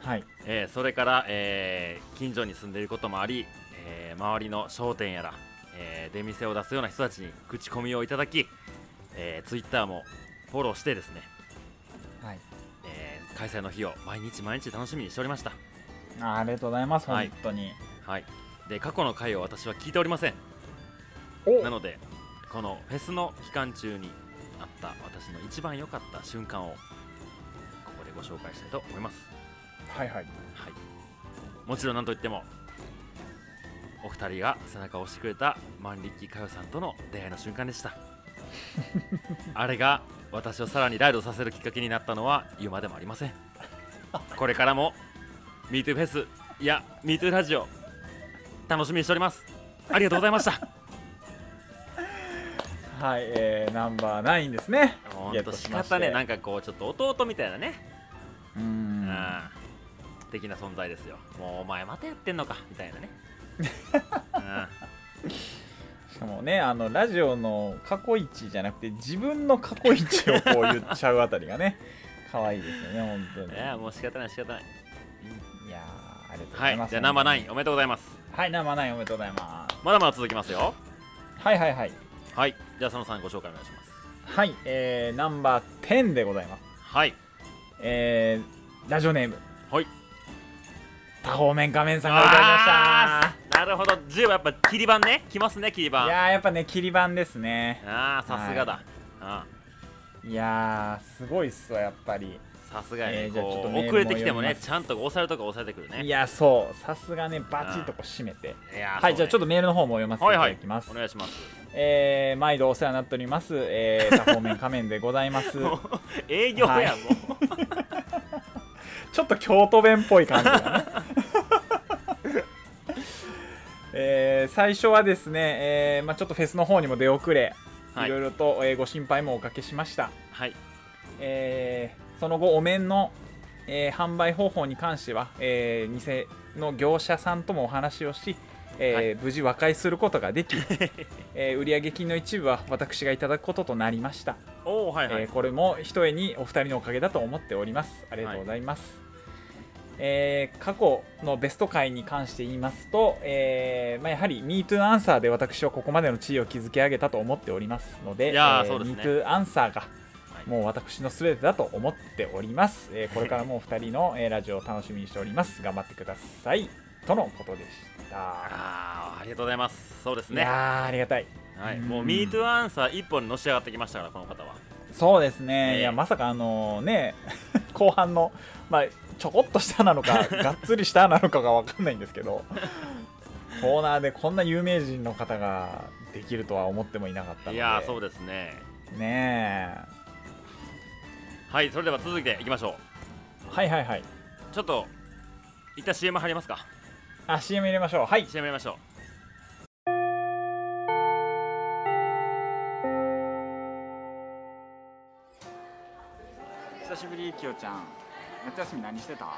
Speaker 1: はい
Speaker 2: えーそれから、えー近所に住んでいることもあり、えー周りの商店やら、えー出店を出すような人たちに口コミをいただき、えー、Twitter もフォローしてですね、
Speaker 1: はい
Speaker 2: えー開催の日を毎日毎日楽しみにしておりました、
Speaker 1: あありがとうございます
Speaker 2: はい
Speaker 1: 本当に、
Speaker 2: はい、で過去の回を私は聞いておりませんなのでこのフェスの期間中にあった私の一番良かった瞬間をここでご紹介したいと思います、
Speaker 1: はいはい
Speaker 2: はい、もちろん何といってもお二人が背中を押してくれた万力佳代さんとの出会いの瞬間でした あれが私をさらにライドさせるきっかけになったのは言うまでもありませんこれからも MeToo フェスいや MeToo ラジオ楽しみにしておりますありがとうございました
Speaker 1: はいえー、ナンバーナインですね
Speaker 2: ほ
Speaker 1: ゲ
Speaker 2: ん
Speaker 1: ッ
Speaker 2: と
Speaker 1: ト
Speaker 2: 仕
Speaker 1: しまして
Speaker 2: 方ねなんかこうちょっと弟みたいなね、
Speaker 1: うー
Speaker 2: うん
Speaker 1: ん
Speaker 2: 的な存在ですよもうお前またやってんのかみたい なね、う
Speaker 1: しかもねあのラジオの過去一じゃなくて自分の過去一をこう言っちゃうあたりがね 可愛いですよね本当
Speaker 2: ん、
Speaker 1: に
Speaker 2: いやもう仕方ない仕方ない
Speaker 1: いやーありがとうご
Speaker 2: は
Speaker 1: ざい
Speaker 2: い
Speaker 1: ます、
Speaker 2: じゃあナンバーナインおめでとうございます
Speaker 1: はいナンバーナインおめでとうございます
Speaker 2: まだまだ続きますよ
Speaker 1: はいはいはい
Speaker 2: はいじゃあ佐野さんご紹介お願いします
Speaker 1: はいえー、ナンバー10でございます
Speaker 2: はい
Speaker 1: えー、ラジオネーム
Speaker 2: はい
Speaker 1: 多方面仮面さんがいただきました
Speaker 2: あーなるほど10はやっぱ切り板ね来ますね切り板
Speaker 1: いやーやっぱね切り板ですね
Speaker 2: あーさすがだ、あ
Speaker 1: いやーすごいっすわやっぱり、
Speaker 2: ーさすがやね、
Speaker 1: えーじゃあちょっ
Speaker 2: ことう
Speaker 1: メール
Speaker 2: 遅れてきても
Speaker 1: も読み
Speaker 2: ね
Speaker 1: ます
Speaker 2: ちゃんと押さえるとこ押さえてくるね
Speaker 1: いやそうさすがねバチッとこう締めて
Speaker 2: いやー
Speaker 1: はい、じゃあちょっ
Speaker 2: そうね
Speaker 1: とメールの方も読ませてい
Speaker 2: はい
Speaker 1: た
Speaker 2: は
Speaker 1: だ
Speaker 2: い
Speaker 1: きます。
Speaker 2: お願いします
Speaker 1: えー毎度お世話になっております、えー、多方面仮面でござい ます。
Speaker 2: もう営業やもう、
Speaker 1: ちょっと京都弁っぽい感じがね。 えー最初はですね、えーまあ、ちょっとフェスの方にも出遅れ、
Speaker 2: はい
Speaker 1: い、ろいろと、えーご心配もおかけしました。
Speaker 2: はい
Speaker 1: えーその後お面の、えー販売方法に関しては、えー偽の業者さんともお話をし、えー
Speaker 2: はい
Speaker 1: 無事和解することができ、 えー売上金の一部は私がいただくこととなりました、
Speaker 2: おおはいはい、
Speaker 1: えーこれもひとえにお二人のおかげだと思っておりますありがとうございます、えー過去のベスト回に関して言いますと、えーまあ、やはり MeToo アンサーで私はここまでの地位を築き上げたと思っておりますので
Speaker 2: いやー
Speaker 1: え
Speaker 2: そうですね
Speaker 1: MeToo アンサーが
Speaker 2: はい
Speaker 1: もう私のすべてだと思っております、えーこれからもお二人の、えーラジオを楽しみにしております頑張ってくださいとのことでした
Speaker 2: あーありがとうございますそうです
Speaker 1: い
Speaker 2: ね
Speaker 1: やーありがたい
Speaker 2: はい、
Speaker 1: うん
Speaker 2: もう MeToo アンサー一本にのし上がってきましたからこの方は
Speaker 1: そうですね、
Speaker 2: ね
Speaker 1: いやまさかあのね 後半の、まあ、ちょこっとしたなの かがっつりしたなのかが分かんないんですけどコーナーでこんな有名人の方ができるとは思ってもいなかったので
Speaker 2: いやーそうですね
Speaker 1: ね
Speaker 2: はいそれでは続いていきましょ
Speaker 1: えはいはいはいう
Speaker 2: ちょっと一旦 CM 入りますか
Speaker 1: あ CM 入れましょうはい
Speaker 2: CM 入りましょ
Speaker 3: 久しぶりきよちゃん夏休み何してた
Speaker 2: う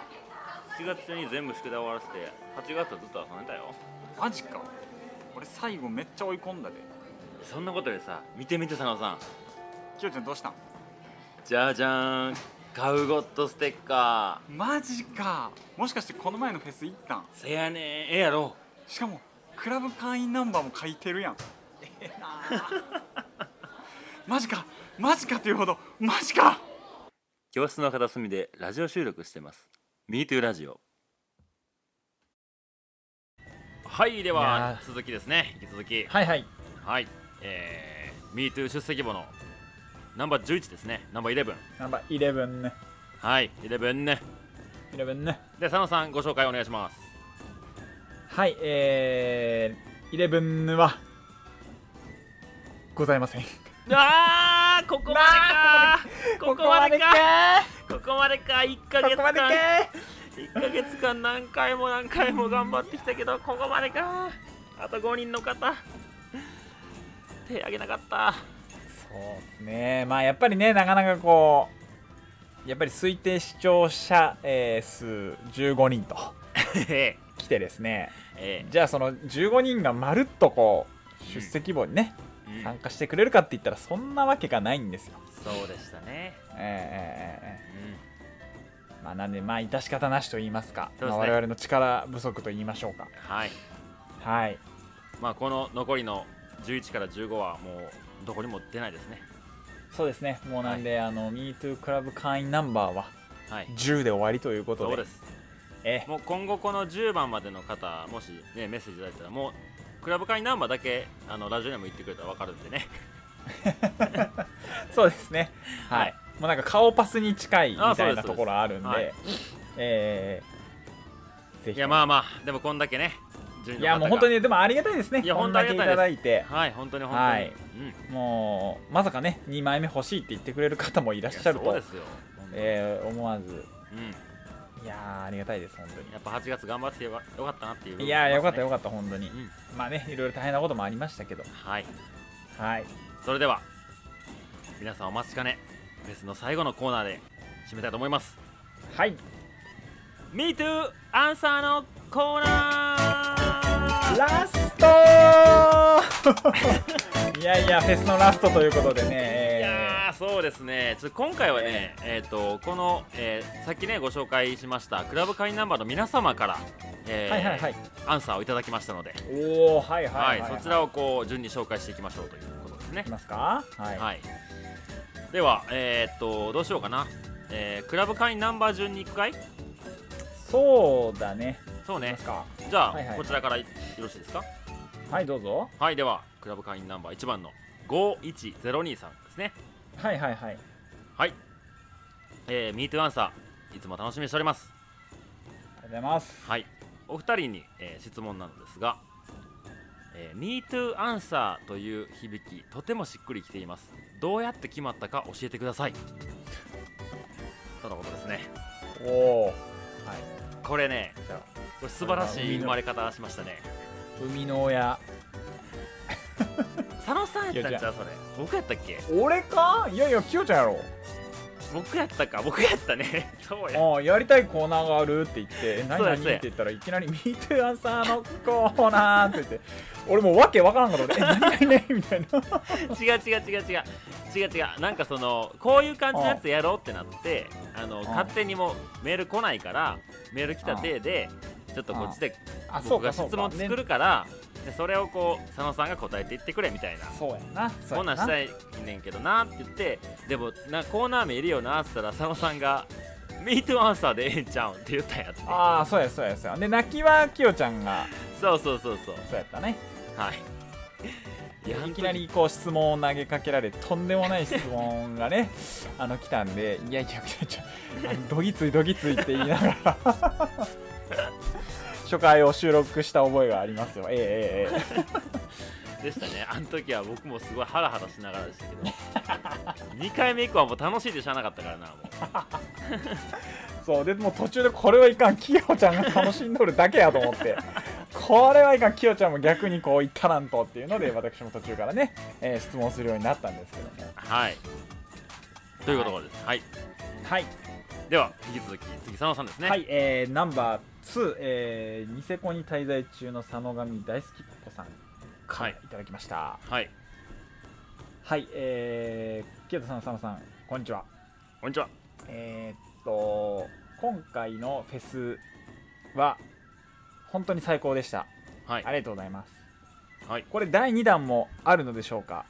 Speaker 2: 7月中に全部宿題終わらせて8月はずっと遊んでたよ
Speaker 3: マジか俺最後めっちゃ追い込んだで
Speaker 2: そんなことよりさ見てみて佐野さん
Speaker 3: きよちゃんどうしたん
Speaker 2: じゃじゃーんカウゴットステッカ
Speaker 3: マジかもしかしてこの前のフェス行ったん
Speaker 2: ーせやねーええやろ
Speaker 3: しかもクラブ会員ナンバーも書いてるやんええなマジかマジかっていうほどマジか
Speaker 2: 教室の片隅でラジオ収録してます MeToo ラジオはいで
Speaker 1: い
Speaker 2: は
Speaker 1: や
Speaker 2: 続きですね引き続き
Speaker 1: はいはい
Speaker 2: はい、えー、MeToo 出席簿のナンバー11ですね、ナンバー11。
Speaker 1: ナンバー11ね
Speaker 2: はい、11ね。
Speaker 1: 11ね
Speaker 2: で、佐野さん、ご紹介お願いします。
Speaker 1: はいえー、11はございません
Speaker 2: あー、ここまでかここまでかここまでか !1 ヶ
Speaker 1: こ
Speaker 2: 月
Speaker 1: こまでか
Speaker 2: 間、1ヶ月間何回も何回も頑張ってきたけど、ここまでかあと5人の方、手挙げなか った。
Speaker 1: そうですね、まあやっぱりね、なかなかこう、やっぱり推定視聴者、えー数15人と
Speaker 2: へへ
Speaker 1: 来てですね
Speaker 2: え
Speaker 1: じゃあその15人がまるっとこう出席簿にね、
Speaker 2: えうん
Speaker 1: 参加してくれるかって言ったらそんなわけがないんですよ。
Speaker 2: そうでしたね、
Speaker 1: えええええ
Speaker 2: う
Speaker 1: え
Speaker 2: ん、
Speaker 1: まあ、なんでまあ致し方なしと言いますか
Speaker 2: そうですね
Speaker 1: まあ、我々の力不足と言いましょうか。
Speaker 2: はい
Speaker 1: はい
Speaker 2: まあこの残りの11から15はもうどこにも出ないですね
Speaker 1: そうですねもうなんで、あの MeToo クラブ会員ナンバーは
Speaker 2: はい
Speaker 1: 10で終わりということ
Speaker 2: そ
Speaker 1: で
Speaker 2: うです
Speaker 1: ええ
Speaker 2: もう今後この10番までの方もしねメッセージいただいたらもうクラブ会員ナンバーだけあのラジオにも言ってくれたら分かるんでね
Speaker 1: そうですねはい、
Speaker 2: はい
Speaker 1: もうなんか顔パスに近いみ
Speaker 2: あそ
Speaker 1: た
Speaker 2: う
Speaker 1: い
Speaker 2: で
Speaker 1: な
Speaker 2: す
Speaker 1: ところあるんで
Speaker 2: そうで
Speaker 1: ええぜひ
Speaker 2: いやまあまあでもこんだけね順
Speaker 1: い
Speaker 2: 位の方が
Speaker 1: やもう本当にねでもありがたいですね
Speaker 2: いや
Speaker 1: こんだけいただいて
Speaker 2: はい本当に本当に、
Speaker 1: はい
Speaker 2: うん、い
Speaker 1: もうまさかね2枚目欲しいって言ってくれる方もいらっ
Speaker 2: や
Speaker 1: しゃる
Speaker 2: そう
Speaker 1: と
Speaker 2: で、すよ、本当に
Speaker 1: えー思わず
Speaker 2: う
Speaker 1: いやーありがたいです本当
Speaker 2: ん、やっぱ8月頑張ってよかったなっていう、
Speaker 1: にいやーよかったよかった本当に
Speaker 2: うん
Speaker 1: まあねいろいろ大変なこともありましたけど
Speaker 2: はい
Speaker 1: はい
Speaker 2: それでは皆さんお待ちかねフェスの最後のコーナーで締めたいと思います
Speaker 1: はい
Speaker 2: MeToo アンサーのコーナー
Speaker 1: ラストー いやいやフェスのラストということでね
Speaker 2: い
Speaker 1: え
Speaker 2: やーそうですねちょっと今回はね、えーとこの、えーさっきねご紹介しましたクラブ会員ナンバーの皆様から、
Speaker 1: ー
Speaker 2: えー
Speaker 1: はいはいはい
Speaker 2: アンサーをいただきましたので、
Speaker 1: おおはいは
Speaker 2: はい
Speaker 1: いはい
Speaker 2: そちらをこう順に紹介していきましょうということですね
Speaker 1: いき、ますかはい、
Speaker 2: はい、では、えーっとどうしようかな、えークラブ会員ナンバー順にいくかい
Speaker 1: そうだね
Speaker 2: そう
Speaker 1: いき
Speaker 2: ね
Speaker 1: ますか
Speaker 2: じゃあ、
Speaker 1: はいはい
Speaker 2: こちらからよろしいですか
Speaker 1: はいどうぞ
Speaker 2: はいではクラブ会員ナンバー1番の51023ですね
Speaker 1: はいはいはい
Speaker 2: はいえー、MeToo アンサーいつも楽しみにしております
Speaker 1: ありがとうございます
Speaker 2: はい、お二人に、えー質問なのですが、えー、MeToo アンサーという響きとてもしっくりきていますどうやって決まったか教えてくださいとのことですね
Speaker 1: おおはい
Speaker 2: これね
Speaker 1: じゃあ
Speaker 2: これ素晴らしい生まれ方しましたね
Speaker 1: 生みの親
Speaker 2: 佐野さんやったんちゃうそれ僕やったっけ
Speaker 1: 俺かいやいやきよちゃんやろ
Speaker 2: 僕やったか僕やったね そうや
Speaker 1: ああやりたいコーナーがあるって言って「え何
Speaker 2: そうや
Speaker 1: 何?」
Speaker 2: そう
Speaker 1: っ
Speaker 2: や
Speaker 1: て言ったらいきなり「ミートゥーアンサーのコーナー」って言って俺もうわけわからんから俺「え何何何?」みたいな
Speaker 2: 違う違う違う違う違う違うなんかそのこういう感じのやつやろうってなってあの
Speaker 1: ん
Speaker 2: 勝手にもうメール来ないからメール来た体でちょっとこっちで
Speaker 1: あそう
Speaker 2: 僕
Speaker 1: か
Speaker 2: が
Speaker 1: そう
Speaker 2: 質
Speaker 1: か
Speaker 2: 問
Speaker 1: ね
Speaker 2: 作るからでそれをこう佐野さんが答えていってくれみたいな
Speaker 1: そうやなそう
Speaker 2: こ
Speaker 1: や
Speaker 2: んなんしたいねんけどなって言ってでもなコーナー名いるよなって言ったら佐野さんが「MeToo アンサーでええんちゃうん」って言ったんやって
Speaker 1: ああそうやそうやそうやで泣きはきよちゃんが
Speaker 2: そうそうそうそう
Speaker 1: そうやったね
Speaker 2: はいいや
Speaker 1: いきなりこう質問を投げかけられとんでもない質問がねあの来たんでいやいやいやちょあのどぎついどぎついって言いながら初回を収録した覚えがありますよえええええ
Speaker 2: でしたねあの時は僕もすごいハラハラしながらでしたけど2回目以降はもう楽しいでしゃあなかったからなもう
Speaker 1: えそうでもう途中でこれはいかんきよちゃんが楽しんどるだけやと思ってこれはいかんきよちゃんも逆にこう言ったらんとっていうので私も途中からね、えー質問するようになったんですけども
Speaker 2: はいということですはい、
Speaker 1: はい
Speaker 2: では引き続き次佐野さんですね
Speaker 1: はい、えー、ナンバー2、えー、ニセコに滞在中の佐野神大好きっ子さんか
Speaker 2: は
Speaker 1: ら
Speaker 2: い
Speaker 1: いただきました。
Speaker 2: はい
Speaker 1: はい、えー、清田さん、佐野さん、こんにちは。
Speaker 2: こんにちは
Speaker 1: えー、っと、今回のフェスは本当に最高でした。
Speaker 2: はい
Speaker 1: ありがとうございます。
Speaker 2: はい
Speaker 1: これ、第2弾もあるのでしょうか。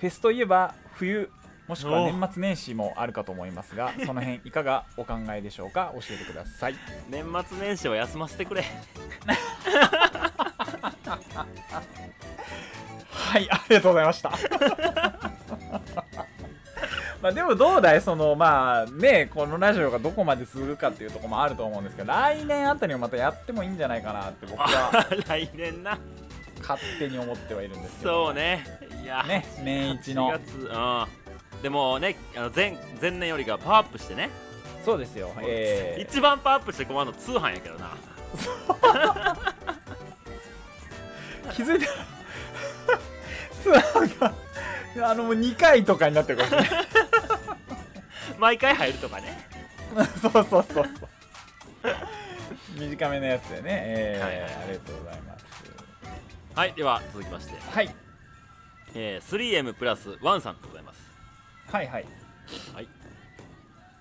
Speaker 1: フェスといえば冬、もしくは年末年始もあるかと思いますが、その辺いかがお考えでしょうか、教えてください。
Speaker 2: 年末年始は休ませて くれ
Speaker 1: はい、ありがとうございました。 まあでもどうだいそのまあねこのラジオがどこまでするかっていうところもあると思うんですけど来年あたりもまたやってもいいんじゃないかなって僕 は
Speaker 2: あ来年な
Speaker 1: 勝手に思ってはいるんですけど
Speaker 2: そうねいや
Speaker 1: ね年一の
Speaker 2: 4月うんでもねあの前前年よりがパワーアップしてね、
Speaker 1: そうですよえ
Speaker 2: 一番パワーアップして困るの通販やけどな
Speaker 1: ー、気づいたツアーが あのもう2回とかになってるかもしれない
Speaker 2: 毎回入るとかね
Speaker 1: そうそうそうそう短めのやつでね、えー
Speaker 2: はいはい
Speaker 1: ありがとうございます
Speaker 2: はいでは続きまして、
Speaker 1: はい
Speaker 2: えー 3M プラスワンさんでございます
Speaker 1: はいはい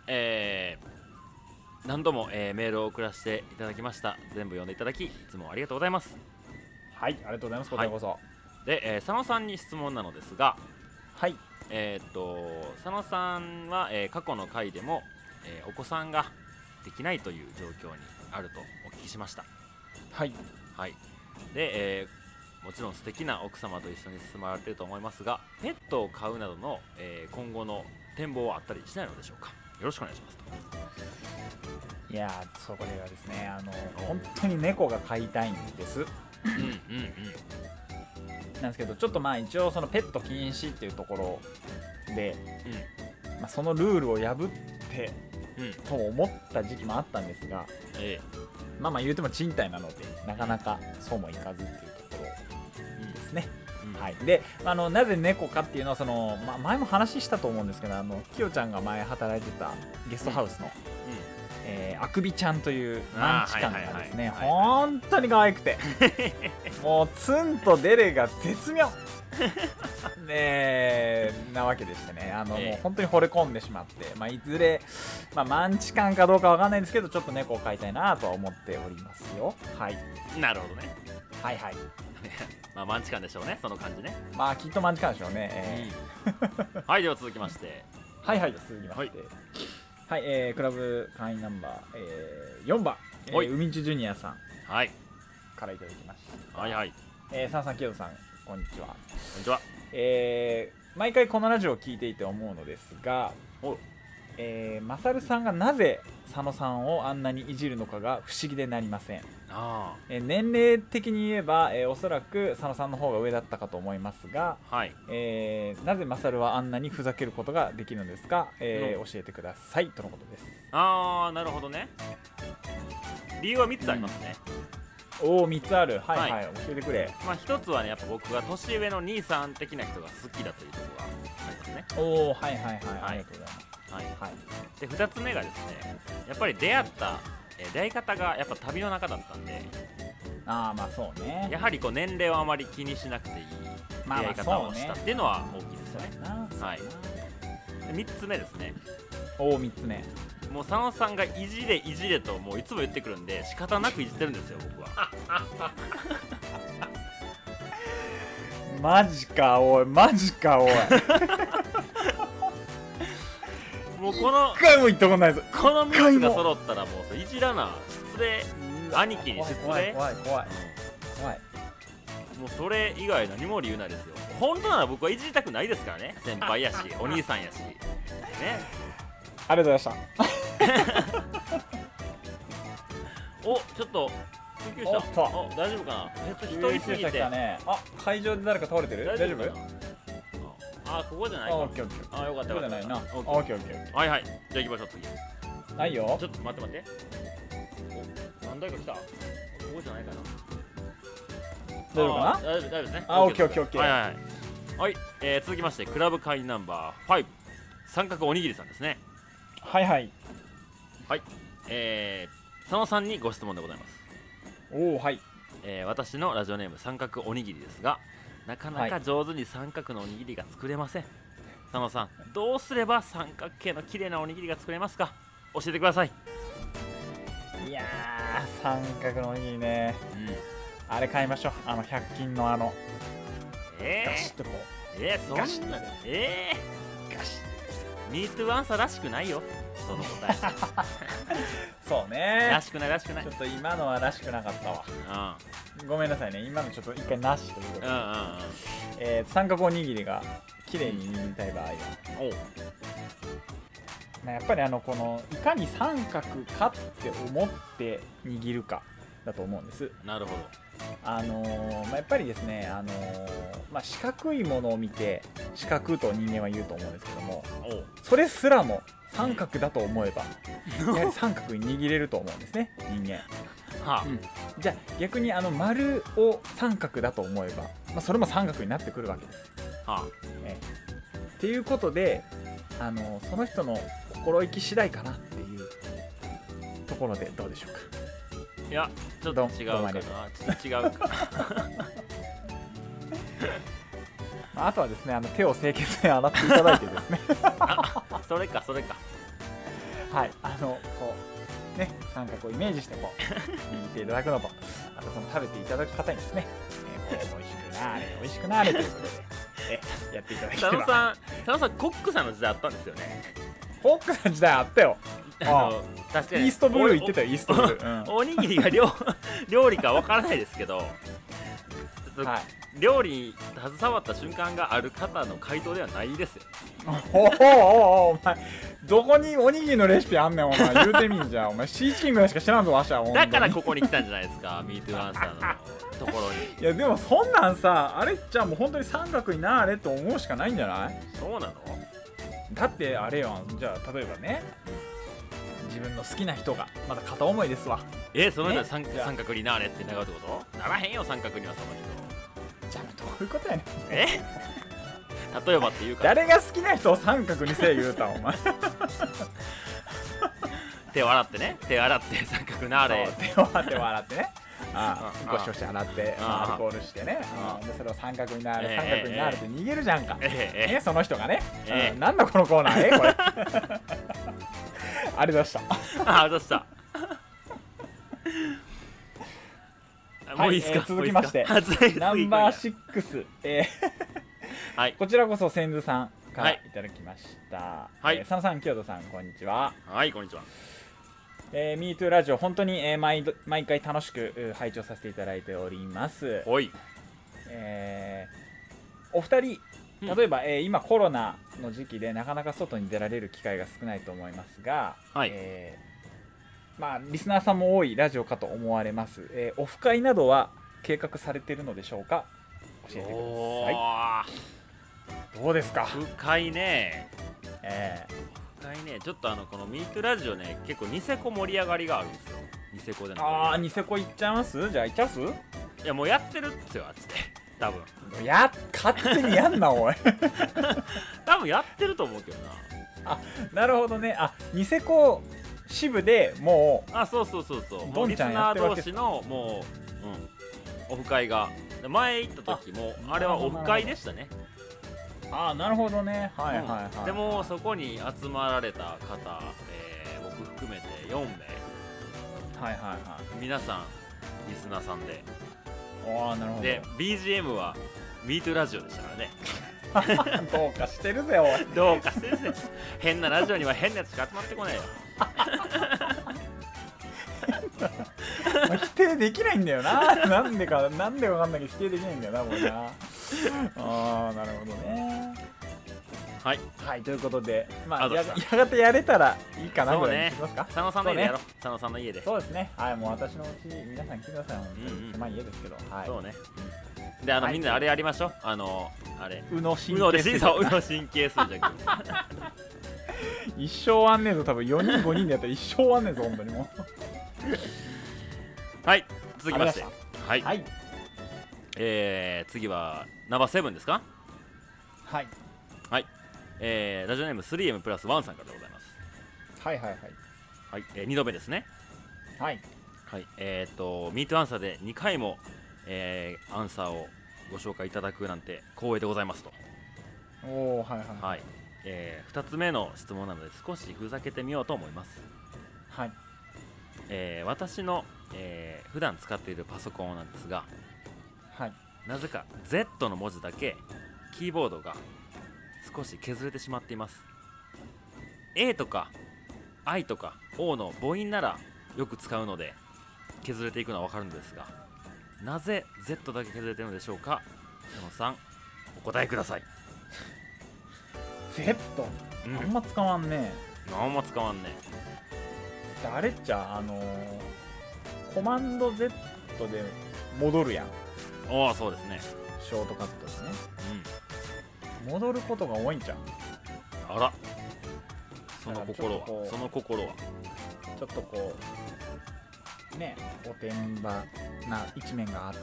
Speaker 2: えー何度も、えーメールを送らせていただきました全部読んでいただきいつもありがとうございます
Speaker 1: はいありがとうございますこちらこそはい、
Speaker 2: で、えー佐野さんに質問なのですがえーっと佐野さんは、えー過去の回でも、えーお子さんができないという状況にあるとお聞きしました
Speaker 1: はい
Speaker 2: はいで、えーもちろん素敵な奥様と一緒に住まわれていると思いますがペットを飼うなどの、えー今後の展望はあったりしないのでしょうかよろしくお願いしますと
Speaker 1: いやーそこではですねあの本当に猫が飼いたいんです
Speaker 2: うんうん
Speaker 1: なんですけどちょっとまあ一応そのペット禁止っていうところで、まあ、そのルールを破って
Speaker 2: うんうん
Speaker 1: と思った時期もあったんですが
Speaker 2: え
Speaker 1: まあまあ言うても賃貸なのでなかなかそうもいかずっていうところ
Speaker 2: え
Speaker 1: ですね、
Speaker 2: うん
Speaker 1: はい、であのなぜ猫かっていうのはその、まあ、前も話したと思うんですけどあのきよちゃんが前働いてたゲストハウスの、えーあくびちゃんというマンチカンがですね
Speaker 2: あーはいはいはいはい
Speaker 1: 本当に可愛く てもうツンとデレが絶妙ねえなわけでしてねあの、
Speaker 2: ええ
Speaker 1: もう本当に惚れ込んでしまって、まあ、いずれ、まあ、マンチカンかどうかわかんないですけどちょっと猫を飼いたいなとは思っておりますよ、はい、
Speaker 2: うんなるほどね
Speaker 1: はいはい
Speaker 2: まあマンチカンでしょうねその感じね、
Speaker 1: まあきっとマンチカンでしょうね、え
Speaker 2: うんはいでは続きまして
Speaker 1: ーはいはい続きましては
Speaker 2: は
Speaker 1: い
Speaker 2: い、
Speaker 1: えークラブ会員ナンバー、えー、4番、え
Speaker 2: はい
Speaker 1: ー、海地ジュニアさん
Speaker 2: はい
Speaker 1: からいただきました
Speaker 2: はいはいこ
Speaker 1: えー、さんさんきよさんこんにちは、
Speaker 2: んにちは
Speaker 1: えー毎回このラジオを聞いていて思うのですが
Speaker 2: お
Speaker 1: えー、マサルさんがなぜ佐野さんをあんなにいじるのかが不思議でなりません、
Speaker 2: あ
Speaker 1: えー年齢的に言えば、えーおそらく佐野さんの方が上だったかと思いますが、
Speaker 2: あはい
Speaker 1: えーなぜマサルはあんなにふざけることができるのですか、えー
Speaker 2: う
Speaker 1: 教えてくださいとのことです
Speaker 2: ああなるほどね理由は3つありますね、
Speaker 1: おお3つあるはい
Speaker 2: は
Speaker 1: はいい、教えてくれ
Speaker 2: まあ1つはねやっぱ僕が年上の兄さん的な人が好きだというところがありますね、
Speaker 1: おおはいはいはい、ありがとうございます
Speaker 2: はい、
Speaker 1: はい
Speaker 2: で2つ目がですねやっぱり出会ったえー出会い方がやっぱ旅の中だったんで
Speaker 1: ああまあそうね
Speaker 2: やはりこう年齢をあまり気にしなくていい出
Speaker 1: まあ
Speaker 2: 会
Speaker 1: ま
Speaker 2: い
Speaker 1: あ
Speaker 2: 方
Speaker 1: そ
Speaker 2: を
Speaker 1: う
Speaker 2: した
Speaker 1: ね
Speaker 2: っていうのは大きいですよね
Speaker 1: な
Speaker 2: はい3つ目ですね
Speaker 1: おお3つ目
Speaker 2: もう佐野さんがいじれいじれともういつも言ってくるんで仕方なくいじってるんですよ僕は
Speaker 1: マジかおいマジかおい一
Speaker 2: もうこの
Speaker 1: 回も行ったことないぞ
Speaker 2: この3つが揃ったらもうそういじらな失礼兄貴に失礼
Speaker 1: 怖い怖い怖い怖い
Speaker 2: もうそれ以外何も理由ないですよ本当なら僕はいじりたくないですからね先 輩やしお兄さんやしね
Speaker 1: ありがとうございまし
Speaker 2: おちょっと救急車
Speaker 1: おっと
Speaker 2: お大丈夫かなちょっと人いすぎ
Speaker 1: た
Speaker 2: て、
Speaker 1: ねあ会場で誰か倒れてる大丈
Speaker 2: か
Speaker 1: 夫
Speaker 2: なああここじゃない
Speaker 1: あオ
Speaker 2: か
Speaker 1: ッケーオッケー
Speaker 2: あよかった
Speaker 1: そ
Speaker 2: よ
Speaker 1: うじ
Speaker 2: か
Speaker 1: ゃな
Speaker 2: っ
Speaker 1: い
Speaker 2: た
Speaker 1: なあ
Speaker 2: オッケー
Speaker 1: オッケーオッケーオッケ
Speaker 2: はいはいじゃあ行きましょう次ち
Speaker 1: ーないよ
Speaker 2: ょっと待って待ってお何台か来たここじゃないかな
Speaker 1: 大丈夫か
Speaker 2: あ
Speaker 1: な
Speaker 2: 大丈夫大丈夫ですね
Speaker 1: あオッケーオッケーオッケー
Speaker 2: はいはいはいはい、えー続きましてクラブ会員ナンバー5三角おにぎりさんですね
Speaker 1: はいはい
Speaker 2: えー佐野さんにご質問でございます、
Speaker 1: おおはい
Speaker 2: えー私のラジオネーム三角おにぎりですがなかな
Speaker 1: は
Speaker 2: か上手に三角のおにぎりが作れません、佐野さんどうすれば三角形の綺麗なおにぎりが作れますか教えてください、
Speaker 1: いやー三角のおにぎりねあれ買いましょうあの100均のあの
Speaker 2: え
Speaker 1: ガシッとこ
Speaker 2: ー、えー、
Speaker 1: うガシ
Speaker 2: そ
Speaker 1: ッ
Speaker 2: ん
Speaker 1: と
Speaker 2: な
Speaker 1: ね
Speaker 2: え
Speaker 1: ガシッ
Speaker 2: ー、ミートアンサーらしくないよその答え
Speaker 1: そうね
Speaker 2: らしくないらしくない
Speaker 1: ちょっと今のはらしくなかったわ
Speaker 2: うん
Speaker 1: ごめんなさいね今のちょっと一回なしということ
Speaker 2: う
Speaker 1: で
Speaker 2: んうん
Speaker 1: えー三角おにぎりが綺麗に握りたい場合は、
Speaker 2: うんおう
Speaker 1: まあやっぱりあのこのいかに三角かって思って握るかだと思うんです
Speaker 2: なるほど
Speaker 1: あのーまあ、やっぱりですね、あのーまあ、四角いものを見て四角と人間は言うと思うんですけども
Speaker 2: おう
Speaker 1: それすらも三角だと思えばやはり三角に握れると思うんですね人間
Speaker 2: はあ、
Speaker 1: うんじゃあ逆にあの丸を三角だと思えば、まあ、それも三角になってくるわけです
Speaker 2: は
Speaker 1: っていうことであのその人の心意気次第かなっていうところでどうでしょうか
Speaker 2: あ、いやちょっと違
Speaker 1: ど
Speaker 2: う
Speaker 1: う
Speaker 2: か
Speaker 1: も
Speaker 2: な
Speaker 1: あり
Speaker 2: ち
Speaker 1: がと
Speaker 2: ょっと違う か
Speaker 1: まああとはですねあの手を清潔に洗っていただいてですね
Speaker 2: それか それか
Speaker 1: はいあのこうね三角をイメージしてこう握っていただくのとあとその食べていただく方にですね、えー、こう美味しくなあれ美味しくなあれということで、えやっていただけ
Speaker 2: 佐
Speaker 1: れ
Speaker 2: 野
Speaker 1: ば
Speaker 2: さん佐野さんコックさんの時代あったんですよね
Speaker 1: ホックさん時代あったよ
Speaker 2: あ
Speaker 1: ああ
Speaker 2: の確
Speaker 1: イ
Speaker 2: かに
Speaker 1: ーストブルー行ってたよイーストブルー、
Speaker 2: おおにぎりが料 料理かわからないですけど
Speaker 1: う
Speaker 2: ちょっ
Speaker 1: ん、
Speaker 2: と
Speaker 1: はい
Speaker 2: 料理に携わった瞬間がある方の回答ではないですよ
Speaker 1: おおおおお前どこにおにぎりのレシピあんねんお前言うてみんじゃんお前シーチキンぐらいしか知らんぞわしはほんと
Speaker 2: だ
Speaker 1: に
Speaker 2: からここに来たんじゃないですか MeToo アンサーのところに
Speaker 1: いやでもそんなんさあれじゃあもう本当に三角になあれと思うしかないんじゃない
Speaker 2: そうなの
Speaker 1: だってあれよじゃあ例えばね自分の好きな人がまだ片思いですわ
Speaker 2: えその人は
Speaker 1: ね
Speaker 2: 三
Speaker 1: じゃあ
Speaker 2: 三角になれってなるってことならへんよ三角にはその人
Speaker 1: じゃあどういうことやねん
Speaker 2: え例えばっていうか
Speaker 1: 誰が好きな人を三角にせえ言うたんお 前
Speaker 2: 手を洗ってね手洗って三角なれ
Speaker 1: そう手を洗って笑ってねあ
Speaker 2: う
Speaker 1: あ
Speaker 2: ん
Speaker 1: ゴシゴシ洗って
Speaker 2: うん
Speaker 1: まあアルコールしてね
Speaker 2: うん
Speaker 1: うんでそれを三角にな
Speaker 2: え
Speaker 1: る
Speaker 2: え
Speaker 1: 三角になるって逃げるじゃんか
Speaker 2: ええええ
Speaker 1: ねその人がね
Speaker 2: ええ
Speaker 1: うんなんだこのコーナーえこれ あれだ した
Speaker 2: あ、どうした。あもういいですか、
Speaker 1: はいえー続きまして
Speaker 2: もういいっすか
Speaker 1: ナンバー6、えー
Speaker 2: はい
Speaker 1: こちらこそ千鶴さんか
Speaker 2: は
Speaker 1: ら
Speaker 2: い
Speaker 1: いただきました、
Speaker 2: はい
Speaker 1: えー佐野さん清田さんこんにちは、
Speaker 2: はい、こんにちは。
Speaker 1: えー、MeToo ラジオ本当に、えー毎度毎回楽しくうー拝聴させていただいております、
Speaker 2: おい。
Speaker 1: えーお二人
Speaker 2: うん
Speaker 1: 例えば、えー今コロナの時期でなかなか外に出られる機会が少ないと思いますが、
Speaker 2: はい
Speaker 1: えーまあ、リスナーさんも多いラジオかと思われます、えーオフ会などは計画されているのでしょうか教えてくだ
Speaker 2: お
Speaker 1: さ
Speaker 2: ー
Speaker 1: いどうですか、
Speaker 2: 深いね。
Speaker 1: え
Speaker 2: 深いね。ちょっとあのこのミートラジオね、結構ニセコ盛り上がりがあるんですよ。ニセコで
Speaker 1: ー、
Speaker 2: の。
Speaker 1: ああニセコ行っちゃいますじゃあ行っちゃいます
Speaker 2: いやもうやってるっすよ、あっつって。多分。
Speaker 1: や勝手にやんなお い
Speaker 2: 多分やってると思うけど
Speaker 1: なるほどねあニセコ支部でも
Speaker 2: な。あ、そうそうそうそう。も
Speaker 1: ど
Speaker 2: うんリス
Speaker 1: ちゃんや
Speaker 2: ナ
Speaker 1: っ
Speaker 2: ー
Speaker 1: てるわ
Speaker 2: 同
Speaker 1: けです
Speaker 2: 士のもう、うん、オフ会が。で前行った時もあれはオフ会でしたね。
Speaker 1: うああなるほどねはいはいはい、
Speaker 2: でもそこに集まられた方、えー僕含めて4名
Speaker 1: はいはいはい
Speaker 2: 皆さんリスナーさんで
Speaker 1: おーなるほど
Speaker 2: で BGM は「ミートラジオ」でしたからね
Speaker 1: どうかしてるぜおい
Speaker 2: どうか してるぜ変なラジオには変なやつしか集まってこないよ
Speaker 1: もう否定できないんだよななんでかなんでかわかんないけど否定できないんだよなもうなあーなるほどね
Speaker 2: はい
Speaker 1: はいということでま
Speaker 2: あ
Speaker 1: あ
Speaker 2: どう
Speaker 1: や
Speaker 2: した
Speaker 1: やがてやれたらいいかな
Speaker 2: そうね
Speaker 1: ぐらいにしますか
Speaker 2: 佐野さんの家でやろう佐野さんの家で
Speaker 1: そうですねはいもう私のうち皆さん来てください本当
Speaker 2: うんうん
Speaker 1: に狭い家ですけどはい
Speaker 2: そうねであの、
Speaker 1: はい
Speaker 2: みんなであれやりましょうあのあれ
Speaker 1: うの神
Speaker 2: うので
Speaker 1: 経
Speaker 2: し
Speaker 1: 質
Speaker 2: そううの神経衰弱
Speaker 1: 一生あんねえぞ多分4人5人でやったら一生あんねえぞ本当にもう
Speaker 2: はい続きまして
Speaker 1: ありが
Speaker 2: はい、
Speaker 1: はい
Speaker 2: えー、次はナンバーセブンですか
Speaker 1: はい
Speaker 2: えーラジオネーム 3M プラス1さんからでございます、
Speaker 1: はいはいはい
Speaker 2: はいえ2度目ですね、
Speaker 1: はい
Speaker 2: はいえー、とミートアンサーで2回も、えーアンサーをご紹介いただくなんて光栄でございますと、
Speaker 1: おおはいはいはい
Speaker 2: はいえ2つ目の質問なので少しふざけてみようと思います、
Speaker 1: はい
Speaker 2: えー私の、えー普段使っているパソコンなんですが
Speaker 1: はい
Speaker 2: なぜか Z の文字だけキーボードが少し削れてしまっています A とか I とか O の母音ならよく使うので削れていくのはわかるのですがなぜ Z だけ削れているのでしょうか佐野さんお答えください、
Speaker 1: Z
Speaker 2: う
Speaker 1: あん
Speaker 2: ん、
Speaker 1: ま使わんねえ
Speaker 2: 何も使わんね
Speaker 1: あれっちゃあのーコマンド Z で戻るやん
Speaker 2: おおそうですね
Speaker 1: ショートカットでね戻ることが多いんじゃん
Speaker 2: うんあらその心
Speaker 1: だからちょっとこ
Speaker 2: は
Speaker 1: う
Speaker 2: その心は
Speaker 1: ちょっとこうねおてんばな一面があって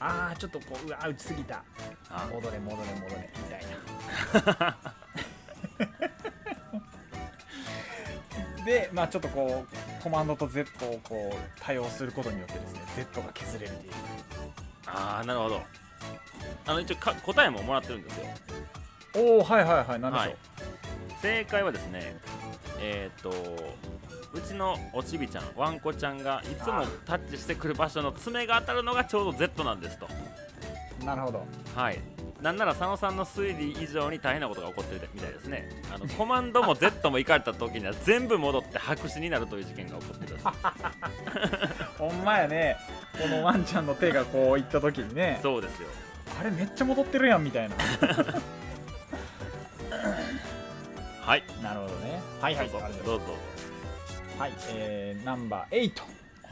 Speaker 1: ああちょっとこううわー打ちすぎた
Speaker 2: あ
Speaker 1: 戻れ戻れ戻れみたい なでまあちょっとこうコマンドと Z をこう対応することによってですね Z が削れるという
Speaker 2: ああなるほどあの一応か答えももらってるんですよ
Speaker 1: おおはいはいはい何でしょう、
Speaker 2: はい正解はですねえーっとうちのおちびちゃんワンコちゃんがいつもタッチしてくる場所の爪が当たるのがちょうど Z なんですと
Speaker 1: なるほど
Speaker 2: はいなんなら佐野さんの推理以上に大変なことが起こってるみたいですね あのコマンドも Z も行かれた時には全部戻って白紙になるという事件が起こって るらしい
Speaker 1: ほんまやねこのワンちゃんの手がこういった時にね
Speaker 2: そうですよ
Speaker 1: あれめっちゃ戻ってるやんみたいな
Speaker 2: はい
Speaker 1: なるほどねはいはい
Speaker 2: どうぞ
Speaker 1: ありがとうござい
Speaker 2: どうぞ
Speaker 1: ますはいえー、ナンバー8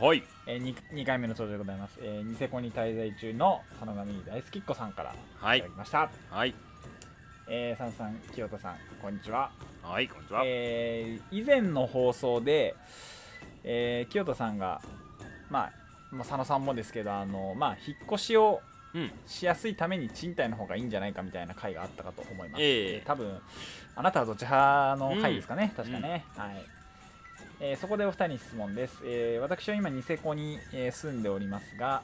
Speaker 2: はい
Speaker 1: えー、2, 二回目の登場でございます、えー、ニセコに滞在中の佐野神大好きっ子さんから
Speaker 2: はい
Speaker 1: た
Speaker 2: い
Speaker 1: だきました、
Speaker 2: はい
Speaker 1: えー、佐野さん清田さんこんにちは
Speaker 2: はいこんにちは、
Speaker 1: えー以前の放送で、えー清田さんが、まあ、まあ佐野さんもですけどあの、まあ、引っ越しを
Speaker 2: うん
Speaker 1: しやすいために賃貸の方がいいんじゃないかみたいな回があったかと思います、
Speaker 2: ええ
Speaker 1: 多分あなたはどっち派の回ですかね、確かね、はいえーそこでお二人に質問です、えー私は今ニセコに、えー住んでおりますが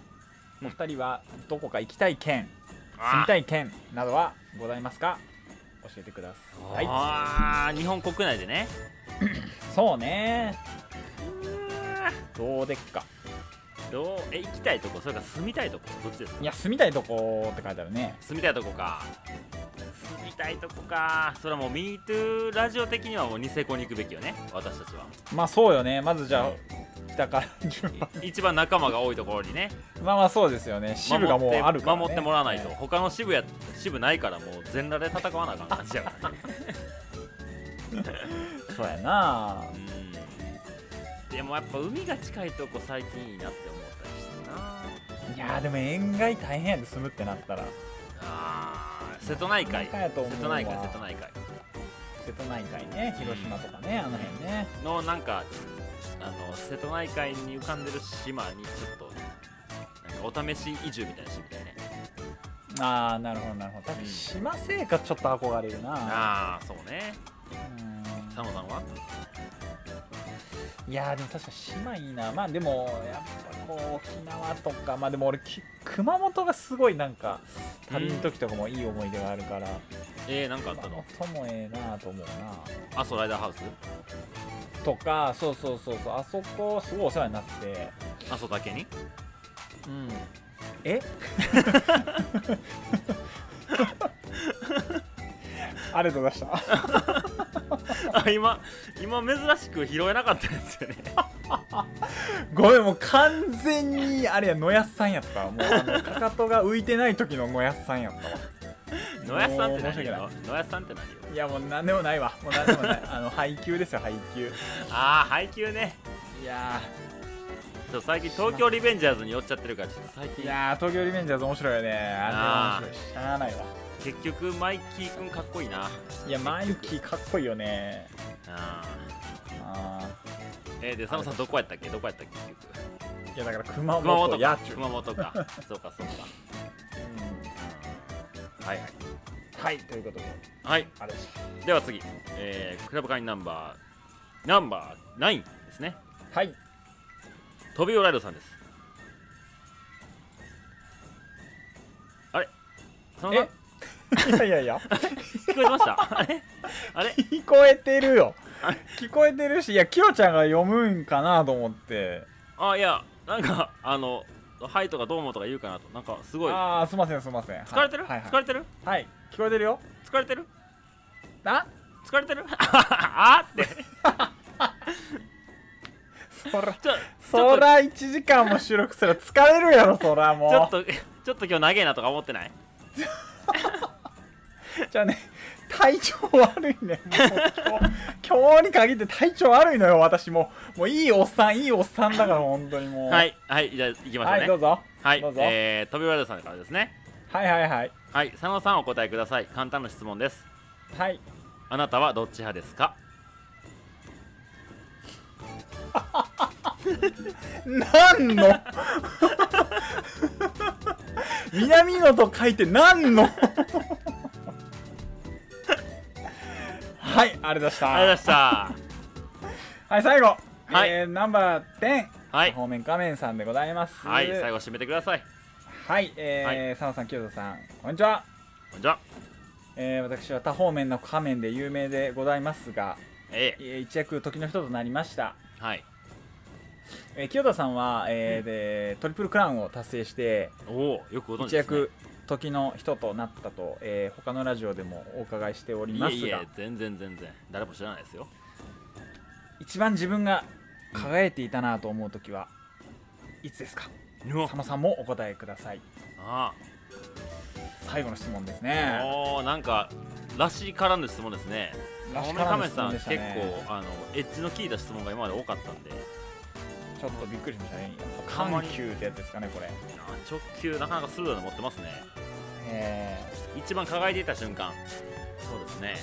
Speaker 1: お二人はどこか行きたい県住みたい県などはございますか教えてください
Speaker 2: あー日本国内でね
Speaker 1: そうねどうでっか
Speaker 2: どうえ行きたいとこそれから住みたいとこどっちですか
Speaker 1: いや住みたいとこって書いてあるね
Speaker 2: 住みたいとこか住みたいとこかそれはもう MeToo ラジオ的にはもうニセコに行くべきよね私 たちは
Speaker 1: まあそうよねまずじゃあ北から順番
Speaker 2: い一番仲間が多いところにね
Speaker 1: まあまあそうですよね支部がもうあるから、ね、
Speaker 2: 守って守ってもらわないと、
Speaker 1: は
Speaker 2: 他の支部や支部ないからもう全裸で戦わなあかん感じやからね
Speaker 1: そうやな
Speaker 2: うんでもやっぱ海が近いとこ最近いいなって思ったりしてない
Speaker 1: やーでも塩害大変やで住むってなったら
Speaker 2: あー瀬戸内海
Speaker 1: 瀬戸内海やと思うわ
Speaker 2: 瀬戸内海瀬戸内海
Speaker 1: 瀬戸内海ね広島とかねあの辺ね
Speaker 2: のなんかあの瀬戸内海に浮かんでる島にちょっとなんかお試し移住みたいなしてみたいね
Speaker 1: ああなるほどなるほど確かに島生活ちょっと憧れるな
Speaker 2: ああそうね
Speaker 1: うん
Speaker 2: 佐野さんはい
Speaker 1: やーでも確か島いいなまあでもやっぱこう沖縄とかまあでも俺き熊本がすごいなんか旅の時とかもいい思い出があるから、
Speaker 2: えー、なんかあった
Speaker 1: 熊
Speaker 2: の
Speaker 1: 本もええなと思う
Speaker 2: 阿蘇ライダーハウス
Speaker 1: なとかそうそうそうそうあそこすごいお世話になって
Speaker 2: 阿蘇だけに
Speaker 1: うんえ ありがとうございました
Speaker 2: あ今今珍しく拾えなかったやつよね
Speaker 1: ごめんもう完全にあれや野安さんやったわもうあのかかとが浮いてない時の野安さんやったわ
Speaker 2: 野谷さんって
Speaker 1: もう申し
Speaker 2: 何
Speaker 1: 訳ない
Speaker 2: よ野谷さんって何よ
Speaker 1: いやもう何でもないわもう何でもないあの配給ですよ配給
Speaker 2: ああ配給ね
Speaker 1: いや
Speaker 2: ちょっと最近東京リベンジャーズに寄っちゃってるからちょっと最
Speaker 1: ーい
Speaker 2: 近
Speaker 1: やー東京リベンジャーズ面白いよねあ
Speaker 2: あ
Speaker 1: れ
Speaker 2: ー
Speaker 1: 面白いしゃあないわ
Speaker 2: 結局マイキーくんかっこいいな
Speaker 1: やマイキーかっこいいよね
Speaker 2: あ
Speaker 1: あ
Speaker 2: ーえー、で佐野さんどこやったっけどこやったっけ結局
Speaker 1: ーいやだから熊
Speaker 2: 熊
Speaker 1: 本
Speaker 2: 本
Speaker 1: や
Speaker 2: か
Speaker 1: っちゅう、うん
Speaker 2: 熊本かそうかそうかはいはい
Speaker 1: はいということで
Speaker 2: はい
Speaker 1: あれでし
Speaker 2: では次、えークラブ会員ナンバーナンバー9ですね
Speaker 1: たはい
Speaker 2: トビオライドさんですあれ佐野さん
Speaker 1: え いやいやいや
Speaker 2: 聞こえてましたあれあれ
Speaker 1: 聞こえてるよ
Speaker 2: あ
Speaker 1: 聞こえてるしいやキヨちゃんが読むんかなと思って
Speaker 2: あいやなんかあの「はい」とか「どうも」とか言うかなとなんかすごい
Speaker 1: ああすいませんすいません
Speaker 2: 疲れてる、
Speaker 1: はいはい、
Speaker 2: 疲れてる
Speaker 1: はい、聞こえてるよ
Speaker 2: 疲れてる
Speaker 1: あ
Speaker 2: 疲れてるあーって
Speaker 1: そら
Speaker 2: ちょ
Speaker 1: そら1時間も収録すら疲れるやろそらもう
Speaker 2: ちょっとちょっと今日長えなとか思ってない
Speaker 1: じゃあね体調悪いねもう今日今日に限って体調悪いのよ私ももういいおっさんいいおっさんだから本当にもう
Speaker 2: はいはいじゃあ行きましょう
Speaker 1: は
Speaker 2: ね
Speaker 1: いどうぞ
Speaker 2: はい
Speaker 1: どうぞ、
Speaker 2: えー、飛びライドさんからですね
Speaker 1: はいはいはい
Speaker 2: はい佐野さんお答えください簡単な質問です
Speaker 1: はい
Speaker 2: あなたはどっち派ですか
Speaker 1: 何の南野と書いて何のはいあれでした
Speaker 2: ありがとうございました
Speaker 1: はい最後
Speaker 2: はい
Speaker 1: えーナンバー10、
Speaker 2: はい
Speaker 1: 方面仮面さんでございます
Speaker 2: はい最後締めてください
Speaker 1: はい、えー
Speaker 2: は
Speaker 1: 佐野さん清田さんこんにちは、
Speaker 2: こんにちは
Speaker 1: えー私は多方面の仮面で有名でございますが、
Speaker 2: ええ
Speaker 1: えー一躍時の人となりました、
Speaker 2: はい
Speaker 1: えー清田さんは、えーでトリプルクラウンを達成して
Speaker 2: おおよくご存知
Speaker 1: 一
Speaker 2: です、ね、
Speaker 1: 躍時の人となったと、えー他のラジオでもお伺いしておりますが
Speaker 2: いえいえ全然全然誰も知らないですよ
Speaker 1: 一番自分が輝いていたなと思う時はいつですか
Speaker 2: うわ
Speaker 1: 佐野さんもお答えください
Speaker 2: あ
Speaker 1: 最後の質問です
Speaker 2: あ
Speaker 1: ね
Speaker 2: おーなんからしからぬ質問ですね
Speaker 1: らし
Speaker 2: カ
Speaker 1: からぬ
Speaker 2: メ
Speaker 1: 質問
Speaker 2: さん
Speaker 1: でし
Speaker 2: 結
Speaker 1: た
Speaker 2: 構
Speaker 1: ね
Speaker 2: あのエッジの効いた質問が今まで多かったんで
Speaker 1: ちょっとびっくりしましたね
Speaker 2: あんま
Speaker 1: 緩
Speaker 2: り
Speaker 1: 急ってやつですかねこれ
Speaker 2: あー直球なかなか鋭いの持ってますね
Speaker 1: え
Speaker 2: 一番輝いていた瞬間そうですね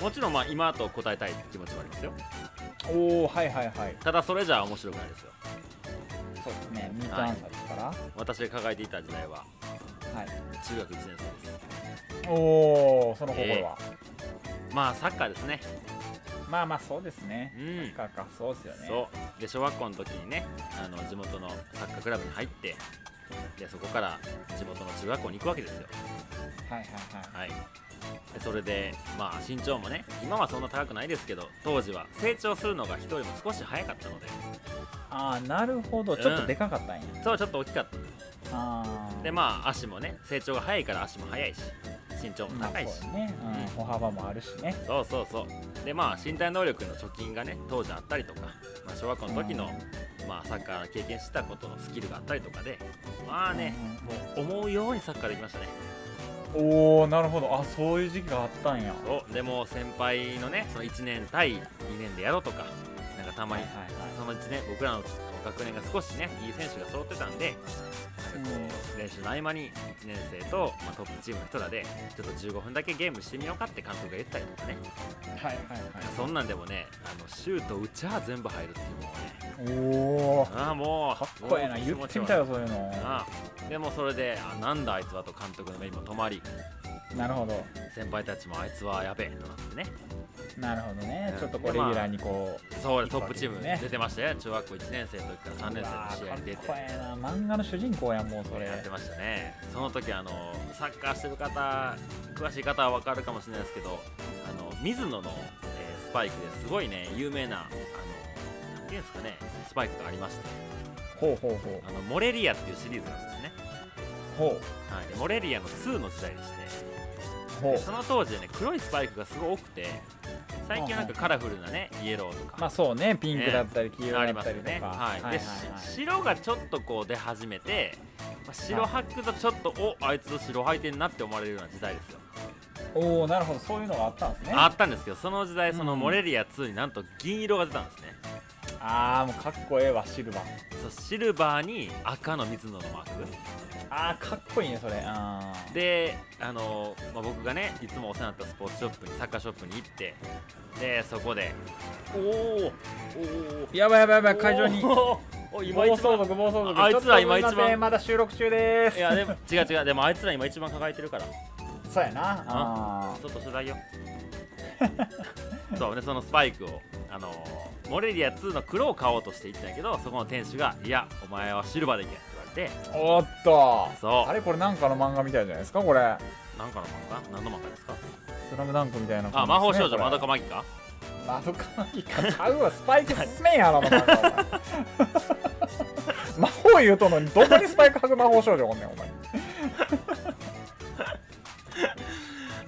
Speaker 2: もちろんまあ今と答えたい気持ちもありますよ
Speaker 1: ー、おおはいはいはい
Speaker 2: ただそれじゃ面白くないですよ
Speaker 1: そうですねミートアンサーですからは、
Speaker 2: 私が輝いていた時代はい中学1年生で
Speaker 1: おおその心は、
Speaker 2: すまあサッカーですね
Speaker 1: まあまあそうですね
Speaker 2: うん
Speaker 1: かかそうですよね
Speaker 2: そうで小学校の時にねあの地元のサッカークラブに入ってでそこから地元の中学校に行くわけですよ
Speaker 1: はいはい
Speaker 2: はいでそれでまあ身長もね今はそんな高くないですけど当時は成長するのが人よりも少し早かったので
Speaker 1: はいああなるほどちょっとでかかったんや、
Speaker 2: そうちょっと大きかった
Speaker 1: ああ
Speaker 2: でまあ足もね成長が早いから足も速いし身長も
Speaker 1: まあ
Speaker 2: 高いし
Speaker 1: そうだね、うん歩幅もあるしね
Speaker 2: そうそうそうでまあ身体能力の貯金がね当時あったりとか、まあ、小学校の時の、まあ、サッカー経験したことのスキルがあったりとかでまあね、もう思うようにサッカーできましたね
Speaker 1: おおなるほどあそういう時期があったんや
Speaker 2: そうでも先輩のねその1年対2年でやろうとかなんかたまに、
Speaker 1: はいはい
Speaker 2: その1年僕らの学年が少しねいい選手が揃ってたんでなんかこう、練習の合間に1年生と、まあ、トップチームの人らでちょっと15分だけゲームしてみようかって監督が言ったりとかね
Speaker 1: はいはい
Speaker 2: そんなんでもねあのシュート打ちゃ全部入るっていうもんね
Speaker 1: はいおおか
Speaker 2: ああもう
Speaker 1: っこええな
Speaker 2: もう
Speaker 1: 言ってみたよそういうの
Speaker 2: ああでもそれであなんだあいつはと監督の目にも止まり
Speaker 1: なるほど
Speaker 2: 先輩たちもあいつはやべえとなってね
Speaker 1: なるほどね
Speaker 2: うん
Speaker 1: ちょっとこうレギュラーにこう
Speaker 2: そう
Speaker 1: いい
Speaker 2: ト
Speaker 1: わ
Speaker 2: ッ
Speaker 1: け
Speaker 2: プ
Speaker 1: です
Speaker 2: チ
Speaker 1: ね
Speaker 2: ーム出てましたよ中学校1年生の時から3年生の試合に出
Speaker 1: うわー
Speaker 2: て
Speaker 1: かっこええな漫画の主人公やんもうそれ
Speaker 2: やってましたねその時あのサッカーしてる方詳しい方は分かるかもしれないですけどあの水野の、えースパイクですごいね有名なあのなんていうんですかねスパイクがありまして
Speaker 1: ほうほうほう
Speaker 2: あのモレリアっていうシリーズなんですね、
Speaker 1: ほ
Speaker 2: はい、でモレリアの2の時代でして
Speaker 1: うほ
Speaker 2: で
Speaker 1: う
Speaker 2: その当時ね黒いスパイクがすごい多くて最近はなんかカラフルなねイエローとか、
Speaker 1: まあそうねピンクだったり黄
Speaker 2: あ
Speaker 1: 色
Speaker 2: り
Speaker 1: だ
Speaker 2: ま
Speaker 1: っ
Speaker 2: す
Speaker 1: たりと
Speaker 2: ね、
Speaker 1: か
Speaker 2: はい
Speaker 1: はいはい
Speaker 2: で、し白がちょっとこう出始めて、まあ、白履くとちょっと、おあいつ白履いてんなって思われるような時代ですよ、
Speaker 1: おおなるほどそういうのがあったんですね
Speaker 2: あったんですけどその時代その
Speaker 1: うん
Speaker 2: モレリア2になんと銀色が出たんですね、
Speaker 1: あーもうかっこええわシルバー
Speaker 2: そうシルバーに赤の水野のマーク
Speaker 1: あーかっこいいねそれあー
Speaker 2: であの、まあ、僕がねいつもお世話になったスポーツショップにサッカーショップに行ってでそこでおーおー
Speaker 1: やばいやばいやばい会場に
Speaker 2: おーお今
Speaker 1: 暴
Speaker 2: 一
Speaker 1: 走
Speaker 2: 番
Speaker 1: 族暴走族
Speaker 2: ああいつら今一番
Speaker 1: ちょっとすいませんまだ収録中です
Speaker 2: いやでも違う違うでもあいつら今一番抱えてるから
Speaker 1: そうやなあ
Speaker 2: ちょっと取材よそうねそのスパイクをあのーモレリア2の黒を買おうとして行ったんやけどそこの店主が「いやお前はシルバーでいけ」って言われて
Speaker 1: ーおっと
Speaker 2: そう
Speaker 1: あれこれなんかの漫画みたいじゃないですかこれ
Speaker 2: 何かの漫画何の漫画ですか
Speaker 1: スラムダンクみたいな
Speaker 2: あ魔法少女まどか
Speaker 1: マ
Speaker 2: マギか
Speaker 1: マドカマギかちゃうわスパイク進めんやろお前魔法言うとんのにどこにスパイク履く魔法少女おんねんお前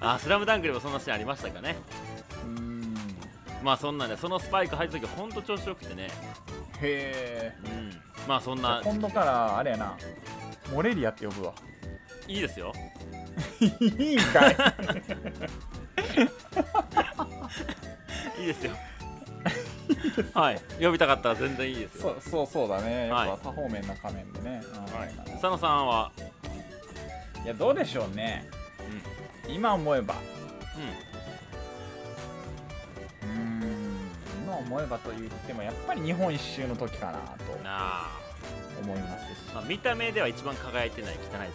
Speaker 2: あスラムダンクでもそんなシーンありましたかね
Speaker 1: うーん
Speaker 2: まあそんなんでそのスパイク入った時ほんと調子よくてね
Speaker 1: へえ
Speaker 2: うんまあそんな
Speaker 1: 今度からあれやなモレリアって呼ぶわ
Speaker 2: いいですよ
Speaker 1: いいんかい
Speaker 2: い いですよはい呼びたかったら全然いいですよ
Speaker 1: そうそうそうだねやっ
Speaker 2: はい
Speaker 1: ぱ多方面な仮面でね、うん
Speaker 2: はい佐野さんはい
Speaker 1: やどうでしょうね今思えば
Speaker 2: うんうん
Speaker 1: うーん今思えばと言ってもやっぱり日本一周の時かなと
Speaker 2: なあ、
Speaker 1: 思いますし
Speaker 2: まあ、見た目では一番輝いてない汚いじゃない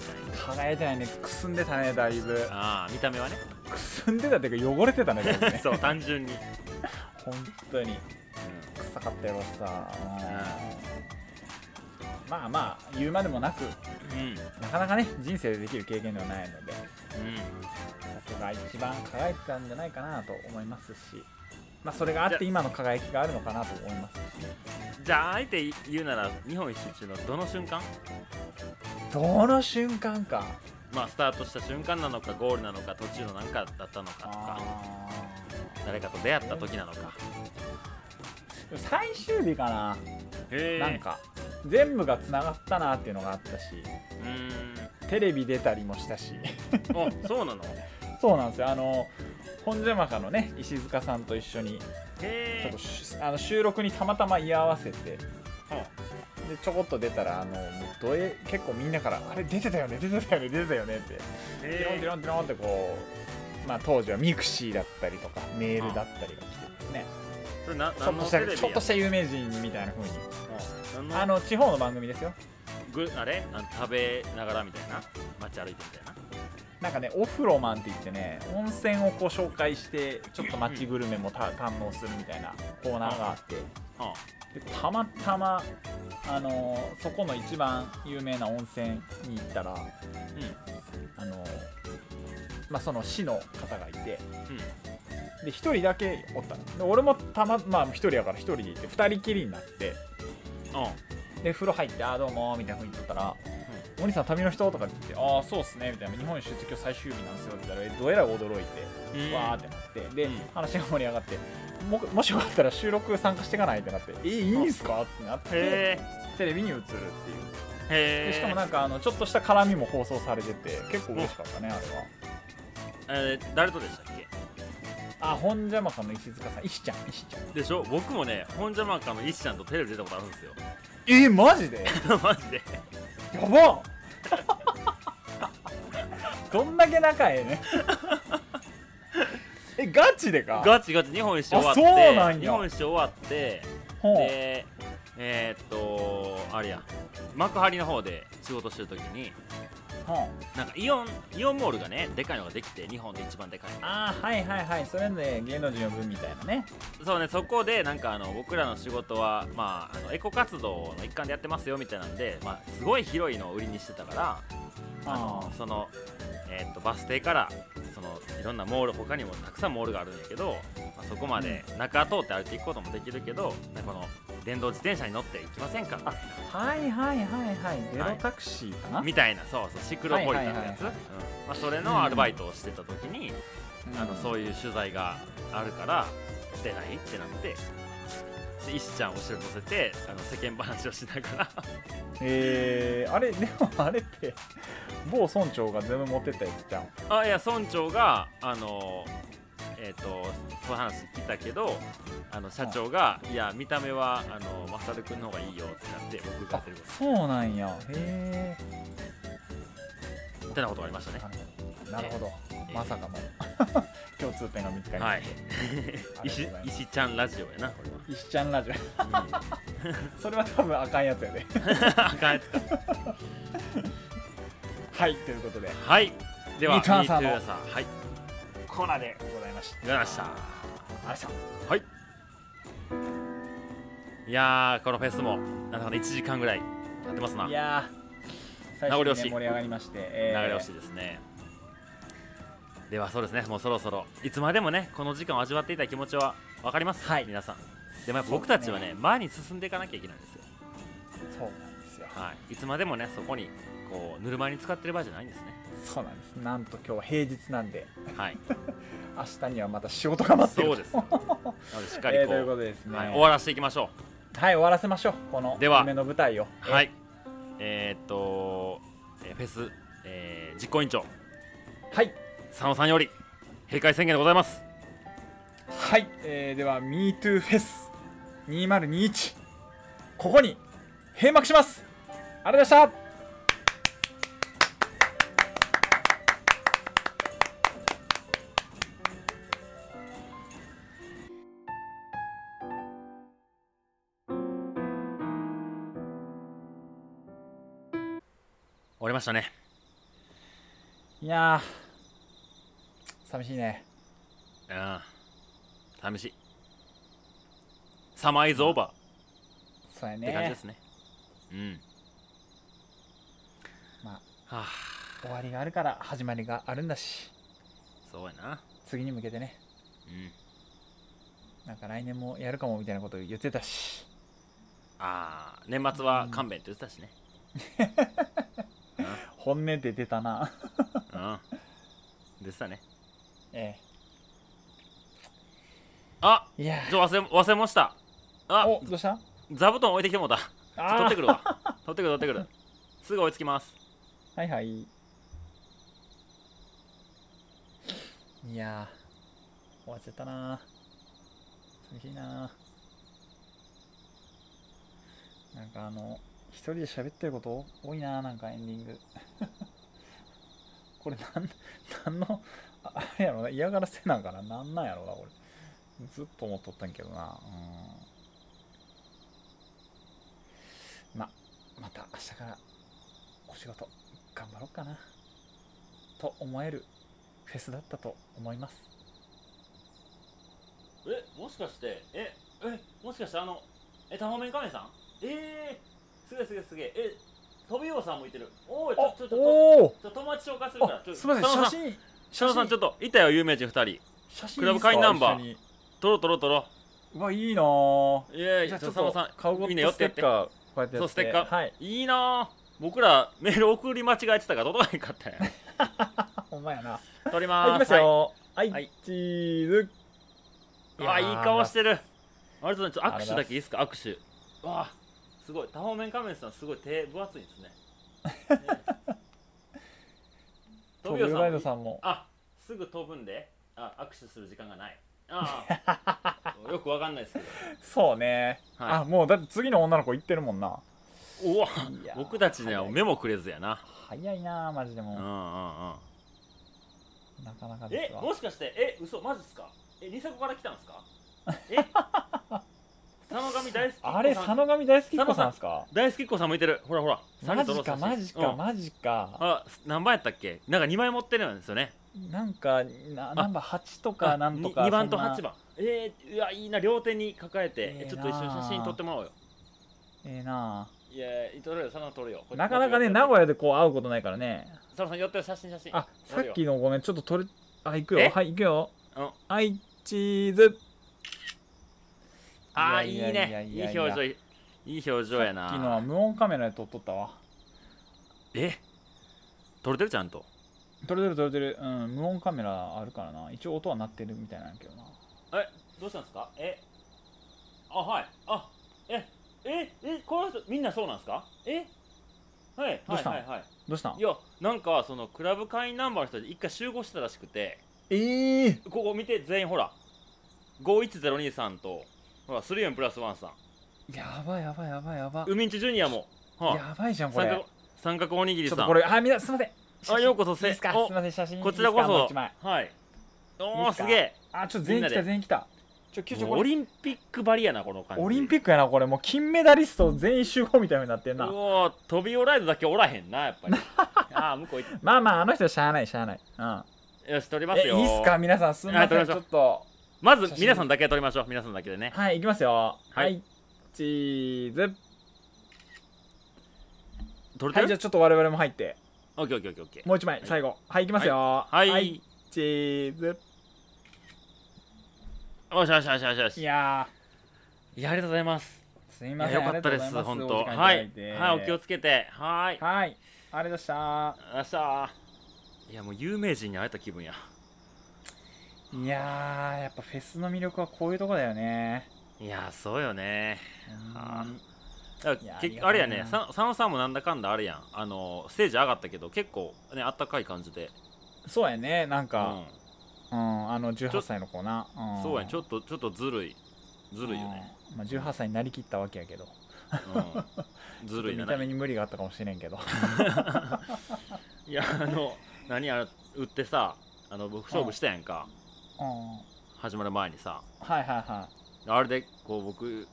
Speaker 1: 輝いてないねくすんでたねだいぶ
Speaker 2: ああ見た目 はね
Speaker 1: く すんでたっていうか汚れてたねだいぶね
Speaker 2: そう単純に、
Speaker 1: 本当にく臭かったやろさ、うんまあまあ言うまでもなく
Speaker 2: うん
Speaker 1: なかなかね人生でできる経験ではないので
Speaker 2: うん
Speaker 1: さすが一番輝いてたんじゃないかなと思いますし、まあ、それがあって今の輝きがあるのかなと思います
Speaker 2: じゃああえて言うなら日本一周中のどの瞬間
Speaker 1: どの瞬間か
Speaker 2: まあスタートした瞬間なのかゴールなのか途中の何かだったのかとか誰かと出会った時なのか
Speaker 1: でも最終日かな、
Speaker 2: へえ
Speaker 1: なんか全部がつながったなっていうのがあったし
Speaker 2: うーん
Speaker 1: テレビ出たりもしたし
Speaker 2: おそうなのへ
Speaker 1: そうなんですよあの本邪魔かのね石塚さんと一緒にちょっ
Speaker 2: え
Speaker 1: としあの収録にたまたま居合わせてで
Speaker 2: は
Speaker 1: ちょこっと出たらあのもうどえ結構みんなから「あれ出てたよね出てたよね出てたよね」って
Speaker 2: へ
Speaker 1: テロンテ
Speaker 2: え
Speaker 1: ロンテロンってこう、まあ、当時はミクシーだったりとかメールだったりが来てですね
Speaker 2: それな
Speaker 1: ちょっと
Speaker 2: 何の
Speaker 1: し
Speaker 2: テレ
Speaker 1: た
Speaker 2: ビや
Speaker 1: ちょっとした有名人みたいな風に
Speaker 2: うん
Speaker 1: あ
Speaker 2: 何の
Speaker 1: の地方の番組ですよ
Speaker 2: ぐあれあの食べながらみたいな街歩いてみたいな
Speaker 1: なんかねオフロマンって言ってね温泉をこう紹介してちょっと街グルメもた堪能するみたいなコーナーがあって
Speaker 2: は
Speaker 1: でたまたま、あのーそこの一番有名な温泉に行ったら、
Speaker 2: あう
Speaker 1: あのーまあ、その市の方がいて
Speaker 2: んうん
Speaker 1: で1人だけおったので俺もたま、まあ、1人やから1人で行って2人きりになって
Speaker 2: あ
Speaker 1: で風呂入って「あーどうも」みたいなふうに言ったら「お兄さん旅の人?」とか言って「ああそうっすね」みたいな「日本出張最終日なんですよ」って言ったらえどえらい驚いてわーってなってで、
Speaker 2: うん
Speaker 1: 話が盛り上がっても もしよかったら収録参加していかないってなって「えいいんすか?」ってなって
Speaker 2: へ
Speaker 1: テレビに映るっていう
Speaker 2: えへ
Speaker 1: で
Speaker 2: え
Speaker 1: しかもなんかあのちょっとした絡みも放送されてて結構嬉しかったねあれは
Speaker 2: えー誰とでしたっけ
Speaker 1: あ本邪魔さんの石塚さん石ちゃん石ちゃん
Speaker 2: でしょ僕もね本邪魔かの石ちゃんとテレビ出たことあるんですよ
Speaker 1: えー、マジで
Speaker 2: マジで
Speaker 1: やばっどんだけ仲ええね えガチでか
Speaker 2: ガチガチ日本一周終わって
Speaker 1: あそうなんや
Speaker 2: 日本一周終わって
Speaker 1: ほう
Speaker 2: でえーっとあれや幕張の方で仕事してる時に
Speaker 1: ほう
Speaker 2: なんかイオンイオンモールがねでかいのができて日本で一番でかい
Speaker 1: ああはいはいはいそれで芸能人呼ぶみたいなね
Speaker 2: そうねそこでなんかあの僕らの仕事は、まあ、あのエコ活動の一環でやってますよみたいなんで、まあ、すごい広いのを売りにしてたからあのその、えーっとバス停からそのいろんなモール他にもたくさんモールがあるんやけど、まあ、そこまで中通って歩いていくこともできるけど、なんかこの電動自転車に乗っていきませんか
Speaker 1: あはいはいはいはいゼロタクシーかな、
Speaker 2: みたいなそうそうシクロポリタンのやつ、
Speaker 1: はいはいはいはい
Speaker 2: うんまあ、それのアルバイトをしてた時に、あのそう
Speaker 1: いう
Speaker 2: いう取材があるから出ないってなってで石ちゃんを後ろに乗せてあの世間話をしながら
Speaker 1: えー、あれでもあれって某村長が全部持ってったやつじゃん
Speaker 2: あいや村長があのえっ、とそういう話聞いたけどあの社長が「いや見た目はあのマサル君の方がいいよ」ってなって僕がやってるこ
Speaker 1: そうなんやへ
Speaker 2: とってなことがありましたね
Speaker 1: えなるほど
Speaker 2: え
Speaker 1: まさかの 共通点が見つかりま
Speaker 2: は
Speaker 1: し
Speaker 2: い
Speaker 1: て、ありがとう
Speaker 2: 石
Speaker 1: ございます
Speaker 2: 石ちゃんラジオやなこれは
Speaker 1: 石ちゃんラジオ
Speaker 2: うんあ
Speaker 1: それは多分あかんやつやで
Speaker 2: かんやつか
Speaker 1: はいということで
Speaker 2: はいでは
Speaker 1: ミートアンサーの
Speaker 2: ミートアンサーはい
Speaker 1: コーナーでございました
Speaker 2: ありがとうございました
Speaker 1: ありがとうございました
Speaker 2: はいいやーこのフェスもなんだかんだ1時間ぐらいやってますない
Speaker 1: やー最
Speaker 2: 名
Speaker 1: 初
Speaker 2: 残
Speaker 1: に
Speaker 2: 惜しい
Speaker 1: ね盛り上がりまして、えー
Speaker 2: 流れ惜しいですね、ではそうですねもうそろそろいつまでもねこの時間を味わっていたい気持ちは分かります、
Speaker 1: はい
Speaker 2: 皆さんでもやっぱ僕たちはね前に進んでいかなきゃいけないんですよ、
Speaker 1: そうなんですよ
Speaker 2: はい、いつまでもねそこにこうぬるま湯に使ってる場合じゃないんですね
Speaker 1: そうなんですなんと今日は平日なんで
Speaker 2: はい
Speaker 1: 明日にはまた仕事が待ってる
Speaker 2: そうですなのでしっかり
Speaker 1: えー
Speaker 2: こ
Speaker 1: と
Speaker 2: う,、
Speaker 1: いうことでですね
Speaker 2: は、
Speaker 1: はいい、
Speaker 2: 終わらせていきましょ
Speaker 1: 終わらせましょうこの
Speaker 2: では
Speaker 1: 夢の舞台を
Speaker 2: うはいえー、っと、えーフェス、えー実行委員長
Speaker 1: はい
Speaker 2: 佐野さんより閉会宣言でございます
Speaker 1: はい、えーでは MeTooFest2021 ここに閉幕しますありがとうございました
Speaker 2: 終わりましたね
Speaker 1: いやー寂しいね
Speaker 2: ああ寂しいサマイズオーバ
Speaker 1: そうや
Speaker 2: ーって感じ
Speaker 1: ね
Speaker 2: ですね。うん。
Speaker 1: まあ
Speaker 2: はあ、
Speaker 1: 終わりがあるから始まりがあるんだし
Speaker 2: そうやな。
Speaker 1: 次に向けてね
Speaker 2: うん。
Speaker 1: なんか来年もやるかもみたいなこと言ってたし
Speaker 2: ああ、年末は勘弁って言ってたしね。うん。
Speaker 1: 本音で出た な
Speaker 2: うん。でしたね。
Speaker 1: え
Speaker 2: あ
Speaker 1: えいや
Speaker 2: じゃあ忘れ忘れました。あ
Speaker 1: おどうした
Speaker 2: 座布団置いてきてもうた。ちょっと取ってくるわ。取ってくる取ってくる。すぐ追いつきます。
Speaker 1: はいはいいやー終わっちゃったな寂しいななんかあの一人で喋ってること多いななんかエンディング これなんなんのああれやろな嫌がらせなんかななんなんやろなこれずっと思っとったんやけどなうんままた明日からお仕事頑張ろうかなと思えるフェスだったと思います
Speaker 2: え、もしかして、え、え、もしかしてあの、え、たまめんかねさんえー、すげえすげえすげえ。え、飛び王さんもいてる。おい、ちょ
Speaker 1: あ
Speaker 2: ちょちょちょ
Speaker 1: おお
Speaker 2: ちょ友達紹介するから
Speaker 1: あ。
Speaker 2: ちょ
Speaker 1: すみません
Speaker 2: 佐野
Speaker 1: 写
Speaker 2: さん
Speaker 1: 真
Speaker 2: 佐野さん、ちょっと、いたよ、有名人二人。
Speaker 1: 写真
Speaker 2: クラブ会員ナンバー
Speaker 1: いいっすか
Speaker 2: とろとろとろ。
Speaker 1: 一緒にうわいいなぁ
Speaker 2: いやい
Speaker 1: じゃ
Speaker 2: や、
Speaker 1: あ
Speaker 2: ち
Speaker 1: ち
Speaker 2: ょ
Speaker 1: ょ
Speaker 2: っ
Speaker 1: っ
Speaker 2: と佐野
Speaker 1: と
Speaker 2: さん、
Speaker 1: 顔ご
Speaker 2: いいね
Speaker 1: とステッカーこうやってやって
Speaker 2: そうステッカー
Speaker 1: はい
Speaker 2: いいなぁ。僕らメール送り間違えてたから届かへんかったよ。
Speaker 1: あほんまやな
Speaker 2: 撮り
Speaker 1: はい行きま
Speaker 2: まー。
Speaker 1: すすよはい、
Speaker 2: はい
Speaker 1: チーズ
Speaker 2: うわあいい顔してるあれとねちょっと
Speaker 1: ありがとうございま
Speaker 2: 握
Speaker 1: す
Speaker 2: 手だけいいですか握手うわあすごい多方面仮面さんすごい手分厚いですねね
Speaker 1: トビウガイド
Speaker 2: ん
Speaker 1: さんも
Speaker 2: あすぐ飛ぶんであ握手する時間がないあ あよくわかんないですけど
Speaker 1: そうね、
Speaker 2: はい
Speaker 1: あもうだって次の女の子行ってるもんな
Speaker 2: うわ
Speaker 1: いやー
Speaker 2: 僕たちにはメモくれずやな
Speaker 1: 早いなぁマジで
Speaker 2: うんうん
Speaker 1: も
Speaker 2: うん
Speaker 1: うなかなかで
Speaker 2: え
Speaker 1: すわ
Speaker 2: もしかしてえ嘘マジっすかえニセコから来たんですか え佐野神大好きっ子さん
Speaker 1: あれ佐野神大好きっ子さんですか
Speaker 2: 大好きっ子さんもいてるほらほら
Speaker 1: マジかマジか
Speaker 2: うん
Speaker 1: マジか、
Speaker 2: あ何番やったっけなんか2枚持ってるんですよね
Speaker 1: なんかなナンバー8とかなんとか
Speaker 2: 2番と
Speaker 1: そんな
Speaker 2: 8番えー、いやいいな両手に抱えて
Speaker 1: ええなあ
Speaker 2: えちょっと一緒に写真撮ってもらおうよ
Speaker 1: ええない
Speaker 2: やいや撮れる佐野撮るよ
Speaker 1: あなかなかね名古
Speaker 2: 屋
Speaker 1: 屋でこう会うことないからね
Speaker 2: 佐野さん寄ってる写真写真
Speaker 1: あさっきのごめんちょっと取れあ行く
Speaker 2: え
Speaker 1: よはい行くよ
Speaker 2: うん
Speaker 1: はいチーズ
Speaker 2: あーい
Speaker 1: い
Speaker 2: い
Speaker 1: やいやいや
Speaker 2: ね
Speaker 1: い
Speaker 2: いい
Speaker 1: や
Speaker 2: 表情いい表情や
Speaker 1: さっきのは
Speaker 2: な
Speaker 1: 無音カメラで撮っとったわ
Speaker 2: え撮れてるちゃんと
Speaker 1: 撮れてる撮れてるうん無音カメラあるからな一応音は鳴ってるみたいなんやけどな
Speaker 2: えどうしたんですかえあはいあえええこの人みんなそうなんですかえはい
Speaker 1: どう
Speaker 2: はい
Speaker 1: したん
Speaker 2: はいはい
Speaker 1: どうしたん
Speaker 2: いやなんかそのクラブ会員ナンバーの人で一回集合してたらしくて
Speaker 1: ええ
Speaker 2: ここ見て全員ほら51023とほら3ンプラスワンさん
Speaker 1: やばいやばいやばいやば
Speaker 2: ウミンチュジュニアもほら
Speaker 1: やばいじゃんこ
Speaker 2: 三
Speaker 1: れ
Speaker 2: 角三角おにぎり
Speaker 1: ちょ
Speaker 2: さ
Speaker 1: っとこ
Speaker 2: ん
Speaker 1: れあみんなすいません写真
Speaker 2: ようこそせ
Speaker 1: いいっすか
Speaker 2: お
Speaker 1: すいません写真
Speaker 2: こちらこ
Speaker 1: いいっすかもう一
Speaker 2: そ
Speaker 1: 枚
Speaker 2: はい
Speaker 1: い
Speaker 2: お
Speaker 1: い
Speaker 2: お
Speaker 1: っす
Speaker 2: す
Speaker 1: か
Speaker 2: げえ
Speaker 1: あちょっと全員来
Speaker 2: みんな
Speaker 1: た
Speaker 2: で
Speaker 1: 全員来たちょ急遽
Speaker 2: もう
Speaker 1: こ
Speaker 2: オ
Speaker 1: れ
Speaker 2: リンピックバリやなこの感じ
Speaker 1: オリンピックやなこれもう金メダリスト全員集合みたいになってん
Speaker 2: う
Speaker 1: な
Speaker 2: おー飛びオライドだけおらへんなやっぱ りああ向こう行っ
Speaker 1: まあまああの人はしゃあないしゃあないうん
Speaker 2: てよし撮ります
Speaker 1: え
Speaker 2: よ
Speaker 1: いいっすか皆さんすみませ
Speaker 2: は
Speaker 1: ん
Speaker 2: い
Speaker 1: ち
Speaker 2: 撮り
Speaker 1: ょ
Speaker 2: ま
Speaker 1: っと
Speaker 2: まず皆さんだけ撮りましょう皆さんだけでね
Speaker 1: はいいきますよ
Speaker 2: は
Speaker 1: はいいチーズ
Speaker 2: 撮れて
Speaker 1: はい
Speaker 2: る、
Speaker 1: じゃあちょっと我々も入って
Speaker 2: オッケーオッケーオッケーオッケー
Speaker 1: もう一枚
Speaker 2: はい
Speaker 1: 最後はいいきますよ
Speaker 2: はい、
Speaker 1: チーズ
Speaker 2: よしよしよしよしよし
Speaker 1: いや
Speaker 2: いやありがとうございます
Speaker 1: ーすみ
Speaker 2: い
Speaker 1: ま
Speaker 2: や
Speaker 1: せん
Speaker 2: よかったです
Speaker 1: ありがとうご
Speaker 2: 本
Speaker 1: ざいます
Speaker 2: 当
Speaker 1: お時間
Speaker 2: はい
Speaker 1: ただて
Speaker 2: いはいお気をつけてはーい
Speaker 1: はいありがとうございまし
Speaker 2: あさいやもう有名人に会えた気分や
Speaker 1: たいやーやっぱフェスの魅力はこういうとこだよね
Speaker 2: いやそうよね
Speaker 1: うん
Speaker 2: はあだか
Speaker 1: いや
Speaker 2: ら
Speaker 1: ありが
Speaker 2: 結局
Speaker 1: たいな
Speaker 2: あれやねさ佐野さんもなんだかんだあれやんあのステージ上がったけど結構ねあったかい感じで
Speaker 1: そうやねなん
Speaker 2: う
Speaker 1: か
Speaker 2: ん
Speaker 1: うんあの
Speaker 2: ち
Speaker 1: 18
Speaker 2: ょ
Speaker 1: 歳の子なうん
Speaker 2: そうやんちょっとちょっとずるいずるいよね
Speaker 1: うんまあ、18歳になりきったわけやけど
Speaker 2: うんずるい
Speaker 1: 見
Speaker 2: な
Speaker 1: た目に無理があったかもしれんけど
Speaker 2: いやあの何あれ売ってさあの僕勝負したやんか
Speaker 1: うんはい
Speaker 2: 始まる前にさ
Speaker 1: はいは
Speaker 2: あれでこう僕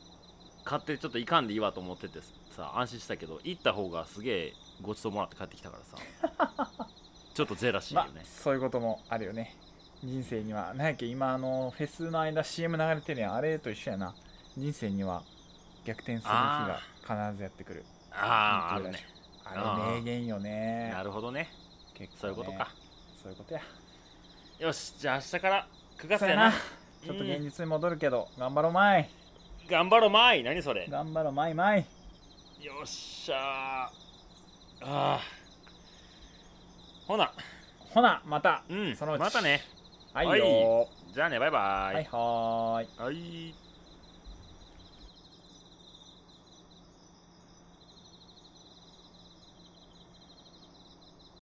Speaker 2: 買ってちょっといかんでいいわと思っててさ安心したけど行った方がすげえごちそうもらって帰ってきたからさ ちょっとゼラシ
Speaker 1: い、
Speaker 2: ーよ
Speaker 1: ま
Speaker 2: ね
Speaker 1: あ、そういうこともあるよね人生には何やっけ今あのフェスの間 CM 流れてるやんあれと一緒やな人生には逆転する日が必ずやってくる
Speaker 2: あああるね
Speaker 1: あれ名言よね
Speaker 2: なるほどね
Speaker 1: 結構ね
Speaker 2: そういうことか
Speaker 1: そういうことや
Speaker 2: よしじゃあ明日から9月
Speaker 1: そうや
Speaker 2: や
Speaker 1: な
Speaker 2: な
Speaker 1: ちょっと現実に戻るけど、頑張ろうまい
Speaker 2: 頑張ろうまい何それ
Speaker 1: 頑張ろうまいまい
Speaker 2: よっしゃーあーほな
Speaker 1: ほなまた
Speaker 2: うん
Speaker 1: そのうち
Speaker 2: またね
Speaker 1: はいよ
Speaker 2: じゃあねバイ
Speaker 1: ー
Speaker 2: バイ
Speaker 1: はいはーい
Speaker 2: はい